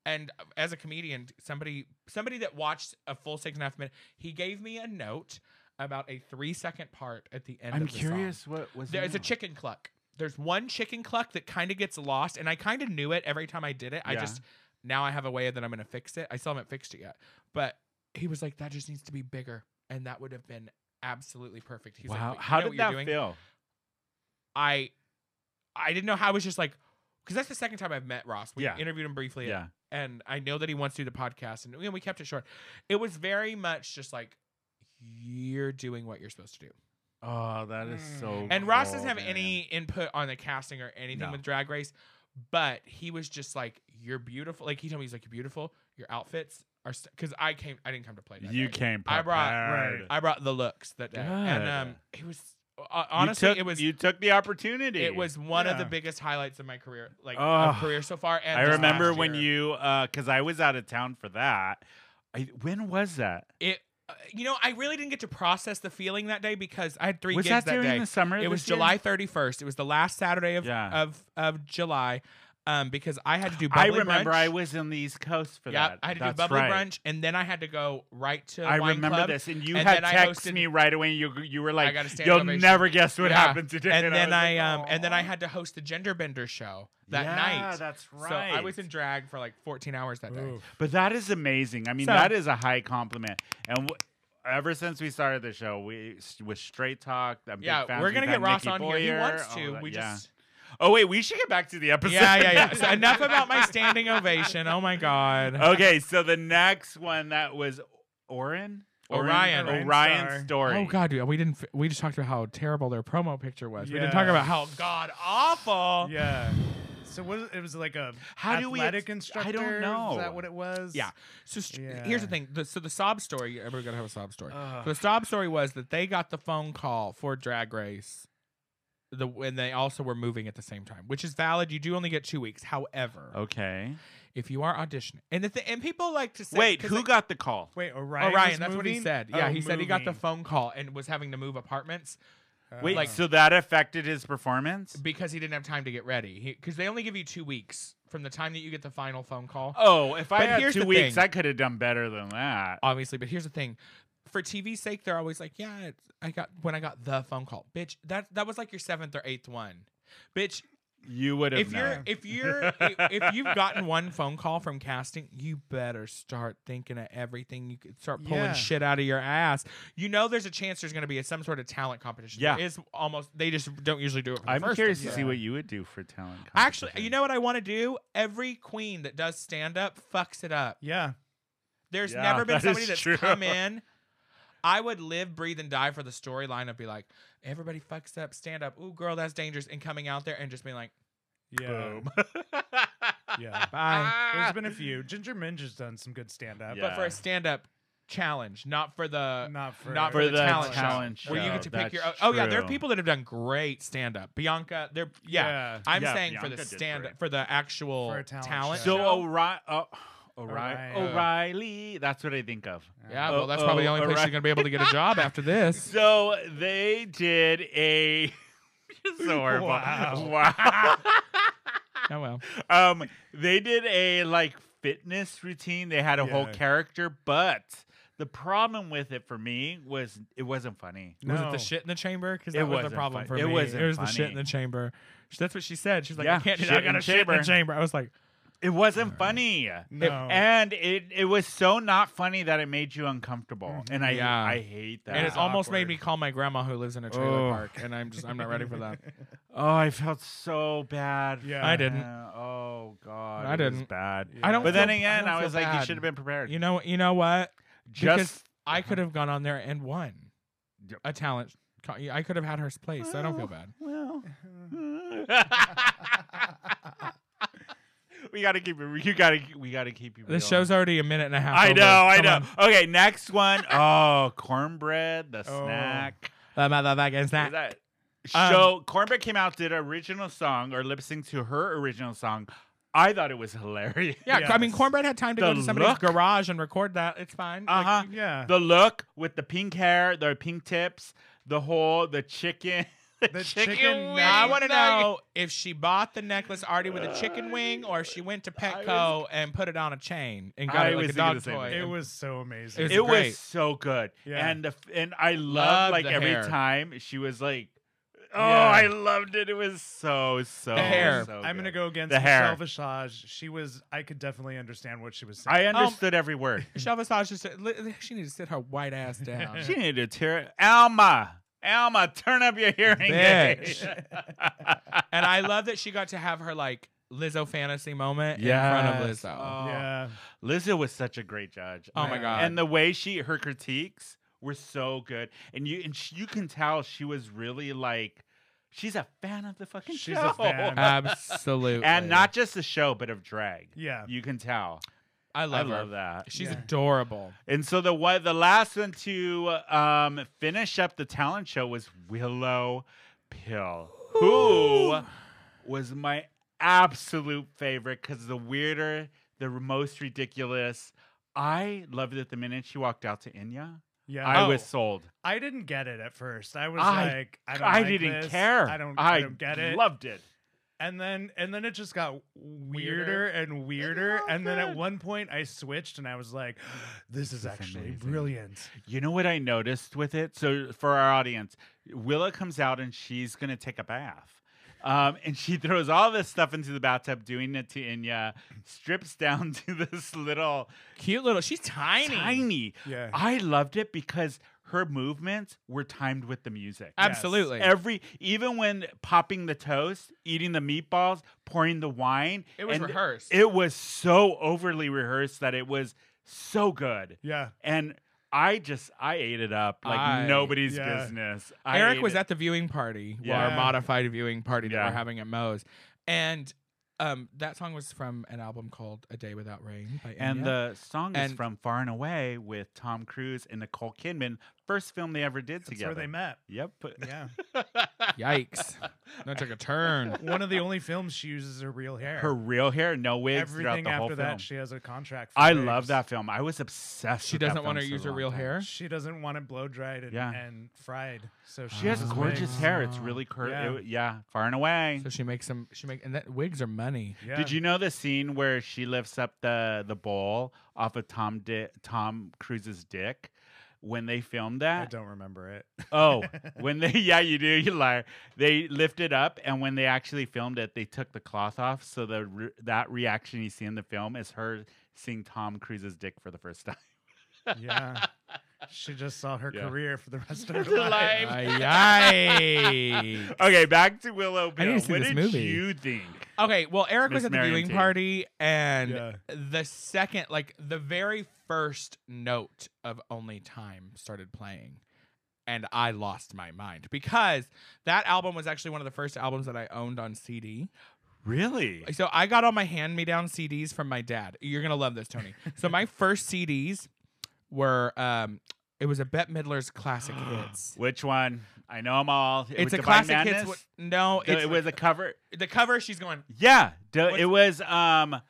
[SPEAKER 3] And uh, as a comedian, somebody somebody that watched a full six and a half minute, he gave me a note about a three second part at the end
[SPEAKER 1] I'm
[SPEAKER 3] of the song.
[SPEAKER 1] curious what was.
[SPEAKER 3] There's a
[SPEAKER 1] now.
[SPEAKER 3] chicken cluck. There's one chicken cluck that kind of gets lost, and I kind of knew it every time I did it. I
[SPEAKER 1] Yeah.
[SPEAKER 3] just now I have a way that I'm gonna fix it. I still haven't fixed it yet, but he was like, "That just needs to be bigger," and that would have been absolutely perfect. He's
[SPEAKER 1] Wow,
[SPEAKER 3] like, "But you
[SPEAKER 1] how
[SPEAKER 3] know what
[SPEAKER 1] did
[SPEAKER 3] you're
[SPEAKER 1] that
[SPEAKER 3] doing?"
[SPEAKER 1] feel?
[SPEAKER 3] I I didn't know how. I was just like, because that's the second time I've met Ross. We
[SPEAKER 1] Yeah.
[SPEAKER 3] interviewed him briefly,
[SPEAKER 1] Yeah,
[SPEAKER 3] and I know that he wants to do the podcast, and you know, we kept it short. It was very much just like you're doing what you're supposed to do.
[SPEAKER 1] Oh, that is so.
[SPEAKER 3] And Ross
[SPEAKER 1] cool,
[SPEAKER 3] doesn't have
[SPEAKER 1] Oh, man.
[SPEAKER 3] any input on the casting or anything
[SPEAKER 1] No.
[SPEAKER 3] with Drag Race, but he was just like, "You're beautiful." Like he told me, he's like, "You're beautiful. Your outfits are." Because I came, I didn't come to play. That
[SPEAKER 1] You
[SPEAKER 3] day.
[SPEAKER 1] came.
[SPEAKER 3] I brought-
[SPEAKER 1] prepared.
[SPEAKER 3] I brought the looks that day, and
[SPEAKER 1] Good.
[SPEAKER 3] um, he was uh, honestly,
[SPEAKER 1] you took,
[SPEAKER 3] it was
[SPEAKER 1] you took the opportunity.
[SPEAKER 3] it was one of the
[SPEAKER 2] Yeah.
[SPEAKER 3] biggest highlights of my career, like
[SPEAKER 1] Oh.
[SPEAKER 3] of career so far. And
[SPEAKER 1] I
[SPEAKER 3] this
[SPEAKER 1] remember
[SPEAKER 3] last
[SPEAKER 1] when
[SPEAKER 3] year.
[SPEAKER 1] you, because I was out of town for that. I, when was that?
[SPEAKER 3] it. uh, You know, I really didn't get to process the feeling that day because I had three
[SPEAKER 1] was
[SPEAKER 3] gigs
[SPEAKER 1] that
[SPEAKER 3] that,
[SPEAKER 1] during
[SPEAKER 3] day.
[SPEAKER 1] the summer?
[SPEAKER 3] it
[SPEAKER 1] this
[SPEAKER 3] was
[SPEAKER 1] year?
[SPEAKER 3] July 31st. It was the last Saturday of
[SPEAKER 1] Yeah.
[SPEAKER 3] of of July, um, because I had to do.
[SPEAKER 1] I
[SPEAKER 3] Bubbly
[SPEAKER 1] remember
[SPEAKER 3] brunch.
[SPEAKER 1] I was on the East Coast for
[SPEAKER 3] Yeah,
[SPEAKER 1] that.
[SPEAKER 3] I had to
[SPEAKER 1] That's
[SPEAKER 3] do bubbly
[SPEAKER 1] right.
[SPEAKER 3] brunch, and then I had to go right to.
[SPEAKER 1] I
[SPEAKER 3] wine
[SPEAKER 1] remember
[SPEAKER 3] club,
[SPEAKER 1] this, and you
[SPEAKER 3] and
[SPEAKER 1] had
[SPEAKER 3] then I
[SPEAKER 1] texted
[SPEAKER 3] hosted-
[SPEAKER 1] me right away. You you were like,
[SPEAKER 3] got a standing
[SPEAKER 1] "You'll
[SPEAKER 3] ovation."
[SPEAKER 1] never guess what
[SPEAKER 3] Yeah.
[SPEAKER 1] happened today."
[SPEAKER 3] And then I,
[SPEAKER 1] was
[SPEAKER 3] um,
[SPEAKER 1] like,
[SPEAKER 3] and then I
[SPEAKER 1] "Aw."
[SPEAKER 3] had to host a gender bender show that
[SPEAKER 1] Yeah,
[SPEAKER 3] night.
[SPEAKER 1] That's right.
[SPEAKER 3] So I was in drag for like 14 hours that day.
[SPEAKER 1] But that is amazing. I mean,
[SPEAKER 3] So-
[SPEAKER 1] that is a high compliment. And w- ever since we started the show, we s- with straight talk. I'm big
[SPEAKER 3] Yeah,
[SPEAKER 1] fans.
[SPEAKER 3] we're
[SPEAKER 1] We've
[SPEAKER 3] gonna
[SPEAKER 1] had
[SPEAKER 3] get Ross
[SPEAKER 1] Nikki
[SPEAKER 3] on here. He
[SPEAKER 1] Boyer,
[SPEAKER 3] wants
[SPEAKER 1] all
[SPEAKER 3] to.
[SPEAKER 1] that-
[SPEAKER 3] We
[SPEAKER 1] yeah.
[SPEAKER 3] just.
[SPEAKER 1] Oh wait, we should get back to the episode.
[SPEAKER 3] Yeah, yeah, yeah. So enough about my standing ovation. Oh my god.
[SPEAKER 1] okay, so the next one that was Orin. Orin?
[SPEAKER 3] Orion.
[SPEAKER 1] Orion's
[SPEAKER 2] Orion
[SPEAKER 1] story.
[SPEAKER 3] Oh god, dude, we didn't. fi- We just talked about how terrible their promo picture was. We didn't talk
[SPEAKER 2] Yeah.
[SPEAKER 3] about how god awful.
[SPEAKER 2] Yeah. So what? It was like a
[SPEAKER 1] How do we
[SPEAKER 2] athletic
[SPEAKER 1] ex- I
[SPEAKER 2] instructor.
[SPEAKER 1] don't know.
[SPEAKER 2] Is that what it was?
[SPEAKER 3] Yeah. So st-
[SPEAKER 2] Yeah. Uh.
[SPEAKER 3] here's the thing. The, so the sob story. Everybody gotta have a sob story.
[SPEAKER 2] Ugh.
[SPEAKER 3] So the sob story was that they got the phone call for Drag Race, the and they also were moving at the same time, which is valid. You do only get two weeks. However,
[SPEAKER 1] Oh. Okay.
[SPEAKER 3] if you are auditioning, and the th- and people like to say,
[SPEAKER 1] Wait,
[SPEAKER 3] 'cause
[SPEAKER 1] who
[SPEAKER 3] like-
[SPEAKER 1] got the call?
[SPEAKER 2] Wait, Orion.
[SPEAKER 3] Orion?
[SPEAKER 2] was
[SPEAKER 3] that's what he
[SPEAKER 2] moving?
[SPEAKER 3] said. Yeah,
[SPEAKER 2] Oh,
[SPEAKER 3] he said he got the
[SPEAKER 2] moving.
[SPEAKER 3] phone call and was having to move apartments
[SPEAKER 1] Wait,
[SPEAKER 3] like-
[SPEAKER 1] so that affected his performance?
[SPEAKER 3] because he didn't have time to get ready. Because they only give you two weeks from the time that you get the final phone call.
[SPEAKER 1] Oh, if I
[SPEAKER 3] But
[SPEAKER 1] had
[SPEAKER 3] here's
[SPEAKER 1] two
[SPEAKER 3] the
[SPEAKER 1] weeks,
[SPEAKER 3] thing.
[SPEAKER 1] I could have done better than that.
[SPEAKER 3] obviously. But here's the thing: for TV's sake, they're always like, "Yeah, it's, I got when I got the phone call, bitch. That that was like your seventh or eighth one, bitch.
[SPEAKER 1] You would have.
[SPEAKER 3] If you're if you're if, if you've gotten one phone call from casting, you better start thinking of everything. You could start pulling
[SPEAKER 2] Yeah.
[SPEAKER 3] shit out of your ass. You know, there's a chance there's going to be some sort of talent competition.
[SPEAKER 1] Yeah.
[SPEAKER 3] There is almost they just don't usually do it. For the
[SPEAKER 1] I'm
[SPEAKER 3] first
[SPEAKER 1] curious
[SPEAKER 3] one.
[SPEAKER 1] to see what you would do for talent.
[SPEAKER 3] Actually, you
[SPEAKER 1] competition.
[SPEAKER 3] know what I want to do? Every queen that does stand up fucks it up.
[SPEAKER 2] Yeah.
[SPEAKER 3] There's
[SPEAKER 1] Yeah,
[SPEAKER 3] never been
[SPEAKER 1] that
[SPEAKER 3] somebody
[SPEAKER 1] is
[SPEAKER 3] that's
[SPEAKER 1] true.
[SPEAKER 3] come in. I would live, breathe, and die for the storyline of be like, everybody fucks up, stand up. Ooh, girl, that's dangerous. And coming out there and just being like,
[SPEAKER 2] Yeah. Yeah.
[SPEAKER 3] bye.
[SPEAKER 2] There's been a few. Ginger Minge has done some good stand up.
[SPEAKER 1] Yeah.
[SPEAKER 3] But for a stand up, challenge, not for the
[SPEAKER 2] not for
[SPEAKER 3] not
[SPEAKER 1] For
[SPEAKER 3] for, the,
[SPEAKER 1] the
[SPEAKER 3] talent,
[SPEAKER 1] talent
[SPEAKER 3] show, where you
[SPEAKER 1] show,
[SPEAKER 3] get to pick your.
[SPEAKER 1] that's
[SPEAKER 3] Oh yeah, there are
[SPEAKER 1] true.
[SPEAKER 3] people that have done great stand up. Bianca, they're yeah. I'm
[SPEAKER 1] Yeah,
[SPEAKER 3] saying for
[SPEAKER 1] Bianca
[SPEAKER 3] the
[SPEAKER 1] did
[SPEAKER 3] stand
[SPEAKER 1] great.
[SPEAKER 3] up for the actual
[SPEAKER 2] For a
[SPEAKER 3] talent.
[SPEAKER 2] talent
[SPEAKER 1] So
[SPEAKER 3] show.
[SPEAKER 1] O'Reilly, oh, O'Reilly,
[SPEAKER 2] O'Reilly.
[SPEAKER 1] O'Reilly. That's what I think of.
[SPEAKER 3] yeah,
[SPEAKER 1] Oh,
[SPEAKER 3] well, that's probably the
[SPEAKER 1] oh,
[SPEAKER 3] only place
[SPEAKER 1] alright.
[SPEAKER 3] you're gonna be able to get a job after this.
[SPEAKER 1] So they did a. so horrible.
[SPEAKER 2] Wow.
[SPEAKER 1] wow.
[SPEAKER 3] Oh well.
[SPEAKER 1] um, they did a like fitness routine. They had a whole
[SPEAKER 2] Yeah.
[SPEAKER 1] character, but the problem with it for me was it wasn't funny.
[SPEAKER 3] Was it
[SPEAKER 2] No.
[SPEAKER 3] the shit in the chamber? Because
[SPEAKER 1] It
[SPEAKER 3] that was the
[SPEAKER 1] wasn't
[SPEAKER 3] problem
[SPEAKER 1] fun-
[SPEAKER 3] for
[SPEAKER 1] it
[SPEAKER 3] me.
[SPEAKER 1] wasn't
[SPEAKER 3] it was the shit
[SPEAKER 1] funny.
[SPEAKER 3] in the chamber. She- That's what she said. She's like, I
[SPEAKER 1] Yeah,
[SPEAKER 3] can't do that.
[SPEAKER 1] shit
[SPEAKER 3] I got
[SPEAKER 1] in
[SPEAKER 3] a shit in the
[SPEAKER 1] chamber.
[SPEAKER 3] chamber. I was like,
[SPEAKER 1] It wasn't funny.
[SPEAKER 2] no.
[SPEAKER 1] And it, it was so not funny that it made you uncomfortable. And I
[SPEAKER 3] Yeah.
[SPEAKER 1] I hate that. Um,
[SPEAKER 3] and it's almost made
[SPEAKER 2] awkward.
[SPEAKER 3] me call my grandma who lives in a trailer
[SPEAKER 1] Oh.
[SPEAKER 3] park, and I'm just I'm not ready for that.
[SPEAKER 1] oh, I felt so bad.
[SPEAKER 2] Yeah.
[SPEAKER 3] I didn't.
[SPEAKER 1] Uh, oh God,
[SPEAKER 3] I
[SPEAKER 1] it was
[SPEAKER 3] didn't.
[SPEAKER 1] bad.
[SPEAKER 3] I don't.
[SPEAKER 1] But then
[SPEAKER 3] feel-
[SPEAKER 1] again,
[SPEAKER 3] don't
[SPEAKER 1] I,
[SPEAKER 3] feel
[SPEAKER 1] was like, you
[SPEAKER 3] bad.
[SPEAKER 1] should have been prepared.
[SPEAKER 3] You know. You know what? because
[SPEAKER 1] Just Uh-huh.
[SPEAKER 3] I could have gone on there and won
[SPEAKER 1] Yep.
[SPEAKER 3] a talent. co- I could have had her place. so I don't feel bad.
[SPEAKER 1] well. we gotta keep it. You gotta. We gotta keep you.
[SPEAKER 3] This
[SPEAKER 1] real.
[SPEAKER 3] show's already a minute and a half.
[SPEAKER 1] I
[SPEAKER 3] over.
[SPEAKER 1] know, I
[SPEAKER 3] Come
[SPEAKER 1] know.
[SPEAKER 3] on.
[SPEAKER 1] Okay, next one. Oh, cornbread, the
[SPEAKER 2] Oh.
[SPEAKER 1] snack.
[SPEAKER 3] The motherfucking
[SPEAKER 1] Is
[SPEAKER 3] snack.
[SPEAKER 1] that-
[SPEAKER 3] Um,
[SPEAKER 1] so cornbread came out, did an original song or lip sync to her original song. I thought it was hilarious.
[SPEAKER 3] Yeah, I mean,
[SPEAKER 2] Yes.
[SPEAKER 3] Cornbread had time to
[SPEAKER 1] The
[SPEAKER 3] go to somebody's
[SPEAKER 1] look.
[SPEAKER 3] garage and record that. It's fine. Like,
[SPEAKER 1] Uh-huh.
[SPEAKER 2] yeah.
[SPEAKER 1] The look with the pink hair, the pink tips, the whole, the chicken, the,
[SPEAKER 2] The
[SPEAKER 1] chicken.
[SPEAKER 2] chicken
[SPEAKER 1] wing.
[SPEAKER 2] nugget.
[SPEAKER 3] I want to
[SPEAKER 1] Nugget.
[SPEAKER 3] know if she bought the necklace already with a chicken wing, or if she went to Petco and put it on a chain and got
[SPEAKER 1] I
[SPEAKER 3] it like
[SPEAKER 1] was
[SPEAKER 3] a
[SPEAKER 1] thinking
[SPEAKER 3] dog
[SPEAKER 1] the same
[SPEAKER 3] toy.
[SPEAKER 1] thing.
[SPEAKER 2] it
[SPEAKER 3] and-
[SPEAKER 2] was so amazing.
[SPEAKER 3] It
[SPEAKER 1] It
[SPEAKER 3] great.
[SPEAKER 1] was so good.
[SPEAKER 2] Yeah.
[SPEAKER 1] And the, f- and I loved,
[SPEAKER 3] Loved
[SPEAKER 1] like
[SPEAKER 3] the
[SPEAKER 1] every
[SPEAKER 3] hair.
[SPEAKER 1] time she was like, oh,
[SPEAKER 2] Yeah.
[SPEAKER 1] I loved it. It was so so.
[SPEAKER 3] The hair.
[SPEAKER 1] Oh, so
[SPEAKER 2] I'm gonna
[SPEAKER 1] good.
[SPEAKER 2] go against
[SPEAKER 1] The hair.
[SPEAKER 2] Michelle Visage. She was. I could definitely understand what she was saying.
[SPEAKER 1] I understood every word.
[SPEAKER 3] Michelle Visage just said, "Li- she needs to sit her white ass down.
[SPEAKER 1] She needed to tear it. Alma, Alma, turn up your hearing
[SPEAKER 3] Bitch.
[SPEAKER 1] aid.
[SPEAKER 3] and I love that she got to have her like Lizzo fantasy moment in
[SPEAKER 1] Yes.
[SPEAKER 3] front of Lizzo.
[SPEAKER 1] Oh.
[SPEAKER 2] yeah.
[SPEAKER 1] Lizzo was such a great judge.
[SPEAKER 3] Oh my
[SPEAKER 2] Man.
[SPEAKER 3] god!
[SPEAKER 1] And the way she her critiques were so good, and you and sh you can tell she was really like she's a fan of the fucking
[SPEAKER 2] She's
[SPEAKER 1] show.
[SPEAKER 2] a fan.
[SPEAKER 3] absolutely,
[SPEAKER 1] and not just the show, but of drag.
[SPEAKER 2] Yeah.
[SPEAKER 1] You can tell.
[SPEAKER 3] I love,
[SPEAKER 1] I
[SPEAKER 3] her.
[SPEAKER 1] love that.
[SPEAKER 3] She's
[SPEAKER 2] Yeah.
[SPEAKER 3] adorable.
[SPEAKER 1] And so the what the last one to um, finish up the talent show was Willow Pill, who was my absolute favorite because the weirder, the most ridiculous. I loved it the minute she walked out to Inya.
[SPEAKER 2] Yeah.
[SPEAKER 1] I
[SPEAKER 2] I,
[SPEAKER 1] was
[SPEAKER 3] Oh.
[SPEAKER 1] sold.
[SPEAKER 2] didn't get it at first. I was
[SPEAKER 1] I-
[SPEAKER 2] like, I
[SPEAKER 1] I,
[SPEAKER 2] don't. like
[SPEAKER 1] didn't
[SPEAKER 2] this.
[SPEAKER 1] care.
[SPEAKER 2] I don't.
[SPEAKER 1] I,
[SPEAKER 2] I don't get it.
[SPEAKER 1] Loved it.
[SPEAKER 2] and then and then it just got weirder
[SPEAKER 3] Weirder.
[SPEAKER 2] and weirder.
[SPEAKER 1] love
[SPEAKER 2] And then
[SPEAKER 1] it.
[SPEAKER 2] at one point I switched and I was like, this
[SPEAKER 1] This
[SPEAKER 2] is
[SPEAKER 1] is
[SPEAKER 2] actually
[SPEAKER 1] amazing.
[SPEAKER 2] brilliant.
[SPEAKER 1] You know what I noticed with it? So for our audience, Willa comes out and she's gonna take a bath. Um, and she throws all this stuff into the bathtub, doing it to Inya, strips down to this little
[SPEAKER 3] Cute little. She's tiny.
[SPEAKER 1] tiny.
[SPEAKER 2] Yeah.
[SPEAKER 1] I loved it because her movements were timed with the music.
[SPEAKER 3] Absolutely.
[SPEAKER 1] Every even when popping the toast, eating the meatballs, pouring the wine,
[SPEAKER 3] it was
[SPEAKER 1] and
[SPEAKER 3] rehearsed.
[SPEAKER 1] It was so overly rehearsed that it was so good
[SPEAKER 2] yeah.
[SPEAKER 1] and I just I ate it up like
[SPEAKER 3] I-
[SPEAKER 1] nobody's
[SPEAKER 2] yeah.
[SPEAKER 1] business. I
[SPEAKER 3] Eric
[SPEAKER 1] ate
[SPEAKER 3] was
[SPEAKER 1] it.
[SPEAKER 3] at the viewing party, our
[SPEAKER 1] Yeah.
[SPEAKER 3] modified viewing party that
[SPEAKER 1] Yeah.
[SPEAKER 3] we're having at Moe's, and um, that song was from an album called "A Day Without Rain" by
[SPEAKER 1] and
[SPEAKER 3] Enya.
[SPEAKER 1] the song is
[SPEAKER 3] And-
[SPEAKER 1] from Far and Away with Tom Cruise and Nicole Kidman, first film they ever did
[SPEAKER 2] That's
[SPEAKER 1] together.
[SPEAKER 2] where they met.
[SPEAKER 1] Yep.
[SPEAKER 2] Yeah.
[SPEAKER 3] Yikes! That took a turn.
[SPEAKER 2] one of the only films she uses her real hair.
[SPEAKER 1] Her real hair, no wigs throughout
[SPEAKER 2] Everything
[SPEAKER 1] the
[SPEAKER 2] after
[SPEAKER 1] whole
[SPEAKER 2] that,
[SPEAKER 1] film.
[SPEAKER 2] she has a contract. For
[SPEAKER 1] I
[SPEAKER 2] wigs.
[SPEAKER 1] love that film. I was obsessed.
[SPEAKER 3] She
[SPEAKER 1] with that
[SPEAKER 3] doesn't want
[SPEAKER 1] film
[SPEAKER 3] to
[SPEAKER 1] for a
[SPEAKER 3] use her
[SPEAKER 1] long
[SPEAKER 3] real
[SPEAKER 1] time.
[SPEAKER 3] hair.
[SPEAKER 2] She doesn't want it blow dried and,
[SPEAKER 1] Yeah.
[SPEAKER 2] and fried. So she,
[SPEAKER 1] She has
[SPEAKER 2] uses
[SPEAKER 1] gorgeous
[SPEAKER 2] wigs.
[SPEAKER 1] hair. It's really curly.
[SPEAKER 2] Yeah.
[SPEAKER 1] Yeah. Far and Away.
[SPEAKER 3] So she makes some. She make and that wigs are money.
[SPEAKER 2] Yeah.
[SPEAKER 1] Did you know the scene where she lifts up the the bowl off of Tom Di- Tom Cruise's dick when they filmed that?
[SPEAKER 2] I don't remember it.
[SPEAKER 1] Oh, when they yeah, you do, you liar. They lifted up, and when they actually filmed it, they took the cloth off. So the re- that reaction you see in the film is her seeing Tom Cruise's dick for the first time.
[SPEAKER 2] yeah. She just saw her
[SPEAKER 1] Yeah.
[SPEAKER 2] career for the rest of
[SPEAKER 1] Her
[SPEAKER 2] her life.
[SPEAKER 1] life.
[SPEAKER 3] Ay, yikes.
[SPEAKER 1] Okay, back to Willow
[SPEAKER 3] I
[SPEAKER 1] Bill.
[SPEAKER 3] need to see
[SPEAKER 1] what
[SPEAKER 3] this
[SPEAKER 1] did
[SPEAKER 3] movie.
[SPEAKER 1] you think?
[SPEAKER 3] Okay, well, Eric was
[SPEAKER 1] Miss
[SPEAKER 3] at the
[SPEAKER 1] Marion
[SPEAKER 3] viewing
[SPEAKER 1] T.
[SPEAKER 3] party, and
[SPEAKER 2] Yeah.
[SPEAKER 3] the second, like the very first note of Only Time started playing, and I lost my mind because that album was actually one of the first albums that I owned on CD.
[SPEAKER 1] Really?
[SPEAKER 3] So I got all my hand me down CDs from my dad. You're going to love this, Tony. so my first CDs were um, it was a Bette Midler's classic hits.
[SPEAKER 1] Which one? I know them all. It was
[SPEAKER 3] it's a
[SPEAKER 1] Divine
[SPEAKER 3] classic hits.
[SPEAKER 1] Madness?
[SPEAKER 3] wi- No,
[SPEAKER 1] The-
[SPEAKER 3] it's,
[SPEAKER 1] it was a cover.
[SPEAKER 3] the cover. She's going.
[SPEAKER 1] Yeah, d-
[SPEAKER 3] What's-
[SPEAKER 1] it was um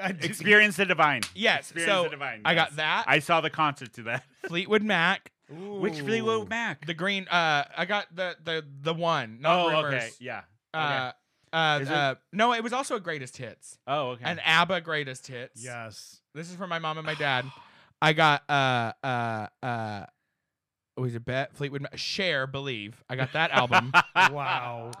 [SPEAKER 2] I did-
[SPEAKER 1] Experience the Divine.
[SPEAKER 3] Yes,
[SPEAKER 1] Experience
[SPEAKER 3] so
[SPEAKER 1] the Divine.
[SPEAKER 3] I got
[SPEAKER 1] yes.
[SPEAKER 3] that.
[SPEAKER 1] I saw the concert to that.
[SPEAKER 3] Fleetwood Mac.
[SPEAKER 1] Which Fleetwood
[SPEAKER 2] Ooh.
[SPEAKER 1] Mac?
[SPEAKER 3] The green. Uh, I got the the the one. Not
[SPEAKER 1] oh,
[SPEAKER 3] Rivers.
[SPEAKER 1] okay. Yeah.
[SPEAKER 3] Uh, uh,
[SPEAKER 1] Is it-
[SPEAKER 3] uh, no, it was also a greatest hits.
[SPEAKER 1] Oh, okay.
[SPEAKER 3] An ABBA greatest hits.
[SPEAKER 2] Yes.
[SPEAKER 3] This is for my mom and my dad. I got uh uh uh was it bet Fleetwood Mac- Share Believe. I got that album.
[SPEAKER 2] Wow.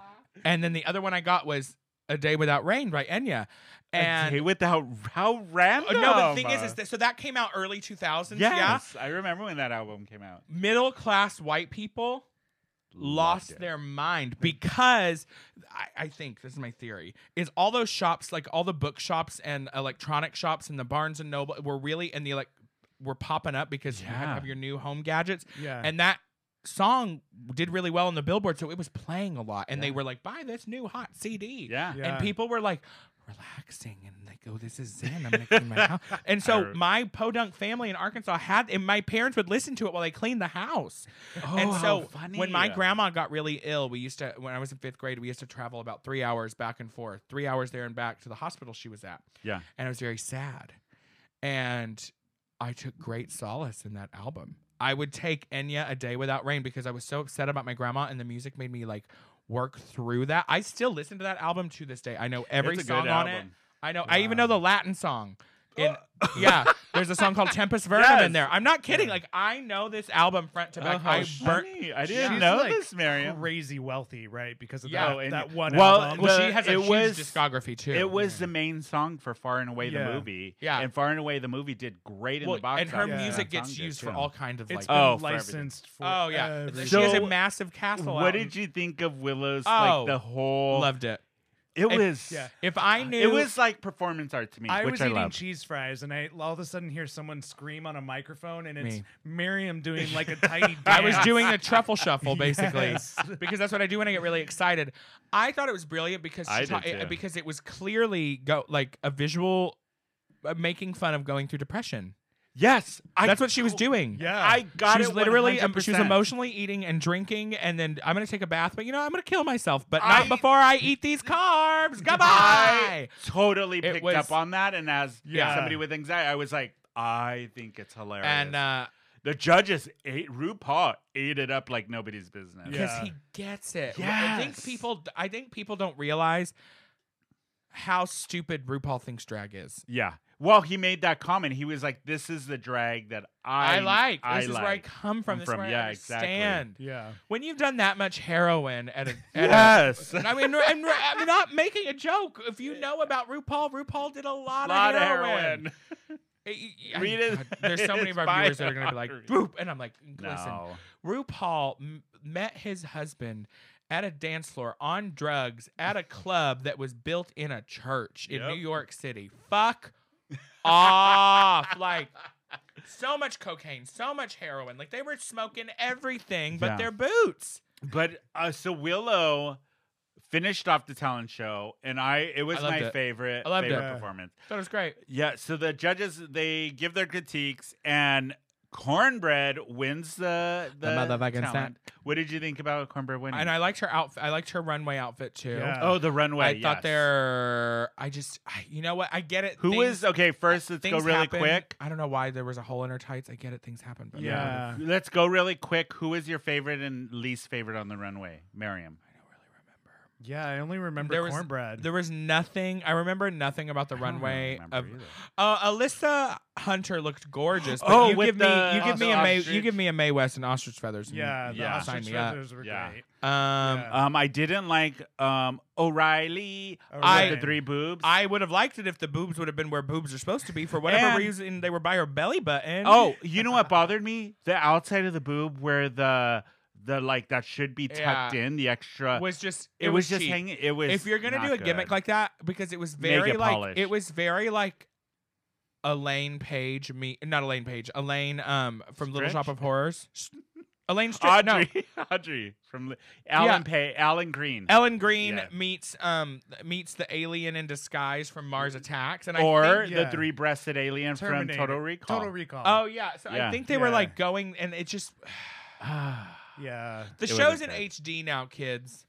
[SPEAKER 3] and then the other one I got was A Day Without Rain by Enya. And
[SPEAKER 1] okay, with the how, how
[SPEAKER 3] Oh,
[SPEAKER 1] random.
[SPEAKER 3] no, but the thing is, is that, so that came out early 2000s. Yeah.
[SPEAKER 1] Yes, I remember when that album came out.
[SPEAKER 3] Middle class white people
[SPEAKER 1] Loved
[SPEAKER 3] lost
[SPEAKER 1] it.
[SPEAKER 3] their mind because I, I think this is my theory is all those shops like all the book shops and electronic shops and the Barnes and Noble were really and the like were popping up because you had to
[SPEAKER 1] Yeah.
[SPEAKER 3] have your new home gadgets
[SPEAKER 2] Yeah.
[SPEAKER 3] and that song did really well on the Billboard so it was playing a lot and they
[SPEAKER 1] Yeah.
[SPEAKER 3] were like buy this new hot CD
[SPEAKER 1] Yeah.
[SPEAKER 2] Yeah.
[SPEAKER 3] and people were like relaxing and like oh this is zen I'm gonna clean my house and so
[SPEAKER 1] Or-
[SPEAKER 3] my podunk family in Arkansas had and my parents would listen to it while they cleaned the house and
[SPEAKER 1] Oh,
[SPEAKER 3] so
[SPEAKER 1] how
[SPEAKER 3] when my
[SPEAKER 1] funny.
[SPEAKER 3] grandma got really ill, we used to when I was in fifth grade, we used to travel about three hours back and forth, three hours there and back to the hospital she was at.
[SPEAKER 1] Yeah.
[SPEAKER 3] And it was very sad. And I took great solace in that album. I would take Enya a day without rain because I was so upset about my grandma and the music made me like work through that. I still listen to that album to this day. I know every
[SPEAKER 1] It's a good
[SPEAKER 3] song on it.
[SPEAKER 1] album.
[SPEAKER 3] I know. I even know the Latin song. In, yeah, there's a song called Tempest Verbum
[SPEAKER 1] Yes.
[SPEAKER 3] in there. I'm not kidding. Like I know this album front to back.
[SPEAKER 1] Oh, how
[SPEAKER 3] I burnt.
[SPEAKER 1] funny. I didn't
[SPEAKER 2] She's
[SPEAKER 1] know
[SPEAKER 2] like
[SPEAKER 1] this, Miriam.
[SPEAKER 2] Crazy wealthy, right? Because of
[SPEAKER 3] Yeah.
[SPEAKER 1] Oh,
[SPEAKER 2] that,
[SPEAKER 1] and-
[SPEAKER 2] that one
[SPEAKER 1] well,
[SPEAKER 2] album.
[SPEAKER 1] the-
[SPEAKER 3] Well, she has a
[SPEAKER 1] it
[SPEAKER 3] huge
[SPEAKER 1] was-
[SPEAKER 3] discography too.
[SPEAKER 1] It was the main song for Far and Away
[SPEAKER 2] Yeah.
[SPEAKER 1] the movie.
[SPEAKER 3] Yeah.
[SPEAKER 1] And Far and Away the movie did great in
[SPEAKER 3] Well,
[SPEAKER 1] the box
[SPEAKER 3] and her
[SPEAKER 1] office.
[SPEAKER 2] Yeah.
[SPEAKER 3] music
[SPEAKER 1] That
[SPEAKER 3] gets
[SPEAKER 1] song did,
[SPEAKER 3] used for
[SPEAKER 1] too.
[SPEAKER 3] all kinds of
[SPEAKER 2] It's
[SPEAKER 3] like.
[SPEAKER 2] been
[SPEAKER 1] Oh, for everything.
[SPEAKER 2] licensed for
[SPEAKER 3] oh yeah,
[SPEAKER 2] everything.
[SPEAKER 3] she has a
[SPEAKER 1] So,
[SPEAKER 3] massive castle.
[SPEAKER 1] What
[SPEAKER 3] album.
[SPEAKER 1] did you think of Willow's
[SPEAKER 3] Oh,
[SPEAKER 1] like the whole
[SPEAKER 3] Loved it.
[SPEAKER 1] It
[SPEAKER 3] it-
[SPEAKER 1] was
[SPEAKER 2] yeah.
[SPEAKER 3] If I knew,
[SPEAKER 1] it was like performance art to me,
[SPEAKER 2] I
[SPEAKER 1] which
[SPEAKER 2] was
[SPEAKER 1] I
[SPEAKER 2] eating
[SPEAKER 1] love.
[SPEAKER 2] cheese fries, and I all of a sudden hear someone scream on a microphone, and it's
[SPEAKER 3] Me.
[SPEAKER 2] Miriam doing like a tiny.
[SPEAKER 3] I was
[SPEAKER 2] dance.
[SPEAKER 3] doing a truffle shuffle basically
[SPEAKER 2] Yes.
[SPEAKER 3] because that's what I do when I get really excited. I thought it was brilliant because
[SPEAKER 1] I
[SPEAKER 3] she ta-
[SPEAKER 1] did, too.
[SPEAKER 3] because it was clearly go like a visual uh, making fun of going through depression.
[SPEAKER 1] Yes, I,
[SPEAKER 3] That's what she was doing.
[SPEAKER 2] Yeah.
[SPEAKER 1] I got
[SPEAKER 3] She's
[SPEAKER 1] it.
[SPEAKER 3] literally um,
[SPEAKER 1] 100%.
[SPEAKER 3] she was emotionally eating and drinking, and then I'm gonna take a bath, but you know I'm gonna kill myself, but
[SPEAKER 1] I-
[SPEAKER 3] not before I eat these carbs.
[SPEAKER 1] I
[SPEAKER 3] Goodbye.
[SPEAKER 1] totally
[SPEAKER 3] It
[SPEAKER 1] picked
[SPEAKER 3] was-
[SPEAKER 1] up on that, and as
[SPEAKER 2] Yeah.
[SPEAKER 1] somebody with anxiety, I was like, I think it's hilarious.
[SPEAKER 3] and uh,
[SPEAKER 1] the judges ate RuPaul ate it up like nobody's business.
[SPEAKER 2] Yeah.
[SPEAKER 3] because he gets it. I think
[SPEAKER 1] Yes.
[SPEAKER 3] people. I think people don't realize how stupid RuPaul thinks drag is.
[SPEAKER 1] Yeah. Well, he made that comment. He was like, "This is the drag that I
[SPEAKER 3] I, like. This
[SPEAKER 1] I
[SPEAKER 3] is where I
[SPEAKER 1] like."
[SPEAKER 3] come from.
[SPEAKER 1] Come
[SPEAKER 3] This is
[SPEAKER 1] from-
[SPEAKER 3] where I
[SPEAKER 1] yeah, exactly.
[SPEAKER 3] understand.
[SPEAKER 2] Yeah.
[SPEAKER 3] When you've done that much heroin at a, at a
[SPEAKER 1] Yes.
[SPEAKER 3] And uh, I mean, I'm, I'm not making a joke. If you know about RuPaul, RuPaul did a lot,
[SPEAKER 1] lot
[SPEAKER 3] of
[SPEAKER 1] of
[SPEAKER 3] heroin.
[SPEAKER 1] heroin.
[SPEAKER 3] I- I-
[SPEAKER 1] Read it-
[SPEAKER 3] God, there's so many of
[SPEAKER 1] it's
[SPEAKER 3] our viewers that are going to be like,
[SPEAKER 1] biography.
[SPEAKER 3] boop. And I'm like, listen,
[SPEAKER 1] No.
[SPEAKER 3] RuPaul m- met his husband at a dance floor on drugs at a club that was built in a church in
[SPEAKER 1] Yep.
[SPEAKER 3] New York City. Fuck off. Like, so much cocaine, so much heroin. Like, they were smoking everything but
[SPEAKER 1] Yeah.
[SPEAKER 3] their boots.
[SPEAKER 1] But uh, so Willow finished off the talent show, and I it was
[SPEAKER 3] I loved
[SPEAKER 1] my
[SPEAKER 3] it.
[SPEAKER 1] favorite
[SPEAKER 3] I loved
[SPEAKER 1] favorite
[SPEAKER 2] it.
[SPEAKER 1] performance.
[SPEAKER 3] That was great.
[SPEAKER 1] Yeah. So the judges they give their critiques, and Cornbread wins the the,
[SPEAKER 3] motherfucking
[SPEAKER 1] talent. What did you think about Cornbread winning?
[SPEAKER 3] And I liked her outfit. I liked her runway outfit too.
[SPEAKER 2] Yeah.
[SPEAKER 1] oh, the runway.
[SPEAKER 3] I thought
[SPEAKER 1] yes.
[SPEAKER 3] there. I just, I- you know what? I get it.
[SPEAKER 1] Who
[SPEAKER 3] Things-
[SPEAKER 1] was okay? First, let's go
[SPEAKER 3] things
[SPEAKER 1] really
[SPEAKER 3] happen.
[SPEAKER 1] quick.
[SPEAKER 3] I don't know why there was a hole in her tights. I get it. Things happen. But
[SPEAKER 2] Yeah.
[SPEAKER 1] Let's go really quick. Who is your favorite and least favorite on the runway? Miriam.
[SPEAKER 3] I don't really remember.
[SPEAKER 2] Yeah. I only remember
[SPEAKER 3] There was-
[SPEAKER 2] cornbread.
[SPEAKER 3] There was nothing. I remember nothing about the
[SPEAKER 1] I don't really
[SPEAKER 3] runway
[SPEAKER 1] remember
[SPEAKER 3] of.
[SPEAKER 1] either.
[SPEAKER 3] Uh, Alyssa Hunter looked gorgeous. But
[SPEAKER 1] Oh,
[SPEAKER 3] you
[SPEAKER 1] with
[SPEAKER 3] give
[SPEAKER 1] the
[SPEAKER 3] me you give me a
[SPEAKER 1] Austin
[SPEAKER 3] May you
[SPEAKER 1] ostrich.
[SPEAKER 3] give me a May West and ostrich feathers. and
[SPEAKER 2] yeah. The
[SPEAKER 1] Yeah.
[SPEAKER 2] ostrich
[SPEAKER 3] sign me up.
[SPEAKER 2] feathers were
[SPEAKER 1] Yeah.
[SPEAKER 2] great.
[SPEAKER 3] Um,
[SPEAKER 2] Yeah.
[SPEAKER 1] Um, I didn't like um O'Reilly.
[SPEAKER 2] O'Reilly.
[SPEAKER 1] I the three boobs.
[SPEAKER 3] I would have liked it if the boobs would have been where boobs are supposed to be. For whatever
[SPEAKER 1] And-
[SPEAKER 3] reason, they were by her belly button.
[SPEAKER 1] oh, you know what bothered me? The outside of the boob where the the like that should be tucked
[SPEAKER 3] Yeah.
[SPEAKER 1] in the extra.
[SPEAKER 3] was just
[SPEAKER 1] it, was, just
[SPEAKER 3] cheap.
[SPEAKER 1] hanging. It was.
[SPEAKER 3] if you're gonna
[SPEAKER 1] not
[SPEAKER 3] do a gimmick
[SPEAKER 1] good.
[SPEAKER 3] like that, because it was
[SPEAKER 1] Make
[SPEAKER 3] very
[SPEAKER 1] it
[SPEAKER 3] like it
[SPEAKER 1] polished.
[SPEAKER 3] was very like Elaine Page, me not Elaine Page, Elaine um from Little Shop
[SPEAKER 1] Stretch?
[SPEAKER 3] of Horrors. S- Elaine Strickland. No,
[SPEAKER 1] Audrey, Audrey from Li- Alan Pay, Alan Green,
[SPEAKER 3] Ellen Green
[SPEAKER 1] Yeah.
[SPEAKER 3] meets um meets the alien in disguise from Mars Attacks, and I
[SPEAKER 1] Mm-hmm. or
[SPEAKER 3] think-
[SPEAKER 2] yeah.
[SPEAKER 1] the three-breasted alien
[SPEAKER 2] Terminator.
[SPEAKER 1] from Total Recall.
[SPEAKER 2] Total Recall.
[SPEAKER 3] oh yeah, so I
[SPEAKER 1] Yeah.
[SPEAKER 3] think they were
[SPEAKER 2] Yeah.
[SPEAKER 3] like going, and it just
[SPEAKER 2] yeah.
[SPEAKER 3] the
[SPEAKER 1] It was
[SPEAKER 3] show's in
[SPEAKER 1] intense.
[SPEAKER 3] HD now, kids.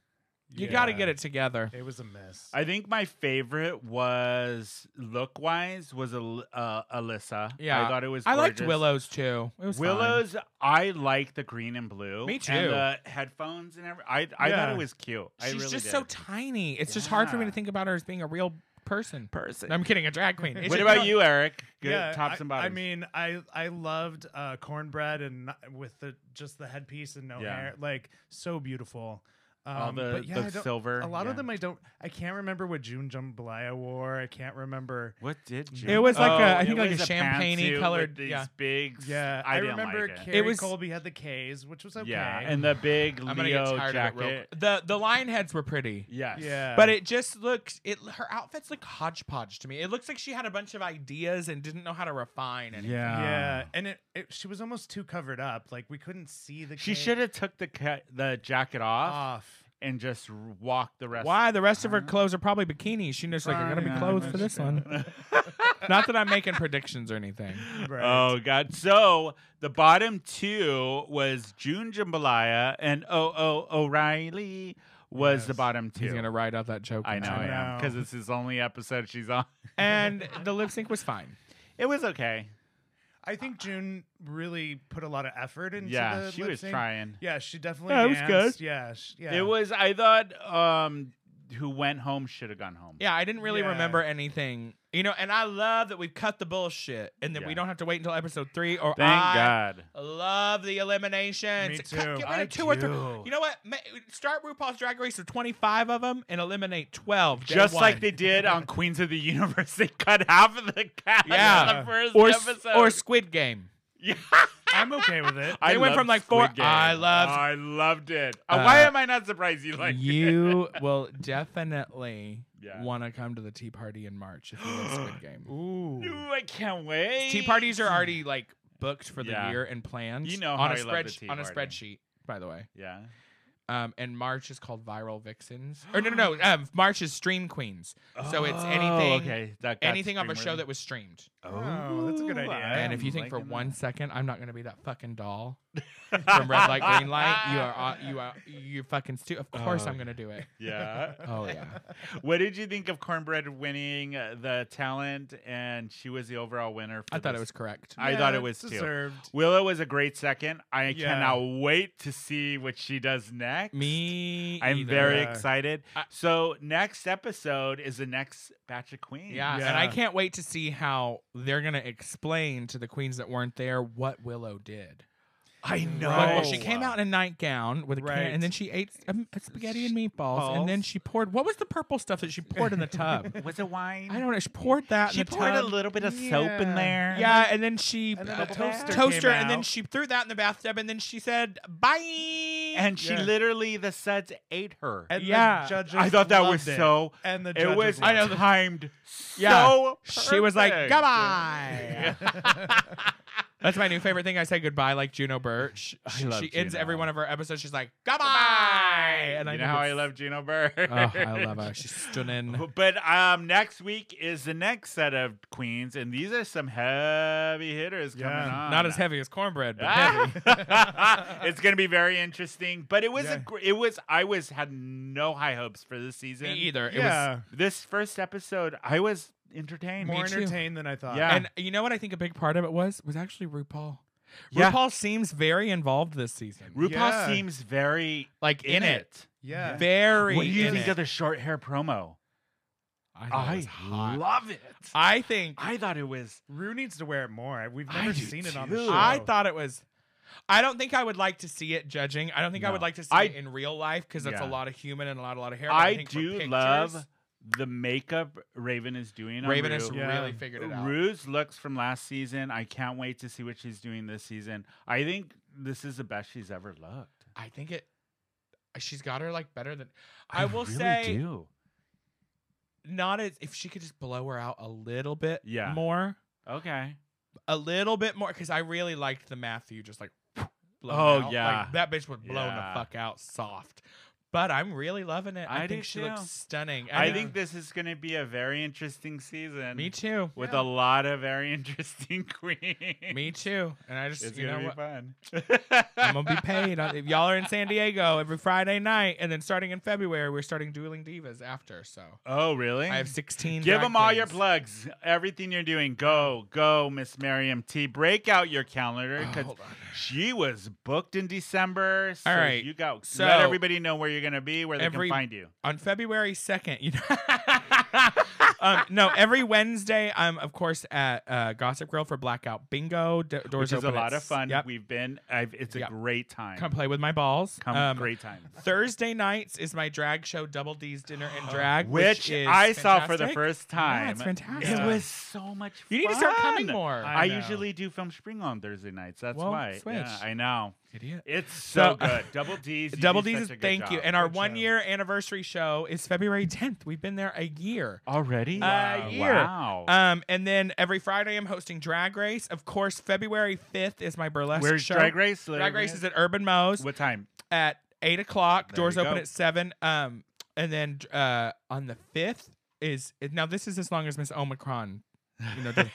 [SPEAKER 3] You got to
[SPEAKER 2] Yeah.
[SPEAKER 3] get it together.
[SPEAKER 2] It was a mess.
[SPEAKER 1] I think my favorite was look-wise was Al- uh, Alyssa.
[SPEAKER 3] Yeah.
[SPEAKER 1] I thought it was.
[SPEAKER 3] I liked
[SPEAKER 1] gorgeous.
[SPEAKER 3] Willows too. It was fine.
[SPEAKER 1] Willows, I like the green and blue.
[SPEAKER 3] Me
[SPEAKER 1] And
[SPEAKER 3] too.
[SPEAKER 1] the headphones and everything. I, I
[SPEAKER 2] Yeah.
[SPEAKER 1] thought it was cute. I
[SPEAKER 3] She's
[SPEAKER 1] really
[SPEAKER 3] just
[SPEAKER 1] did.
[SPEAKER 3] so tiny. It's just hard for me
[SPEAKER 1] Yeah.
[SPEAKER 3] to think about her as being a real person.
[SPEAKER 1] person.
[SPEAKER 3] No, I'm kidding, a drag queen. It's
[SPEAKER 1] what
[SPEAKER 3] just-
[SPEAKER 1] about
[SPEAKER 3] no,
[SPEAKER 1] you, Eric? Good
[SPEAKER 2] Yeah,
[SPEAKER 1] tops
[SPEAKER 2] I,
[SPEAKER 1] and bottoms.
[SPEAKER 2] I mean, I I loved uh, cornbread and not- with the just the headpiece and no
[SPEAKER 1] Yeah.
[SPEAKER 2] hair, like so beautiful. Um,
[SPEAKER 1] all the,
[SPEAKER 2] but yeah, I
[SPEAKER 1] the
[SPEAKER 2] don't-
[SPEAKER 1] silver.
[SPEAKER 2] A lot
[SPEAKER 1] yeah.
[SPEAKER 2] of them I don't. I can't remember what June Jambalaya wore. I can't remember.
[SPEAKER 1] What did you?
[SPEAKER 3] It was like
[SPEAKER 1] oh,
[SPEAKER 3] a- I
[SPEAKER 1] it
[SPEAKER 3] think like a
[SPEAKER 1] was
[SPEAKER 3] champagne-y
[SPEAKER 1] pantsuit with
[SPEAKER 3] colored-
[SPEAKER 1] These
[SPEAKER 3] yeah.
[SPEAKER 1] big. s-
[SPEAKER 2] Yeah,
[SPEAKER 1] I, didn't
[SPEAKER 2] remember
[SPEAKER 1] Like it.
[SPEAKER 2] Carrie
[SPEAKER 3] was-
[SPEAKER 2] Colby had the K's, which was okay.
[SPEAKER 1] Yeah, and the big
[SPEAKER 3] I'm gonna get
[SPEAKER 1] Leo
[SPEAKER 3] tired of it real
[SPEAKER 1] jacket.
[SPEAKER 3] quick. The the lion heads were pretty.
[SPEAKER 1] Yes.
[SPEAKER 2] yeah,
[SPEAKER 3] But it just looks it her outfits look hodgepodge to me. It looks like she had a bunch of ideas and didn't know how to refine anything.
[SPEAKER 2] yeah,
[SPEAKER 1] um,
[SPEAKER 2] and it, it she was almost too covered up. Like we couldn't see the.
[SPEAKER 1] She
[SPEAKER 2] K
[SPEAKER 1] should have took the ca- the jacket off
[SPEAKER 2] off.
[SPEAKER 1] and just r- walked the rest.
[SPEAKER 3] Why? The rest of her
[SPEAKER 1] Uh-huh.
[SPEAKER 3] clothes are probably bikinis. She knows like I gotta be
[SPEAKER 2] Probably,
[SPEAKER 3] clothes
[SPEAKER 2] yeah,
[SPEAKER 3] for this one. Not that I'm making predictions or anything.
[SPEAKER 2] Right.
[SPEAKER 1] Oh God! So the bottom two was June Jambalaya and Oh Oh O'Reilly was the
[SPEAKER 2] Yes.
[SPEAKER 1] bottom two.
[SPEAKER 3] He's gonna write out that joke.
[SPEAKER 1] I know I
[SPEAKER 3] tonight.
[SPEAKER 1] am
[SPEAKER 2] know.
[SPEAKER 1] because it's his only episode she's on.
[SPEAKER 3] And the lip sync was fine.
[SPEAKER 1] It was okay.
[SPEAKER 2] I think June really put a lot of effort into.
[SPEAKER 1] yeah,
[SPEAKER 2] the
[SPEAKER 1] she
[SPEAKER 2] lip
[SPEAKER 1] was
[SPEAKER 2] sync.
[SPEAKER 1] trying.
[SPEAKER 2] Yeah, she definitely.
[SPEAKER 1] Yeah, it was
[SPEAKER 2] danced.
[SPEAKER 1] good.
[SPEAKER 2] Yeah, sh- yeah.
[SPEAKER 1] It was. I thought um, who went home should have gone home.
[SPEAKER 3] Yeah, I didn't really
[SPEAKER 2] Yeah.
[SPEAKER 3] remember anything. You know, and I love that we've cut the bullshit and that we
[SPEAKER 1] Yeah.
[SPEAKER 3] don't have to wait until episode three or
[SPEAKER 1] Thank
[SPEAKER 3] I
[SPEAKER 1] God.
[SPEAKER 3] Love the eliminations.
[SPEAKER 2] Me
[SPEAKER 3] Cut-
[SPEAKER 2] too.
[SPEAKER 3] Get rid of
[SPEAKER 1] I
[SPEAKER 3] two or three.
[SPEAKER 1] do.
[SPEAKER 3] You know what? Ma- Start RuPaul's Drag Race with 25 of them and eliminate 12. day
[SPEAKER 1] Just like
[SPEAKER 3] one.
[SPEAKER 1] they did on Queens of the Universe, they cut half of the cast
[SPEAKER 3] Yeah.
[SPEAKER 1] on the first
[SPEAKER 3] or, s-
[SPEAKER 1] episode.
[SPEAKER 3] or Squid Game.
[SPEAKER 1] yeah.
[SPEAKER 2] I'm okay with it.
[SPEAKER 1] I
[SPEAKER 3] They went
[SPEAKER 1] loved
[SPEAKER 3] from, like, four-
[SPEAKER 1] Squid Game.
[SPEAKER 3] I loved-
[SPEAKER 1] I loved it. Uh,
[SPEAKER 3] Uh,
[SPEAKER 1] why am I not surprised you liked it?
[SPEAKER 3] you will definitely
[SPEAKER 1] Yeah.
[SPEAKER 3] want to come to the tea party in March if you win Squid Game.
[SPEAKER 2] Ooh.
[SPEAKER 1] Ooh, I can't wait.
[SPEAKER 3] Tea parties are already like booked for the
[SPEAKER 1] Yeah.
[SPEAKER 3] year and planned.
[SPEAKER 1] You know
[SPEAKER 3] on
[SPEAKER 1] how
[SPEAKER 3] a
[SPEAKER 1] I love the
[SPEAKER 3] spreadsheet
[SPEAKER 1] tea
[SPEAKER 3] on a
[SPEAKER 1] party.
[SPEAKER 3] spreadsheet, by the way.
[SPEAKER 1] Yeah.
[SPEAKER 3] Um, and March is called Viral Vixens. Or no, no, no. Um, March is Stream Queens. So it's
[SPEAKER 1] Oh,
[SPEAKER 3] anything,
[SPEAKER 1] Okay. That got
[SPEAKER 3] anything of a show
[SPEAKER 1] streamed.
[SPEAKER 3] that was streamed.
[SPEAKER 2] Oh, that's a good
[SPEAKER 1] Ooh,
[SPEAKER 2] idea.
[SPEAKER 1] I
[SPEAKER 3] And if
[SPEAKER 1] am
[SPEAKER 3] you think for
[SPEAKER 1] liking
[SPEAKER 3] one second I'm not gonna be that fucking doll from Red Light Green Light, you are uh, you are you fucking stupid. Of course
[SPEAKER 1] Oh,
[SPEAKER 3] I'm gonna do it.
[SPEAKER 1] Yeah.
[SPEAKER 3] Oh yeah.
[SPEAKER 1] What did you think of Cornbread winning uh, the talent, and she was the overall winner? For
[SPEAKER 3] I thought it
[SPEAKER 1] this?
[SPEAKER 3] was correct.
[SPEAKER 1] I thought it was too.
[SPEAKER 2] deserved.
[SPEAKER 1] Willow was a great second. I
[SPEAKER 2] Yeah.
[SPEAKER 1] cannot wait to see what she does next.
[SPEAKER 3] Me.
[SPEAKER 1] I'm
[SPEAKER 3] either.
[SPEAKER 1] very
[SPEAKER 2] Yeah.
[SPEAKER 1] excited.
[SPEAKER 3] I-
[SPEAKER 1] so next episode is the next batch of queens.
[SPEAKER 3] Yeah, and I
[SPEAKER 2] Yeah.
[SPEAKER 3] can't wait to see how they're gonna explain to the queens that weren't there what Willow did.
[SPEAKER 1] I know.
[SPEAKER 3] Like, well,
[SPEAKER 2] No.
[SPEAKER 3] she came out in a nightgown with a can,
[SPEAKER 2] Right.
[SPEAKER 3] and then she ate um, spaghetti and meatballs, and then
[SPEAKER 1] Balls.
[SPEAKER 3] she poured. What was the purple stuff that she poured in the tub?
[SPEAKER 1] Was it wine?
[SPEAKER 3] I don't know. She poured that.
[SPEAKER 1] She
[SPEAKER 3] in the
[SPEAKER 1] poured
[SPEAKER 3] tub.
[SPEAKER 1] a little bit of soap in
[SPEAKER 2] Yeah.
[SPEAKER 1] there.
[SPEAKER 3] Yeah, and then she
[SPEAKER 2] And then
[SPEAKER 3] uh,
[SPEAKER 2] the toaster
[SPEAKER 3] Uh-huh. toaster,
[SPEAKER 2] came
[SPEAKER 3] and then
[SPEAKER 2] out.
[SPEAKER 3] she threw that in the bathtub, and then she said bye.
[SPEAKER 1] And she
[SPEAKER 2] Yeah.
[SPEAKER 1] literally, the suds ate her.
[SPEAKER 2] And
[SPEAKER 3] Yeah.
[SPEAKER 2] the judges
[SPEAKER 1] I thought that was
[SPEAKER 2] loved it.
[SPEAKER 1] so.
[SPEAKER 2] And the
[SPEAKER 1] It
[SPEAKER 2] judges
[SPEAKER 1] was
[SPEAKER 2] loved it.
[SPEAKER 1] timed
[SPEAKER 3] Yeah.
[SPEAKER 1] so
[SPEAKER 3] she was like
[SPEAKER 1] perfect.
[SPEAKER 3] goodbye. That's my new favorite thing. I say goodbye like Juno Birch. She,
[SPEAKER 1] love
[SPEAKER 3] she ends
[SPEAKER 1] Juno.
[SPEAKER 3] every one of her episodes. She's like goodbye, and
[SPEAKER 1] you
[SPEAKER 3] I
[SPEAKER 1] know how I
[SPEAKER 3] it's-
[SPEAKER 1] love Gino Bird.
[SPEAKER 3] Oh, I love her. She's stunning.
[SPEAKER 1] But um, next week is the next set of queens, and these are some heavy hitters coming
[SPEAKER 2] Yeah.
[SPEAKER 1] on.
[SPEAKER 3] Not as heavy as cornbread, but heavy.
[SPEAKER 1] Ah! it's gonna be very interesting. But it was
[SPEAKER 2] Yeah.
[SPEAKER 1] a gr- it was I was had no high hopes for this season
[SPEAKER 3] Me either. It was,
[SPEAKER 2] Yeah.
[SPEAKER 1] This first episode, I was entertained.
[SPEAKER 2] More
[SPEAKER 3] too.
[SPEAKER 2] entertained than I thought.
[SPEAKER 1] Yeah.
[SPEAKER 3] and you know what? I think a big part of it was was actually RuPaul.
[SPEAKER 1] Yeah.
[SPEAKER 3] RuPaul seems very involved this season.
[SPEAKER 1] RuPaul
[SPEAKER 2] Yeah.
[SPEAKER 1] seems very
[SPEAKER 3] like in,
[SPEAKER 1] in,
[SPEAKER 3] it.
[SPEAKER 1] it.
[SPEAKER 2] Yeah.
[SPEAKER 3] Very.
[SPEAKER 1] What do you
[SPEAKER 3] in
[SPEAKER 1] think
[SPEAKER 3] it.
[SPEAKER 1] of the short hair promo?
[SPEAKER 3] I, thought it was
[SPEAKER 1] I
[SPEAKER 3] hot.
[SPEAKER 1] love it.
[SPEAKER 3] I think
[SPEAKER 1] I thought it was
[SPEAKER 2] Rue needs to wear it more. We've
[SPEAKER 1] I
[SPEAKER 2] never
[SPEAKER 1] do
[SPEAKER 2] seen it on the
[SPEAKER 1] too.
[SPEAKER 2] show.
[SPEAKER 3] I thought it was. I don't think I would like to see it judging. I don't think I would
[SPEAKER 1] No.
[SPEAKER 3] like to see
[SPEAKER 1] I-
[SPEAKER 3] it in real life because that's a
[SPEAKER 1] Yeah.
[SPEAKER 3] lot of human and a lot, a lot of hair. but
[SPEAKER 1] I,
[SPEAKER 3] think for
[SPEAKER 1] do
[SPEAKER 3] pictures,
[SPEAKER 1] love the makeup Raven is doing on
[SPEAKER 3] Raven
[SPEAKER 1] Rue.
[SPEAKER 3] has
[SPEAKER 2] Yeah.
[SPEAKER 3] really figured it out.
[SPEAKER 1] Rue's Uh, looks from last season. I can't wait to see what she's doing this season. I think this is the best she's ever looked.
[SPEAKER 3] I think it. She's got her like better than. I, will say
[SPEAKER 1] do.
[SPEAKER 3] not as if she could just blow her out a little bit.
[SPEAKER 1] Yeah.
[SPEAKER 3] More.
[SPEAKER 1] Okay.
[SPEAKER 3] A little bit more because I really liked the Matthew just like blown
[SPEAKER 1] Oh,
[SPEAKER 3] out. Like,
[SPEAKER 1] yeah.
[SPEAKER 3] that bitch was blown
[SPEAKER 1] Yeah.
[SPEAKER 3] the fuck out soft. But I'm really loving it. I,
[SPEAKER 1] I do
[SPEAKER 3] think she looks
[SPEAKER 1] too.
[SPEAKER 3] stunning.
[SPEAKER 1] I
[SPEAKER 3] And uh,
[SPEAKER 1] think this is going to be a very interesting season.
[SPEAKER 3] me too.
[SPEAKER 1] With
[SPEAKER 2] Yeah.
[SPEAKER 1] a lot of very interesting queens.
[SPEAKER 3] Me too. And I just
[SPEAKER 1] It's
[SPEAKER 3] you know
[SPEAKER 1] going to be
[SPEAKER 3] what?
[SPEAKER 1] fun.
[SPEAKER 3] I'm gonna be paid. Uh, If y'all are in San Diego every Friday night, and then starting in February, we're starting Dueling Divas after. So
[SPEAKER 1] oh, really?
[SPEAKER 3] I have 16.
[SPEAKER 1] Give
[SPEAKER 3] drag
[SPEAKER 1] them all your
[SPEAKER 3] queens.
[SPEAKER 1] plugs. Everything you're doing. Go, go, Miss Miriam T. Break out your calendar
[SPEAKER 3] Oh,
[SPEAKER 1] because
[SPEAKER 3] hold on.
[SPEAKER 1] she was booked in December. So
[SPEAKER 3] All right.
[SPEAKER 1] You got
[SPEAKER 3] So-
[SPEAKER 1] let everybody know where you're going to be, where they
[SPEAKER 3] Every-
[SPEAKER 1] can find you.
[SPEAKER 3] on February 2nd, you know. um, no, every Wednesday, I'm, of course, at uh, Gossip Girl for Blackout Bingo. D- doors
[SPEAKER 1] Which is a
[SPEAKER 3] open at
[SPEAKER 1] lot of
[SPEAKER 3] s-
[SPEAKER 1] fun.
[SPEAKER 3] Yep.
[SPEAKER 1] We've been. I've, it's a
[SPEAKER 3] Yep.
[SPEAKER 1] great time.
[SPEAKER 3] Come play with my balls.
[SPEAKER 1] Come,
[SPEAKER 3] Um,
[SPEAKER 1] great time.
[SPEAKER 3] Thursday nights is my drag show, Double D's Dinner and Drag,
[SPEAKER 1] Which,
[SPEAKER 3] which, is
[SPEAKER 1] I saw for the
[SPEAKER 3] fantastic.
[SPEAKER 1] first time.
[SPEAKER 3] Yeah, it's fantastic.
[SPEAKER 1] It
[SPEAKER 2] Yeah.
[SPEAKER 1] was so much fun.
[SPEAKER 3] You need to start coming more.
[SPEAKER 1] I,
[SPEAKER 2] know.
[SPEAKER 1] usually do film spring on Thursday nights. That's
[SPEAKER 3] Well,
[SPEAKER 1] why. Yeah,
[SPEAKER 3] switch.
[SPEAKER 1] I know.
[SPEAKER 3] Idiot.
[SPEAKER 1] It's so,
[SPEAKER 3] So-
[SPEAKER 1] good. Double D's. you
[SPEAKER 3] Double
[SPEAKER 1] do
[SPEAKER 3] D's,
[SPEAKER 1] such a good
[SPEAKER 3] thank you.
[SPEAKER 1] job.
[SPEAKER 3] And our
[SPEAKER 2] Good
[SPEAKER 3] one
[SPEAKER 2] job.
[SPEAKER 3] year anniversary show is February 10th. We've been there a year.
[SPEAKER 1] already
[SPEAKER 3] a year.
[SPEAKER 1] Wow.
[SPEAKER 3] Um, and then every Friday, I'm hosting Drag Race. Of course, February 5th is my burlesque
[SPEAKER 1] Where's
[SPEAKER 3] show.
[SPEAKER 1] Drag Race?
[SPEAKER 3] Drag Race is at Urban Mo's
[SPEAKER 1] What time?
[SPEAKER 3] at eight o'clock.
[SPEAKER 1] There
[SPEAKER 3] Doors
[SPEAKER 1] you
[SPEAKER 3] open
[SPEAKER 1] go.
[SPEAKER 3] at seven. Um, and then uh, on the fifth is now this is as long as Miss Omicron. You know, does-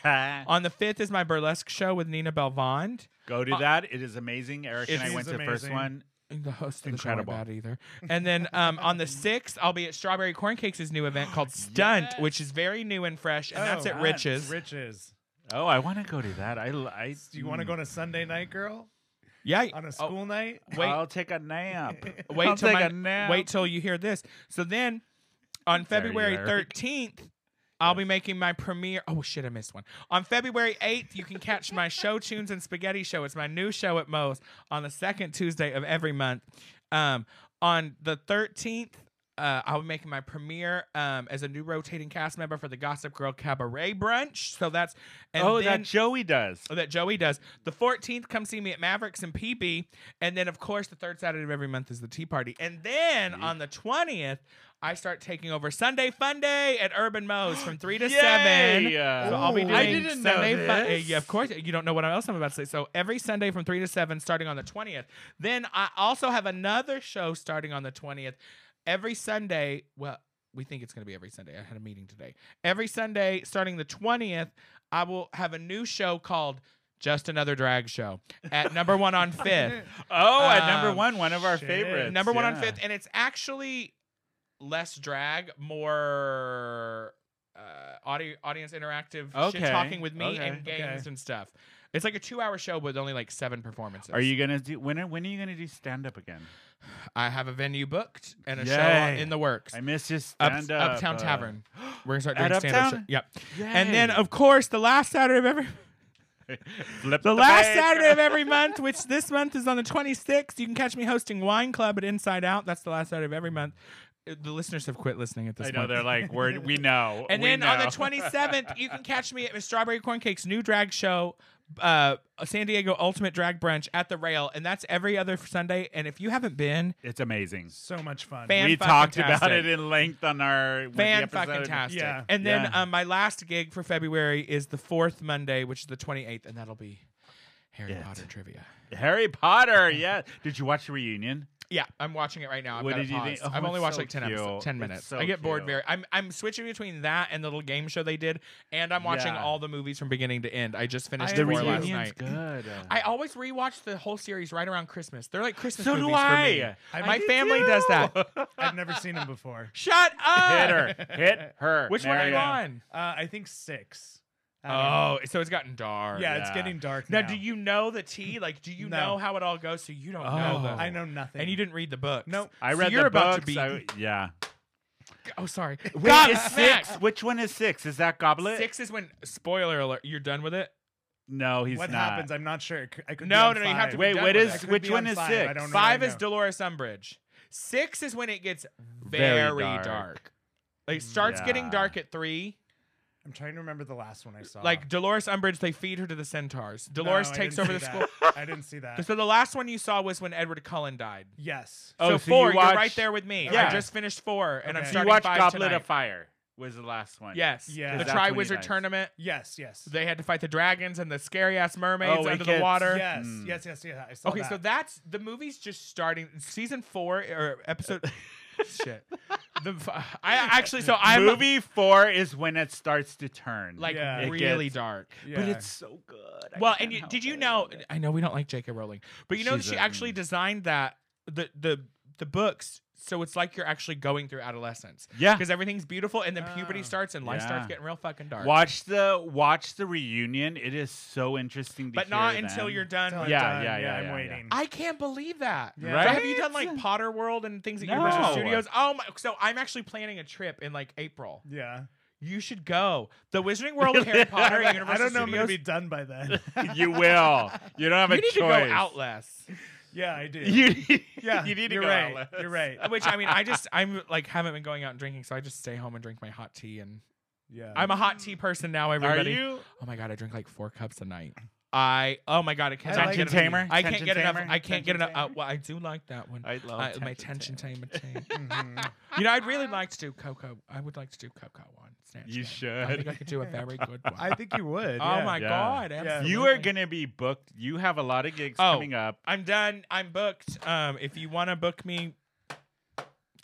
[SPEAKER 3] on the fifth is my burlesque show with Nina Belvond.
[SPEAKER 1] Go to
[SPEAKER 3] Uh,
[SPEAKER 1] that. It is amazing. Eric and I
[SPEAKER 3] it's
[SPEAKER 1] went to the first
[SPEAKER 2] amazing.
[SPEAKER 1] one.
[SPEAKER 3] And the host of the
[SPEAKER 1] Incredible.
[SPEAKER 3] show ain't bad either. And then um, on the sixth, I'll be at Strawberry Corn Cakes' new event called Stunt, which is very new and fresh, and that's
[SPEAKER 2] Oh,
[SPEAKER 3] at
[SPEAKER 1] nice.
[SPEAKER 3] Rich's.
[SPEAKER 2] Riches.
[SPEAKER 1] Oh, I want to go to that. I, l- I mm,
[SPEAKER 2] Do you want to go on a Sunday night, girl?
[SPEAKER 3] Yeah,
[SPEAKER 2] On a
[SPEAKER 3] oh,
[SPEAKER 2] school night?
[SPEAKER 3] wait,
[SPEAKER 1] I'll take a nap.
[SPEAKER 3] wait
[SPEAKER 1] I'll
[SPEAKER 3] till
[SPEAKER 1] take
[SPEAKER 3] my-
[SPEAKER 1] a nap.
[SPEAKER 3] wait till you hear this. So then on
[SPEAKER 1] Sorry,
[SPEAKER 3] February
[SPEAKER 1] Eric.
[SPEAKER 3] 13th, I'll be making my premiere. Oh shit, I missed one. On February 8th, you can catch my show tunes and spaghetti show. It's my new show at Moe's on the second Tuesday of every month. Um, on the 13th, uh, I'll be making my premiere um, as a new rotating cast member for the Gossip Girl Cabaret Brunch. So that's and
[SPEAKER 1] oh,
[SPEAKER 3] then,
[SPEAKER 1] that Joey does.
[SPEAKER 3] Oh, that Joey does. The 14th, come see me at Mavericks and PB. And then, of course, the third Saturday of every month is the tea party. And then on the 20th, I start taking over Sunday Fun Day at Urban Mo's from 3 to 7.
[SPEAKER 1] Yay!
[SPEAKER 3] So I'll be
[SPEAKER 1] Ooh.
[SPEAKER 3] doing
[SPEAKER 1] I didn't know
[SPEAKER 3] Sunday Fun-
[SPEAKER 1] this.
[SPEAKER 3] yeah, of course. You don't know what else I'm about to say. So every Sunday from 3 to 7, starting on the 20th. Then I also have another show starting on the 20th. Every Sunday, well, we think it's going to be every Sunday. I had a meeting today. Every Sunday, starting the 20th, I will have a new show called Just Another Drag Show at number one on Fifth.
[SPEAKER 1] Oh, at number
[SPEAKER 3] Um,
[SPEAKER 1] one, one of our
[SPEAKER 2] shit.
[SPEAKER 1] favorites.
[SPEAKER 3] number one on
[SPEAKER 1] yeah.
[SPEAKER 3] Fifth. And it's actually less drag, more uh, audio, audience interactive, shit
[SPEAKER 1] Okay,
[SPEAKER 3] talking with me
[SPEAKER 1] okay,
[SPEAKER 3] and games
[SPEAKER 2] okay.
[SPEAKER 3] and stuff. It's like a two hour show with only like seven performances.
[SPEAKER 1] Are you gonna do when? Are, when are you gonna do stand up again?
[SPEAKER 3] I have a venue booked and a show
[SPEAKER 1] Yay.
[SPEAKER 3] in the works.
[SPEAKER 1] I miss just
[SPEAKER 3] Up-
[SPEAKER 1] stand up.
[SPEAKER 3] Uptown
[SPEAKER 1] uh,
[SPEAKER 3] Tavern. We're gonna start
[SPEAKER 1] At
[SPEAKER 3] doing stand-up.
[SPEAKER 1] Uptown?
[SPEAKER 3] show- Yep. And then, of course, the last Saturday of every
[SPEAKER 1] Flip
[SPEAKER 3] the last
[SPEAKER 1] page.
[SPEAKER 3] Saturday of every month, which this month is on the 26th. You can catch me hosting Wine Club at Inside Out. That's the last Saturday of every month. Uh, The listeners have quit listening at this
[SPEAKER 1] I know
[SPEAKER 3] point.
[SPEAKER 1] they're like, we're, we know.
[SPEAKER 3] and
[SPEAKER 1] we
[SPEAKER 3] then on the
[SPEAKER 1] know.
[SPEAKER 3] 27th, you can catch me at Miss Strawberry Corncake's new drag show, uh, San Diego Ultimate Drag Brunch at the Rail, and that's every other Sunday. And if you haven't been,
[SPEAKER 1] It's amazing.
[SPEAKER 2] So much fun.
[SPEAKER 3] Fan-
[SPEAKER 1] we talked about
[SPEAKER 3] fucking-tastic.
[SPEAKER 1] it in length on our with the
[SPEAKER 3] fan
[SPEAKER 1] episode.
[SPEAKER 3] fucking tastic.
[SPEAKER 2] Yeah.
[SPEAKER 3] And then
[SPEAKER 1] Yeah.
[SPEAKER 3] um, my last gig for February is the fourth Monday, which is the 28th, and that'll be Harry
[SPEAKER 1] It.
[SPEAKER 3] Potter trivia.
[SPEAKER 1] Harry Potter. Yeah. Did you watch the reunion?
[SPEAKER 3] Yeah, I'm watching it right now. I've
[SPEAKER 1] What
[SPEAKER 3] got it
[SPEAKER 1] did you think?
[SPEAKER 3] paused.
[SPEAKER 1] Oh,
[SPEAKER 3] I've only
[SPEAKER 1] it's
[SPEAKER 3] watched
[SPEAKER 1] so
[SPEAKER 3] like 10
[SPEAKER 1] cute.
[SPEAKER 3] episodes, 10
[SPEAKER 1] It's
[SPEAKER 3] minutes.
[SPEAKER 1] so
[SPEAKER 3] I get bored
[SPEAKER 1] cute.
[SPEAKER 3] very. I'm I'm switching between that and the little game show they did, and I'm watching
[SPEAKER 1] Yeah.
[SPEAKER 3] all the movies from beginning to end. I just finished
[SPEAKER 2] I
[SPEAKER 1] The
[SPEAKER 3] four
[SPEAKER 2] am too.
[SPEAKER 3] last
[SPEAKER 1] reunion's
[SPEAKER 3] night.
[SPEAKER 1] good.
[SPEAKER 3] I always rewatch the whole series right around Christmas. They're like Christmas
[SPEAKER 1] so
[SPEAKER 3] movies
[SPEAKER 1] do
[SPEAKER 3] for me.
[SPEAKER 1] I.
[SPEAKER 2] I
[SPEAKER 3] My
[SPEAKER 2] do
[SPEAKER 3] family does that.
[SPEAKER 2] I've never seen him before.
[SPEAKER 3] Shut up.
[SPEAKER 1] Hit her. Hit her.
[SPEAKER 3] Which one are you
[SPEAKER 1] Marianne.
[SPEAKER 3] on?
[SPEAKER 2] Uh, I think six. I don't know.
[SPEAKER 3] Oh, so it's gotten dark.
[SPEAKER 2] yeah, it's
[SPEAKER 1] yeah.
[SPEAKER 2] getting dark now.
[SPEAKER 3] Now, do you know the tea? Like, do you
[SPEAKER 2] No.
[SPEAKER 3] know how it all goes? So you don't know.
[SPEAKER 1] Oh.
[SPEAKER 3] though.
[SPEAKER 2] I know nothing.
[SPEAKER 3] And you didn't read the books.
[SPEAKER 2] Nope.
[SPEAKER 1] I
[SPEAKER 3] So
[SPEAKER 1] read
[SPEAKER 3] you're
[SPEAKER 1] the
[SPEAKER 3] about
[SPEAKER 1] books.
[SPEAKER 3] to be.
[SPEAKER 1] I- yeah.
[SPEAKER 3] oh, sorry.
[SPEAKER 1] Wait,
[SPEAKER 3] God,
[SPEAKER 1] is
[SPEAKER 3] smack.
[SPEAKER 1] six? Which one is six? Is that Goblet?
[SPEAKER 3] Six is when. Spoiler alert. You're done with it.
[SPEAKER 1] No, he's
[SPEAKER 2] What
[SPEAKER 1] not.
[SPEAKER 2] happens? I'm not sure. It c- I could be
[SPEAKER 3] No,
[SPEAKER 2] on
[SPEAKER 3] no, no, you have
[SPEAKER 2] five.
[SPEAKER 3] to be
[SPEAKER 1] Wait,
[SPEAKER 3] done
[SPEAKER 1] what
[SPEAKER 3] with
[SPEAKER 1] is?
[SPEAKER 3] it. I
[SPEAKER 2] could
[SPEAKER 1] Which
[SPEAKER 2] be
[SPEAKER 1] one
[SPEAKER 2] on
[SPEAKER 1] is
[SPEAKER 2] five.
[SPEAKER 1] six?
[SPEAKER 2] I don't know.
[SPEAKER 3] Five is
[SPEAKER 2] now.
[SPEAKER 3] Dolores Umbridge. Six is when it gets
[SPEAKER 1] Very
[SPEAKER 3] very,
[SPEAKER 1] dark.
[SPEAKER 3] dark. Like it starts
[SPEAKER 1] Yeah.
[SPEAKER 3] getting dark at three.
[SPEAKER 2] I'm trying to remember the last one I saw.
[SPEAKER 3] Like Dolores Umbridge, they feed her to the centaurs. Dolores
[SPEAKER 2] No, I
[SPEAKER 3] takes
[SPEAKER 2] didn't
[SPEAKER 3] over the
[SPEAKER 2] see
[SPEAKER 3] school.
[SPEAKER 2] that. I didn't see
[SPEAKER 1] Uh.
[SPEAKER 2] that.
[SPEAKER 3] So the last one you saw was when Edward Cullen died.
[SPEAKER 2] Yes.
[SPEAKER 1] Oh,
[SPEAKER 3] so,
[SPEAKER 1] so you
[SPEAKER 3] four, are
[SPEAKER 1] watched-
[SPEAKER 3] right there with me.
[SPEAKER 1] Yeah.
[SPEAKER 3] I just finished four, and I'm
[SPEAKER 2] Okay.
[SPEAKER 1] So you
[SPEAKER 3] starting
[SPEAKER 1] watch
[SPEAKER 3] five
[SPEAKER 1] Goblet
[SPEAKER 3] tonight.
[SPEAKER 1] of Fire, was the last one.
[SPEAKER 3] Yes.
[SPEAKER 2] Yeah.
[SPEAKER 3] The
[SPEAKER 2] That's
[SPEAKER 3] Tri
[SPEAKER 1] when he
[SPEAKER 3] Wizard
[SPEAKER 1] dies.
[SPEAKER 3] tournament.
[SPEAKER 2] Yes, yes.
[SPEAKER 3] They had to fight the dragons and the scary ass mermaids
[SPEAKER 1] Oh, it
[SPEAKER 3] under the
[SPEAKER 1] gets-
[SPEAKER 3] water.
[SPEAKER 2] yes,
[SPEAKER 1] Mm.
[SPEAKER 2] yes, yes, yeah. I saw
[SPEAKER 3] Hmm. Okay,
[SPEAKER 2] that.
[SPEAKER 3] so that's the movie's just starting. Season four or episode. shit. The f- I actually so I'm
[SPEAKER 1] movie four is when it starts to turn.
[SPEAKER 3] like
[SPEAKER 2] Yeah. It
[SPEAKER 3] really
[SPEAKER 1] gets-
[SPEAKER 3] dark.
[SPEAKER 1] but
[SPEAKER 2] Yeah.
[SPEAKER 1] it's so good. I
[SPEAKER 3] Well,
[SPEAKER 1] can't
[SPEAKER 3] and you,
[SPEAKER 1] help
[SPEAKER 3] did
[SPEAKER 1] it.
[SPEAKER 3] you
[SPEAKER 1] I
[SPEAKER 3] know?
[SPEAKER 1] love it.
[SPEAKER 3] I know we don't like J.K. Rowling, but you know that
[SPEAKER 1] She's
[SPEAKER 3] she
[SPEAKER 1] a-
[SPEAKER 3] actually
[SPEAKER 1] mm.
[SPEAKER 3] designed that the the the books so it's like you're actually going through adolescence
[SPEAKER 1] Yeah.
[SPEAKER 3] because everything's beautiful and then puberty
[SPEAKER 2] Ah.
[SPEAKER 3] starts and life starts
[SPEAKER 1] Ah. Yeah.
[SPEAKER 3] getting real fucking dark.
[SPEAKER 1] Watch the watch the reunion. It is so interesting. To
[SPEAKER 3] But not
[SPEAKER 1] hear
[SPEAKER 3] until
[SPEAKER 1] them.
[SPEAKER 3] you're done.
[SPEAKER 2] Until
[SPEAKER 3] with
[SPEAKER 2] I'm
[SPEAKER 1] Yeah,
[SPEAKER 2] done.
[SPEAKER 1] yeah, yeah,
[SPEAKER 2] I'm
[SPEAKER 1] yeah, yeah.
[SPEAKER 2] waiting.
[SPEAKER 3] I can't believe that.
[SPEAKER 2] Yeah.
[SPEAKER 3] So have you
[SPEAKER 1] Right?
[SPEAKER 3] done like Potter World and things at
[SPEAKER 1] No.
[SPEAKER 3] Universal Studios? Oh my! So I'm actually planning a trip in like April.
[SPEAKER 2] yeah.
[SPEAKER 3] You should go. The Wizarding World of Harry Potter
[SPEAKER 1] I
[SPEAKER 3] at Universal
[SPEAKER 2] I don't know. I'm
[SPEAKER 3] Studios.
[SPEAKER 2] gonna be done by then.
[SPEAKER 1] you will. You don't have
[SPEAKER 3] you
[SPEAKER 1] a
[SPEAKER 3] need
[SPEAKER 1] choice.
[SPEAKER 3] to go out less.
[SPEAKER 2] yeah, I do.
[SPEAKER 1] You need,
[SPEAKER 2] yeah,
[SPEAKER 1] you need to
[SPEAKER 2] are
[SPEAKER 1] go
[SPEAKER 2] right.
[SPEAKER 1] out.
[SPEAKER 2] You're right.
[SPEAKER 3] Which I mean, I just I'm like haven't been going out and drinking, so I just stay home and drink my hot tea. And
[SPEAKER 2] Yeah.
[SPEAKER 3] I'm a hot tea person now.
[SPEAKER 1] Are
[SPEAKER 3] Everybody.
[SPEAKER 1] you?
[SPEAKER 3] Oh my god, I drink like four cups a night. I oh my god, I can't
[SPEAKER 2] I
[SPEAKER 3] I
[SPEAKER 2] like
[SPEAKER 1] Tension
[SPEAKER 3] can't
[SPEAKER 2] it.
[SPEAKER 1] tamer.
[SPEAKER 3] I can't
[SPEAKER 1] Tension
[SPEAKER 3] get enough.
[SPEAKER 1] tamer?
[SPEAKER 3] I can't get
[SPEAKER 1] Tension
[SPEAKER 3] enough. Uh,
[SPEAKER 1] tamer?
[SPEAKER 3] well, I do like that one.
[SPEAKER 1] I love
[SPEAKER 3] Uh, my tension
[SPEAKER 1] tension
[SPEAKER 3] tamer. tea.
[SPEAKER 2] Mhm.
[SPEAKER 3] You know, I'd really like to do Coco. I would like to do Coco on Snatch
[SPEAKER 1] You
[SPEAKER 3] Game. I think I
[SPEAKER 1] should.
[SPEAKER 3] could do a very good one.
[SPEAKER 2] I think you would.
[SPEAKER 3] oh
[SPEAKER 2] yeah.
[SPEAKER 3] my
[SPEAKER 1] Yeah.
[SPEAKER 3] god!
[SPEAKER 2] Yeah.
[SPEAKER 1] You are
[SPEAKER 3] absolutely.
[SPEAKER 1] gonna be booked. You have a lot of gigs
[SPEAKER 3] Oh.
[SPEAKER 1] coming up.
[SPEAKER 3] I'm done. I'm booked. Um, if you want to book me,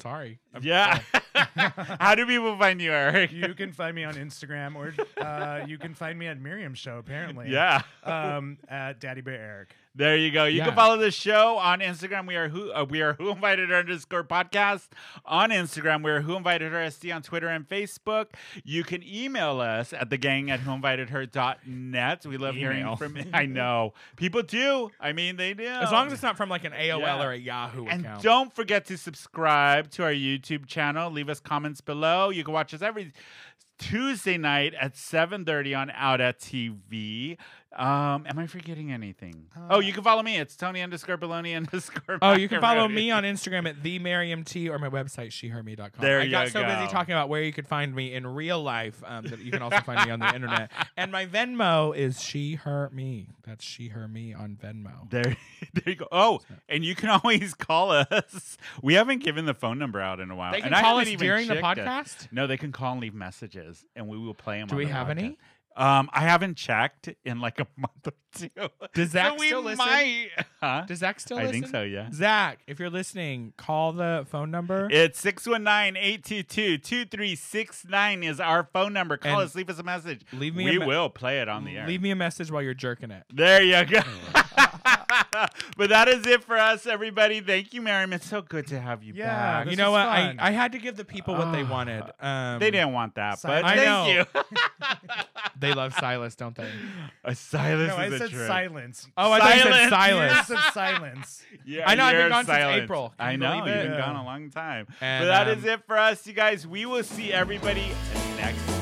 [SPEAKER 3] sorry. I'm
[SPEAKER 1] Yeah.
[SPEAKER 3] sorry.
[SPEAKER 1] How do people find you, Eric?
[SPEAKER 2] You can find me on Instagram or uh, you can find me at Miriam's show apparently.
[SPEAKER 1] yeah.
[SPEAKER 2] Um, at Daddy Bear Eric.
[SPEAKER 1] There you go. You
[SPEAKER 3] Yeah.
[SPEAKER 1] can follow the show on Instagram. We are who uh, we are who invited her underscore podcast on Instagram. We are who invited her SD on Twitter and Facebook. You can email us at the gang at who invited her dot net. We love
[SPEAKER 3] Email.
[SPEAKER 1] hearing from. I know people do. I mean, they do.
[SPEAKER 3] As long as it's not from like an AOL
[SPEAKER 1] Yeah.
[SPEAKER 3] or a Yahoo
[SPEAKER 1] and
[SPEAKER 3] account.
[SPEAKER 1] don't forget to subscribe to our YouTube channel. Leave us comments below. You can watch us every Tuesday night at 7:30 on Out at TV. Um, am I forgetting anything? oh, you can follow me. It's Tony underscore Baloney underscore.
[SPEAKER 3] Uh, Oh, you can follow
[SPEAKER 1] Macaroni.
[SPEAKER 3] me on Instagram at the Miriam T or my website sheherme.com.
[SPEAKER 1] There
[SPEAKER 3] I
[SPEAKER 1] you
[SPEAKER 3] got so
[SPEAKER 1] go.
[SPEAKER 3] busy talking about where you could find me in real life um, that you can also find me on the internet. And my Venmo is she her me. That's she her me on Venmo.
[SPEAKER 1] There, there you go. Oh, and you can always call us. We haven't given the phone number out in a while.
[SPEAKER 3] They can
[SPEAKER 1] and I
[SPEAKER 3] call
[SPEAKER 1] haven't
[SPEAKER 3] us
[SPEAKER 1] even
[SPEAKER 3] during the
[SPEAKER 1] checked it.
[SPEAKER 3] podcast.
[SPEAKER 1] No, they can call and leave messages, and we will play them.
[SPEAKER 3] Do we have any?
[SPEAKER 1] Um, I haven't checked in like a month or two.
[SPEAKER 3] Does Zach
[SPEAKER 1] we
[SPEAKER 3] still listen?
[SPEAKER 1] might- Huh?
[SPEAKER 3] Does Zach still
[SPEAKER 1] I
[SPEAKER 3] listen?
[SPEAKER 1] think so, yeah.
[SPEAKER 3] Zach, if you're listening, call the phone number.
[SPEAKER 1] It's 619-822-2369 is our phone number. Call
[SPEAKER 3] And
[SPEAKER 1] us, leave us a message.
[SPEAKER 3] leave me a
[SPEAKER 1] We
[SPEAKER 3] me-
[SPEAKER 1] will play it on the air.
[SPEAKER 3] Leave me a message while you're jerking it.
[SPEAKER 1] there you go.
[SPEAKER 3] Oh.
[SPEAKER 1] but that is it for us, everybody. Thank you, Miriam. It's so good to have you
[SPEAKER 2] Yeah,
[SPEAKER 1] back.
[SPEAKER 2] this
[SPEAKER 3] you know
[SPEAKER 2] was
[SPEAKER 3] what? I,
[SPEAKER 2] fun.
[SPEAKER 3] I had to give the people what they
[SPEAKER 1] Ah.
[SPEAKER 3] wanted. Um,
[SPEAKER 1] They didn't want that, but
[SPEAKER 2] Silas.
[SPEAKER 3] I
[SPEAKER 1] thank you.
[SPEAKER 3] They love Silas, don't they?
[SPEAKER 1] A silence
[SPEAKER 2] No,
[SPEAKER 1] is
[SPEAKER 2] I
[SPEAKER 1] a
[SPEAKER 2] said
[SPEAKER 1] trip.
[SPEAKER 2] silence.
[SPEAKER 3] Oh, I thought you
[SPEAKER 1] Silence.
[SPEAKER 3] said Silas.
[SPEAKER 2] Years of silence.
[SPEAKER 1] Yeah,
[SPEAKER 3] I know, I've been
[SPEAKER 1] you're
[SPEAKER 3] gone since
[SPEAKER 1] silent.
[SPEAKER 3] April. Can
[SPEAKER 1] I
[SPEAKER 3] you
[SPEAKER 1] know
[SPEAKER 3] believe
[SPEAKER 1] you've
[SPEAKER 2] it?
[SPEAKER 1] been
[SPEAKER 2] Yeah.
[SPEAKER 1] gone a long time.
[SPEAKER 3] And,
[SPEAKER 1] but that
[SPEAKER 3] um,
[SPEAKER 1] is it for us, you guys. We will see everybody next time.